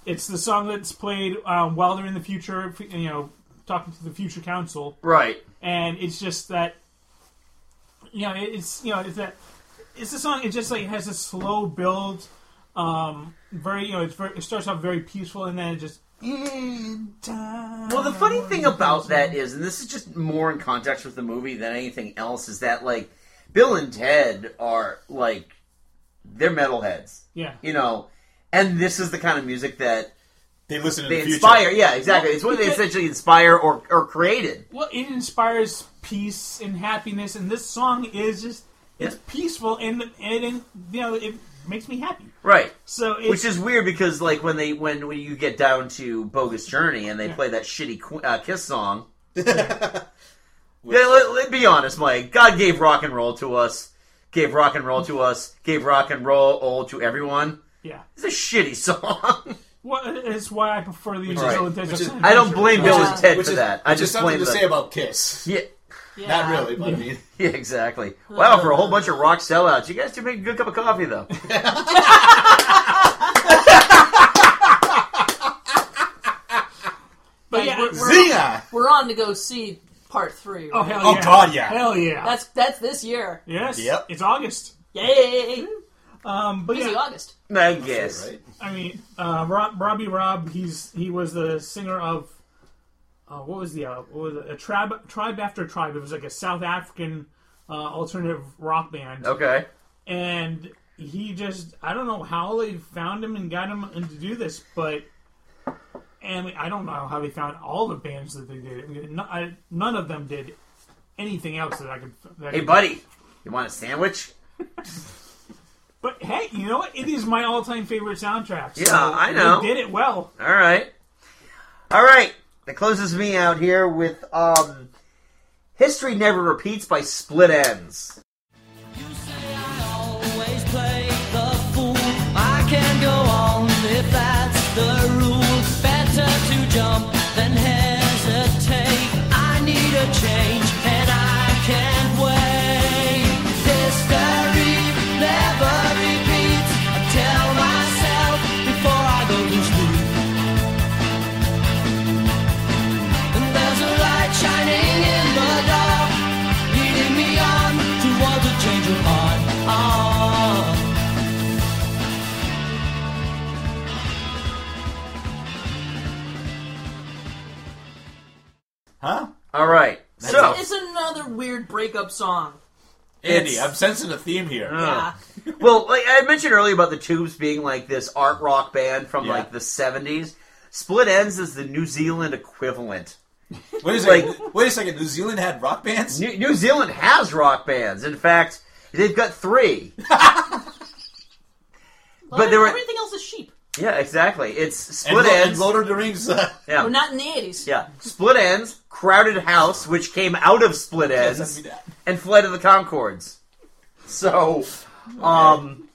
Speaker 5: It's the song that's played um, while they're in the future, f- you know, talking to the future council.
Speaker 4: Right.
Speaker 5: And it's just that, you know, it- it's you know, it's that, it's the song. It just like has a slow build, um, very you know, it's very, it starts off very peaceful and then it just in time.
Speaker 4: Well, the funny thing about that is, and this is just more in context with the movie than anything else, is that like Bill and Ted are like they're metalheads.
Speaker 5: Yeah.
Speaker 4: You know, and this is the kind of music that
Speaker 6: they listen
Speaker 4: They
Speaker 6: in the
Speaker 4: inspire.
Speaker 6: future.
Speaker 4: Yeah, exactly. It's what they essentially inspire or or created.
Speaker 5: Well, it inspires peace and happiness, and this song is just it's peaceful and and, and you know it makes me happy.
Speaker 4: Right.
Speaker 5: So it's,
Speaker 4: Which is weird because like when they when, when you get down to Bogus Journey and they
Speaker 5: Yeah.
Speaker 4: play that shitty Qu- uh, Kiss song. Yeah, let, let- be honest, Mike. God gave rock and roll to us. Gave rock and roll to us. Gave rock and roll all to everyone.
Speaker 5: yeah.
Speaker 4: It's a shitty song.
Speaker 5: Well, it's why I prefer the
Speaker 4: Right.
Speaker 5: Bill and Ted's
Speaker 4: Which is-
Speaker 5: Excellent
Speaker 4: I don't blame
Speaker 5: Adventure.
Speaker 4: Bill and Ted for that. I
Speaker 6: which is
Speaker 4: just
Speaker 6: something
Speaker 4: blame
Speaker 6: to
Speaker 4: the-
Speaker 6: say about Kiss.
Speaker 4: Yeah.
Speaker 6: Not really, but I mean,
Speaker 4: Yeah, exactly. Wow, for a whole bunch of rock sellouts. You guys do make a good cup of coffee, though.
Speaker 7: But
Speaker 5: yeah,
Speaker 7: we're, we're,
Speaker 5: Zia!
Speaker 7: we're on to go see part three.
Speaker 5: Oh,
Speaker 7: right?
Speaker 5: hell Oh, yeah. God, yeah. Hell, yeah.
Speaker 7: That's that's this year.
Speaker 5: Yes. It's August.
Speaker 7: Yay!
Speaker 5: Um, but
Speaker 7: Busy
Speaker 5: yeah.
Speaker 7: August.
Speaker 4: I guess.
Speaker 5: I mean, uh, Rob, Robbie Rob. He's he was the singer of. Uh, what was the uh, what was it? a tribe tribe after tribe? It was like a South African uh, alternative rock band.
Speaker 4: Okay.
Speaker 5: and he just I don't know how they found him and got him to do this, but and I don't know how they found all the bands that they did. I mean, no- I- none of them did anything else that I could. That I
Speaker 4: Hey,
Speaker 5: could-
Speaker 4: buddy, you want a sandwich?
Speaker 5: But hey, you know what? It is my all-time favorite soundtrack. so
Speaker 4: Yeah, I know.
Speaker 5: They did it well.
Speaker 4: All right. All right. That closes me out here with um, History Never Repeats by Split Ends.
Speaker 10: always play the fool. I can go on if that's the rule. Better to jump than hesitate. I need a change and I can't wait. History never repeats. I tell myself before I go to sleep. And there's a light shining in the dark, leading me on to want to change your heart. Oh.
Speaker 6: huh?
Speaker 4: All right. So,
Speaker 7: it's another weird breakup song. Ah.
Speaker 6: Andy,
Speaker 4: It's- Uh,
Speaker 6: I'm sensing a theme here.
Speaker 4: Ugh. well, like I mentioned earlier about the Tubes being like this art rock band from
Speaker 6: Yeah.
Speaker 4: like the 70s. Split Ends is the New Zealand equivalent.
Speaker 6: Wait a second. wait a second. New Zealand had rock bands.
Speaker 4: New, New Zealand has rock bands. In fact, they've got three. but there were
Speaker 7: everything else is sheep.
Speaker 4: yeah, exactly. It's split
Speaker 6: Lo- and
Speaker 4: ends.
Speaker 6: Lord of the Rings. uh,
Speaker 4: yeah,
Speaker 7: We're not in the eighties.
Speaker 4: yeah. Split ends, crowded house, which came out of split ends, and fled to the Concords. So, um,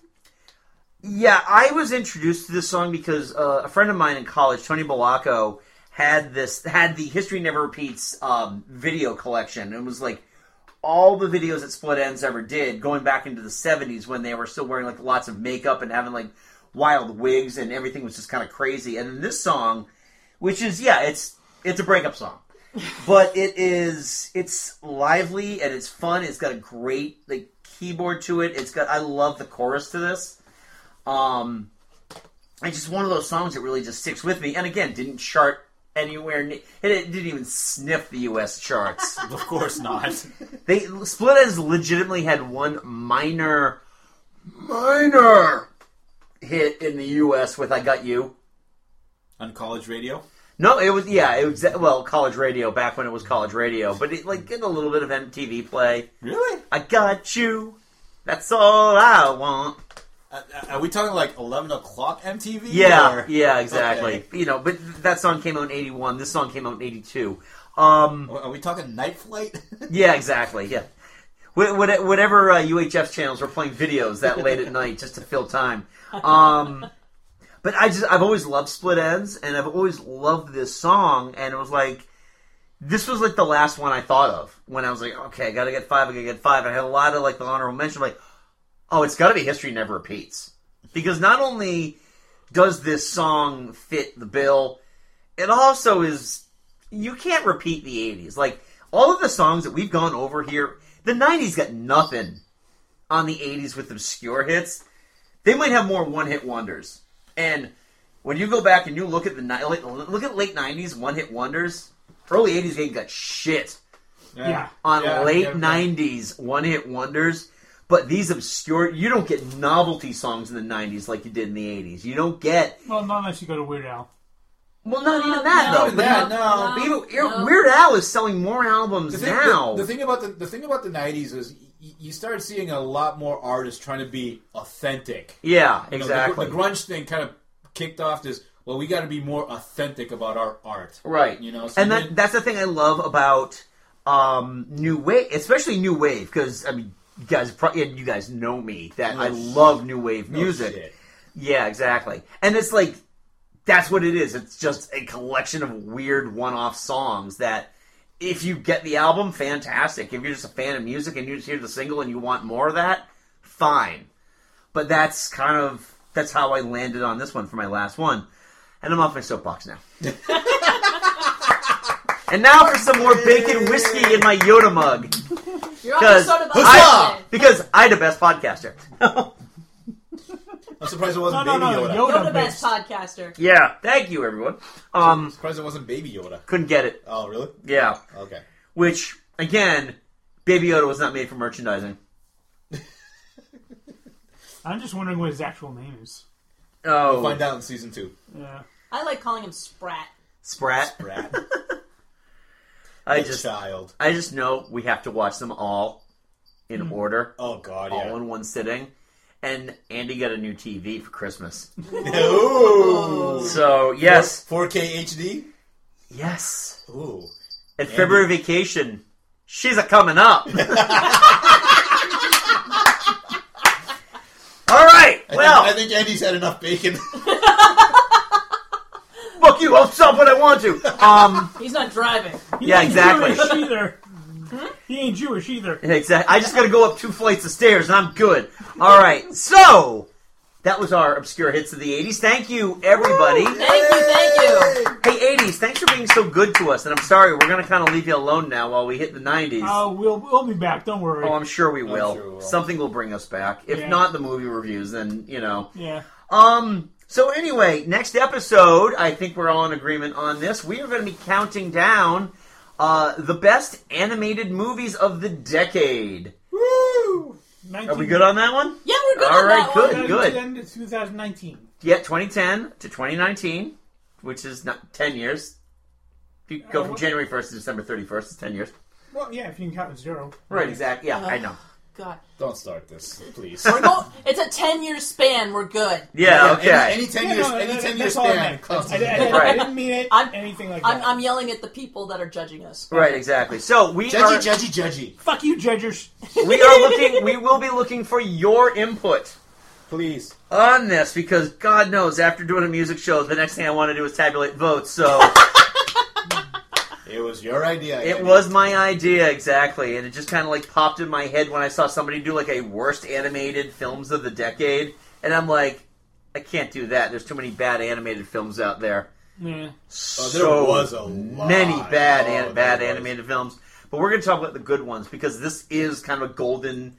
Speaker 4: yeah, I was introduced to this song because uh, a friend of mine in college, Tony Balacco, had this had the History Never Repeats um, video collection. It was like all the videos that Split Ends ever did, going back into the '70s when they were still wearing like lots of makeup and having like wild wigs and everything was just kind of crazy. And then this song, which is yeah, it's it's a breakup song but it is it's lively and it's fun. It's got a great like keyboard to it. It's got I love the chorus to this. Um, it's just one of those songs that really just sticks with me. And again, didn't chart anywhere. ne- It it didn't even sniff the U.S. charts.
Speaker 6: of course not.
Speaker 4: They Split Ends legitimately had one minor, minor hit in the U.S. with "I Got You."
Speaker 6: On college radio.
Speaker 4: No, it was yeah, it was well college radio back when it was college radio, but it like get a little bit of MTV play.
Speaker 6: Really?
Speaker 4: I got you. That's all I want.
Speaker 6: Uh, uh, are we talking like 11 o'clock MTV?
Speaker 4: Yeah,
Speaker 6: or-
Speaker 4: yeah, exactly.
Speaker 6: Okay.
Speaker 4: You know, but that song came out in '81. This song came out in '82. Um,
Speaker 6: Are we talking Night Flight?
Speaker 4: yeah, exactly. Yeah, Wh- what- whatever uh, UHF channels were playing videos that late at night just to fill time. Um, but I just I've always loved Split Ends, and I've always loved this song, and it was like. This was like the last one I thought of when I was like, okay, I gotta get five, I gotta get five. I had a lot of like the honorable mention, like, oh, it's gotta be History Never Repeats. Because not only does this song fit the bill? It also is you can't repeat the '80s. Like all of the songs that we've gone over here, the '90s got nothing on the '80s with obscure hits. They might have more one-hit wonders, and when you go back and you look at the ni- look at late '90s one-hit wonders, early '80s ain't got shit
Speaker 5: Yeah.
Speaker 4: on
Speaker 5: Yeah,
Speaker 4: late
Speaker 5: yeah.
Speaker 4: 90s one hit wonders but these obscure you don't get novelty songs in the 90s like you did in the 80s you don't get
Speaker 5: Well, not unless you go to Weird Al.
Speaker 4: well not even that though but not-
Speaker 6: that, no.
Speaker 4: but even-
Speaker 6: Um, No.
Speaker 4: weird al is selling more albums
Speaker 6: The thing,
Speaker 4: now
Speaker 6: the, the thing about the, the thing about the '90s is y- y- you started seeing a lot more artists trying to be authentic.
Speaker 4: Yeah,
Speaker 6: You know, the-
Speaker 4: exactly.
Speaker 6: the, grunge thing kind of kicked off this. Well, we got to be more authentic about our art,
Speaker 4: Right.
Speaker 6: You know,
Speaker 4: and
Speaker 6: then-
Speaker 4: that, that's the thing I love about um, new wave, especially new wave, because I mean, you guys, pro- and you guys know me that I love new wave
Speaker 6: No
Speaker 4: music.
Speaker 6: Oh, shit.
Speaker 4: Yeah, exactly. And it's like that's what it is. It's just a collection of weird one-off songs that. If you get the album, fantastic. If you're just a fan of music and you just hear the single and you want more of that, fine. But that's kind of that's how I landed on this one for my last one. And I'm off my soapbox now. And now for some more bacon whiskey in my Yoda mug.
Speaker 7: You're on
Speaker 4: Because
Speaker 7: soda box
Speaker 4: I,
Speaker 7: today.
Speaker 4: because I the best podcaster.
Speaker 6: I'm surprised it
Speaker 4: wasn't
Speaker 6: No, no,
Speaker 4: Baby
Speaker 6: no,
Speaker 4: Yoda.
Speaker 7: You're the best podcaster.
Speaker 4: Yeah, thank you everyone. Um,
Speaker 6: surprised it wasn't Baby Yoda.
Speaker 4: Couldn't get it.
Speaker 6: Oh, really?
Speaker 4: Yeah.
Speaker 6: Okay.
Speaker 4: Which again, Baby Yoda was not made for merchandising.
Speaker 5: I'm just wondering what his actual name is.
Speaker 4: Oh,
Speaker 6: We'll find out in season two.
Speaker 5: Yeah.
Speaker 7: I like calling him Sprat.
Speaker 4: Sprat.
Speaker 6: Sprat.
Speaker 4: I
Speaker 6: Good
Speaker 4: just
Speaker 6: child.
Speaker 4: I just know we have to watch them all in
Speaker 6: Mm.
Speaker 4: order.
Speaker 6: Oh God,
Speaker 4: all
Speaker 6: yeah.
Speaker 4: in one sitting. And Andy got a new TV for Christmas.
Speaker 6: Ooh.
Speaker 4: So yes,
Speaker 6: 4K HD.
Speaker 4: Yes.
Speaker 6: Ooh.
Speaker 4: At
Speaker 6: Andy.
Speaker 4: February vacation, she's a coming up. All right.
Speaker 6: I
Speaker 4: Well,
Speaker 6: think, I think Andy's had enough bacon.
Speaker 4: fuck you. I'll stop when I want to. Um,
Speaker 7: He's not driving.
Speaker 4: yeah, exactly.
Speaker 5: Jewish either.
Speaker 7: Hmm?
Speaker 5: He ain't Jewish either.
Speaker 4: Exactly. I just got to go up two flights of stairs, and I'm good. All right. So that was our obscure hits of the '80s. Thank you, everybody.
Speaker 7: Thank you, thank you.
Speaker 4: Hey, '80s, thanks for being so good to us. And I'm sorry, we're gonna kind of leave you alone now while we hit the '90s.
Speaker 7: Oh.
Speaker 5: Uh, we'll we'll be back. Don't worry.
Speaker 4: Oh, I'm sure we will.
Speaker 5: sure we will.
Speaker 4: Something will bring us back. If
Speaker 5: Yeah.
Speaker 4: not the movie reviews, then you know.
Speaker 5: Yeah.
Speaker 4: Um. So anyway, next episode, I think we're all in agreement on this. We are going to be counting down uh, the best animated movies of the decade.
Speaker 5: Woo!
Speaker 4: Are we good on that one?
Speaker 7: Yeah,
Speaker 5: we're good
Speaker 4: All
Speaker 5: on
Speaker 4: right,
Speaker 5: that
Speaker 4: good,
Speaker 5: one.
Speaker 4: good.
Speaker 5: 2010 to 2019.
Speaker 4: Yeah, 2010 to 2019, which is not 10 years. If you go
Speaker 5: Uh,
Speaker 4: from
Speaker 5: what-
Speaker 4: January 1st to December 31st, it's 10 years.
Speaker 5: Well, yeah, if you can count with zero.
Speaker 4: Right, exactly. Yeah, I
Speaker 7: Ugh.
Speaker 4: know.
Speaker 7: God.
Speaker 6: Don't start this, please.
Speaker 7: We're go- it's a 10 year span. We're good.
Speaker 4: Yeah, okay.
Speaker 6: Any, any ten
Speaker 5: Yeah,
Speaker 6: years,
Speaker 5: no,
Speaker 6: any
Speaker 5: that-
Speaker 6: ten year
Speaker 5: that's all I
Speaker 6: span.
Speaker 5: meant.
Speaker 6: counts
Speaker 5: I-
Speaker 6: as-
Speaker 5: I- I
Speaker 4: Right.
Speaker 5: didn't mean it.
Speaker 7: I'm-
Speaker 5: anything like
Speaker 7: I'm,
Speaker 5: that.
Speaker 7: I'm yelling at the people that are judging us.
Speaker 4: Right, exactly. So we
Speaker 6: Judgy,
Speaker 4: are
Speaker 6: judgy, judgy.
Speaker 5: Fuck you, judges.
Speaker 4: we are looking we will be looking for your input
Speaker 6: Please.
Speaker 4: on this because god knows after doing a music show the next thing i want to do is tabulate votes so
Speaker 6: It was your idea.
Speaker 4: it
Speaker 6: Andy.
Speaker 4: was my idea exactly and it just kind of like popped in my head when i saw somebody do like a worst animated films of the decade and i'm like i can't do that there's too many bad animated films out there
Speaker 5: Yeah.
Speaker 6: Oh, there
Speaker 4: so
Speaker 6: was a lot.
Speaker 4: many bad
Speaker 6: Oh,
Speaker 4: an-
Speaker 6: there
Speaker 4: bad
Speaker 6: was.
Speaker 4: animated films. But we're going to talk about the good ones because this is kind of a golden.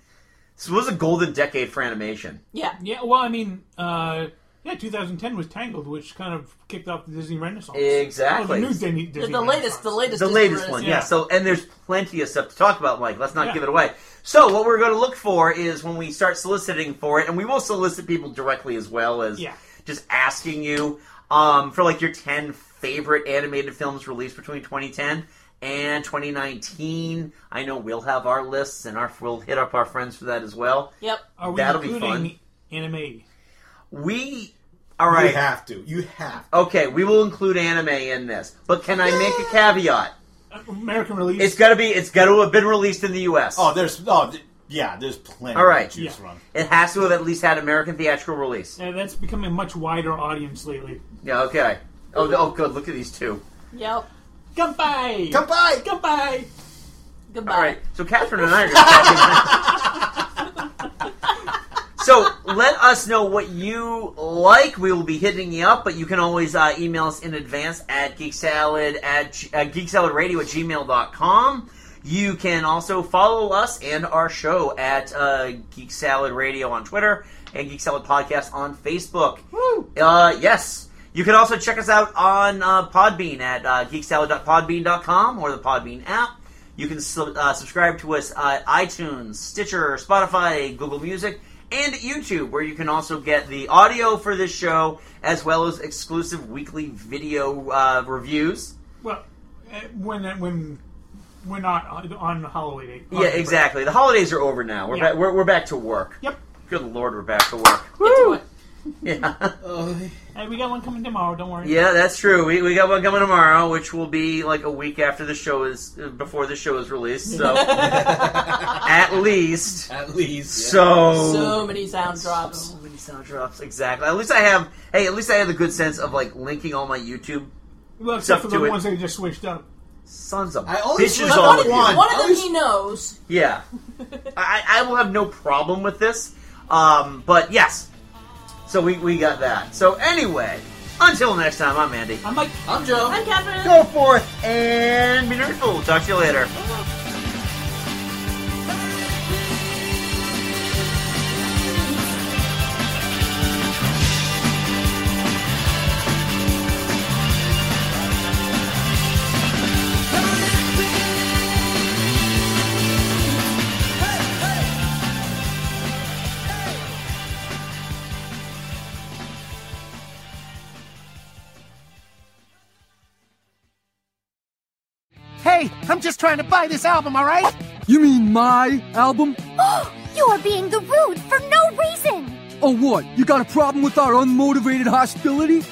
Speaker 4: This was a golden decade for animation.
Speaker 7: Yeah.
Speaker 5: Yeah, well, I mean, uh, yeah, 2010 was Tangled, which kind of kicked off the Disney Renaissance.
Speaker 4: Exactly.
Speaker 5: Well, the new Disney,
Speaker 7: The,
Speaker 5: Disney
Speaker 7: the latest, the latest,
Speaker 4: the
Speaker 7: is
Speaker 4: latest
Speaker 7: British.
Speaker 4: one, yeah.
Speaker 5: yeah.
Speaker 4: So, and there's plenty of stuff to talk about, Mike. Let's not
Speaker 5: Yeah.
Speaker 4: give it away. So, what we're going to look for is when we start soliciting for it, and we will solicit people directly as well as
Speaker 5: Yeah.
Speaker 4: just asking you um, for like your 10 favorite animated films released between 2010 and 2019. I know we'll have our lists, and our we'll hit up our friends for that as well.
Speaker 7: Yep.
Speaker 5: Are we
Speaker 4: That'll be
Speaker 5: including anime?
Speaker 4: We all right. Oh.
Speaker 6: You have to. You have.
Speaker 4: Okay, we will include anime in this, but can I make a caveat?
Speaker 5: Uh, American release.
Speaker 4: It's got to be. It's got to have been released in the U.S.
Speaker 6: Oh, there's. Oh, th- yeah. There's plenty.
Speaker 4: All right.
Speaker 6: To choose from.
Speaker 4: It has to have at least had American theatrical release.
Speaker 5: Yeah, that's becoming a much wider audience lately.
Speaker 4: Yeah, okay. Oh, oh good. Look at these two.
Speaker 7: Yep.
Speaker 5: Goodbye.
Speaker 6: Goodbye.
Speaker 5: Goodbye.
Speaker 7: Goodbye.
Speaker 4: All right. So Catherine and I are going to So let us know what you like. We will be hitting you up, but you can always uh, email us in advance at geeksalad at, g- at geeksaladradio at gmail.com. You can also follow us and our show at uh, Geek Salad Radio on Twitter and Geek Salad Podcast on Facebook. Uh, yes. You can also check us out on uh, Podbean at uh, geeksalad.podbean.com or the Podbean app. You can su- uh, subscribe to us at iTunes, Stitcher, Spotify, Google Music, and YouTube, where you can also get the audio for this show as well as exclusive weekly video uh, reviews.
Speaker 5: Well, uh, when when we're not on- on Halloween.
Speaker 4: yeah, exactly. The holidays are over now. We're,
Speaker 5: Yeah.
Speaker 4: back, we're, we're back to work.
Speaker 5: Yep.
Speaker 4: Good lord, we're back to work. Yeah.
Speaker 5: Hey, we got one coming tomorrow. Don't worry.
Speaker 4: Yeah, that's true. We, we got one coming tomorrow, which will be like a week after the show is uh, before the show is released. So at least,
Speaker 6: at
Speaker 7: yeah.
Speaker 6: least,
Speaker 4: So
Speaker 7: So many sound drops. So
Speaker 4: many sound drops. Exactly. At least I have. Hey, at least I have the good sense of like linking all my YouTube
Speaker 5: Well, except
Speaker 4: stuff
Speaker 5: for the
Speaker 4: to it.
Speaker 5: ones that just switched up.
Speaker 4: Sons of
Speaker 5: I
Speaker 4: bitches, all of you.
Speaker 7: One of them he knows.
Speaker 4: Yeah, I, I will have no problem with this. Um, but yes, so we we got that. So anyway, until next time, I'm Andy.
Speaker 5: I'm Mike.
Speaker 7: I'm Joe. I'm Catherine.
Speaker 4: Go forth and be nerdful. Talk to you later.
Speaker 2: Hey, I'm just trying to buy this album, all right?
Speaker 16: You mean my album?
Speaker 17: Oh, you are being the rude for no reason!
Speaker 16: Oh, what? You got a problem with our unmotivated hostility?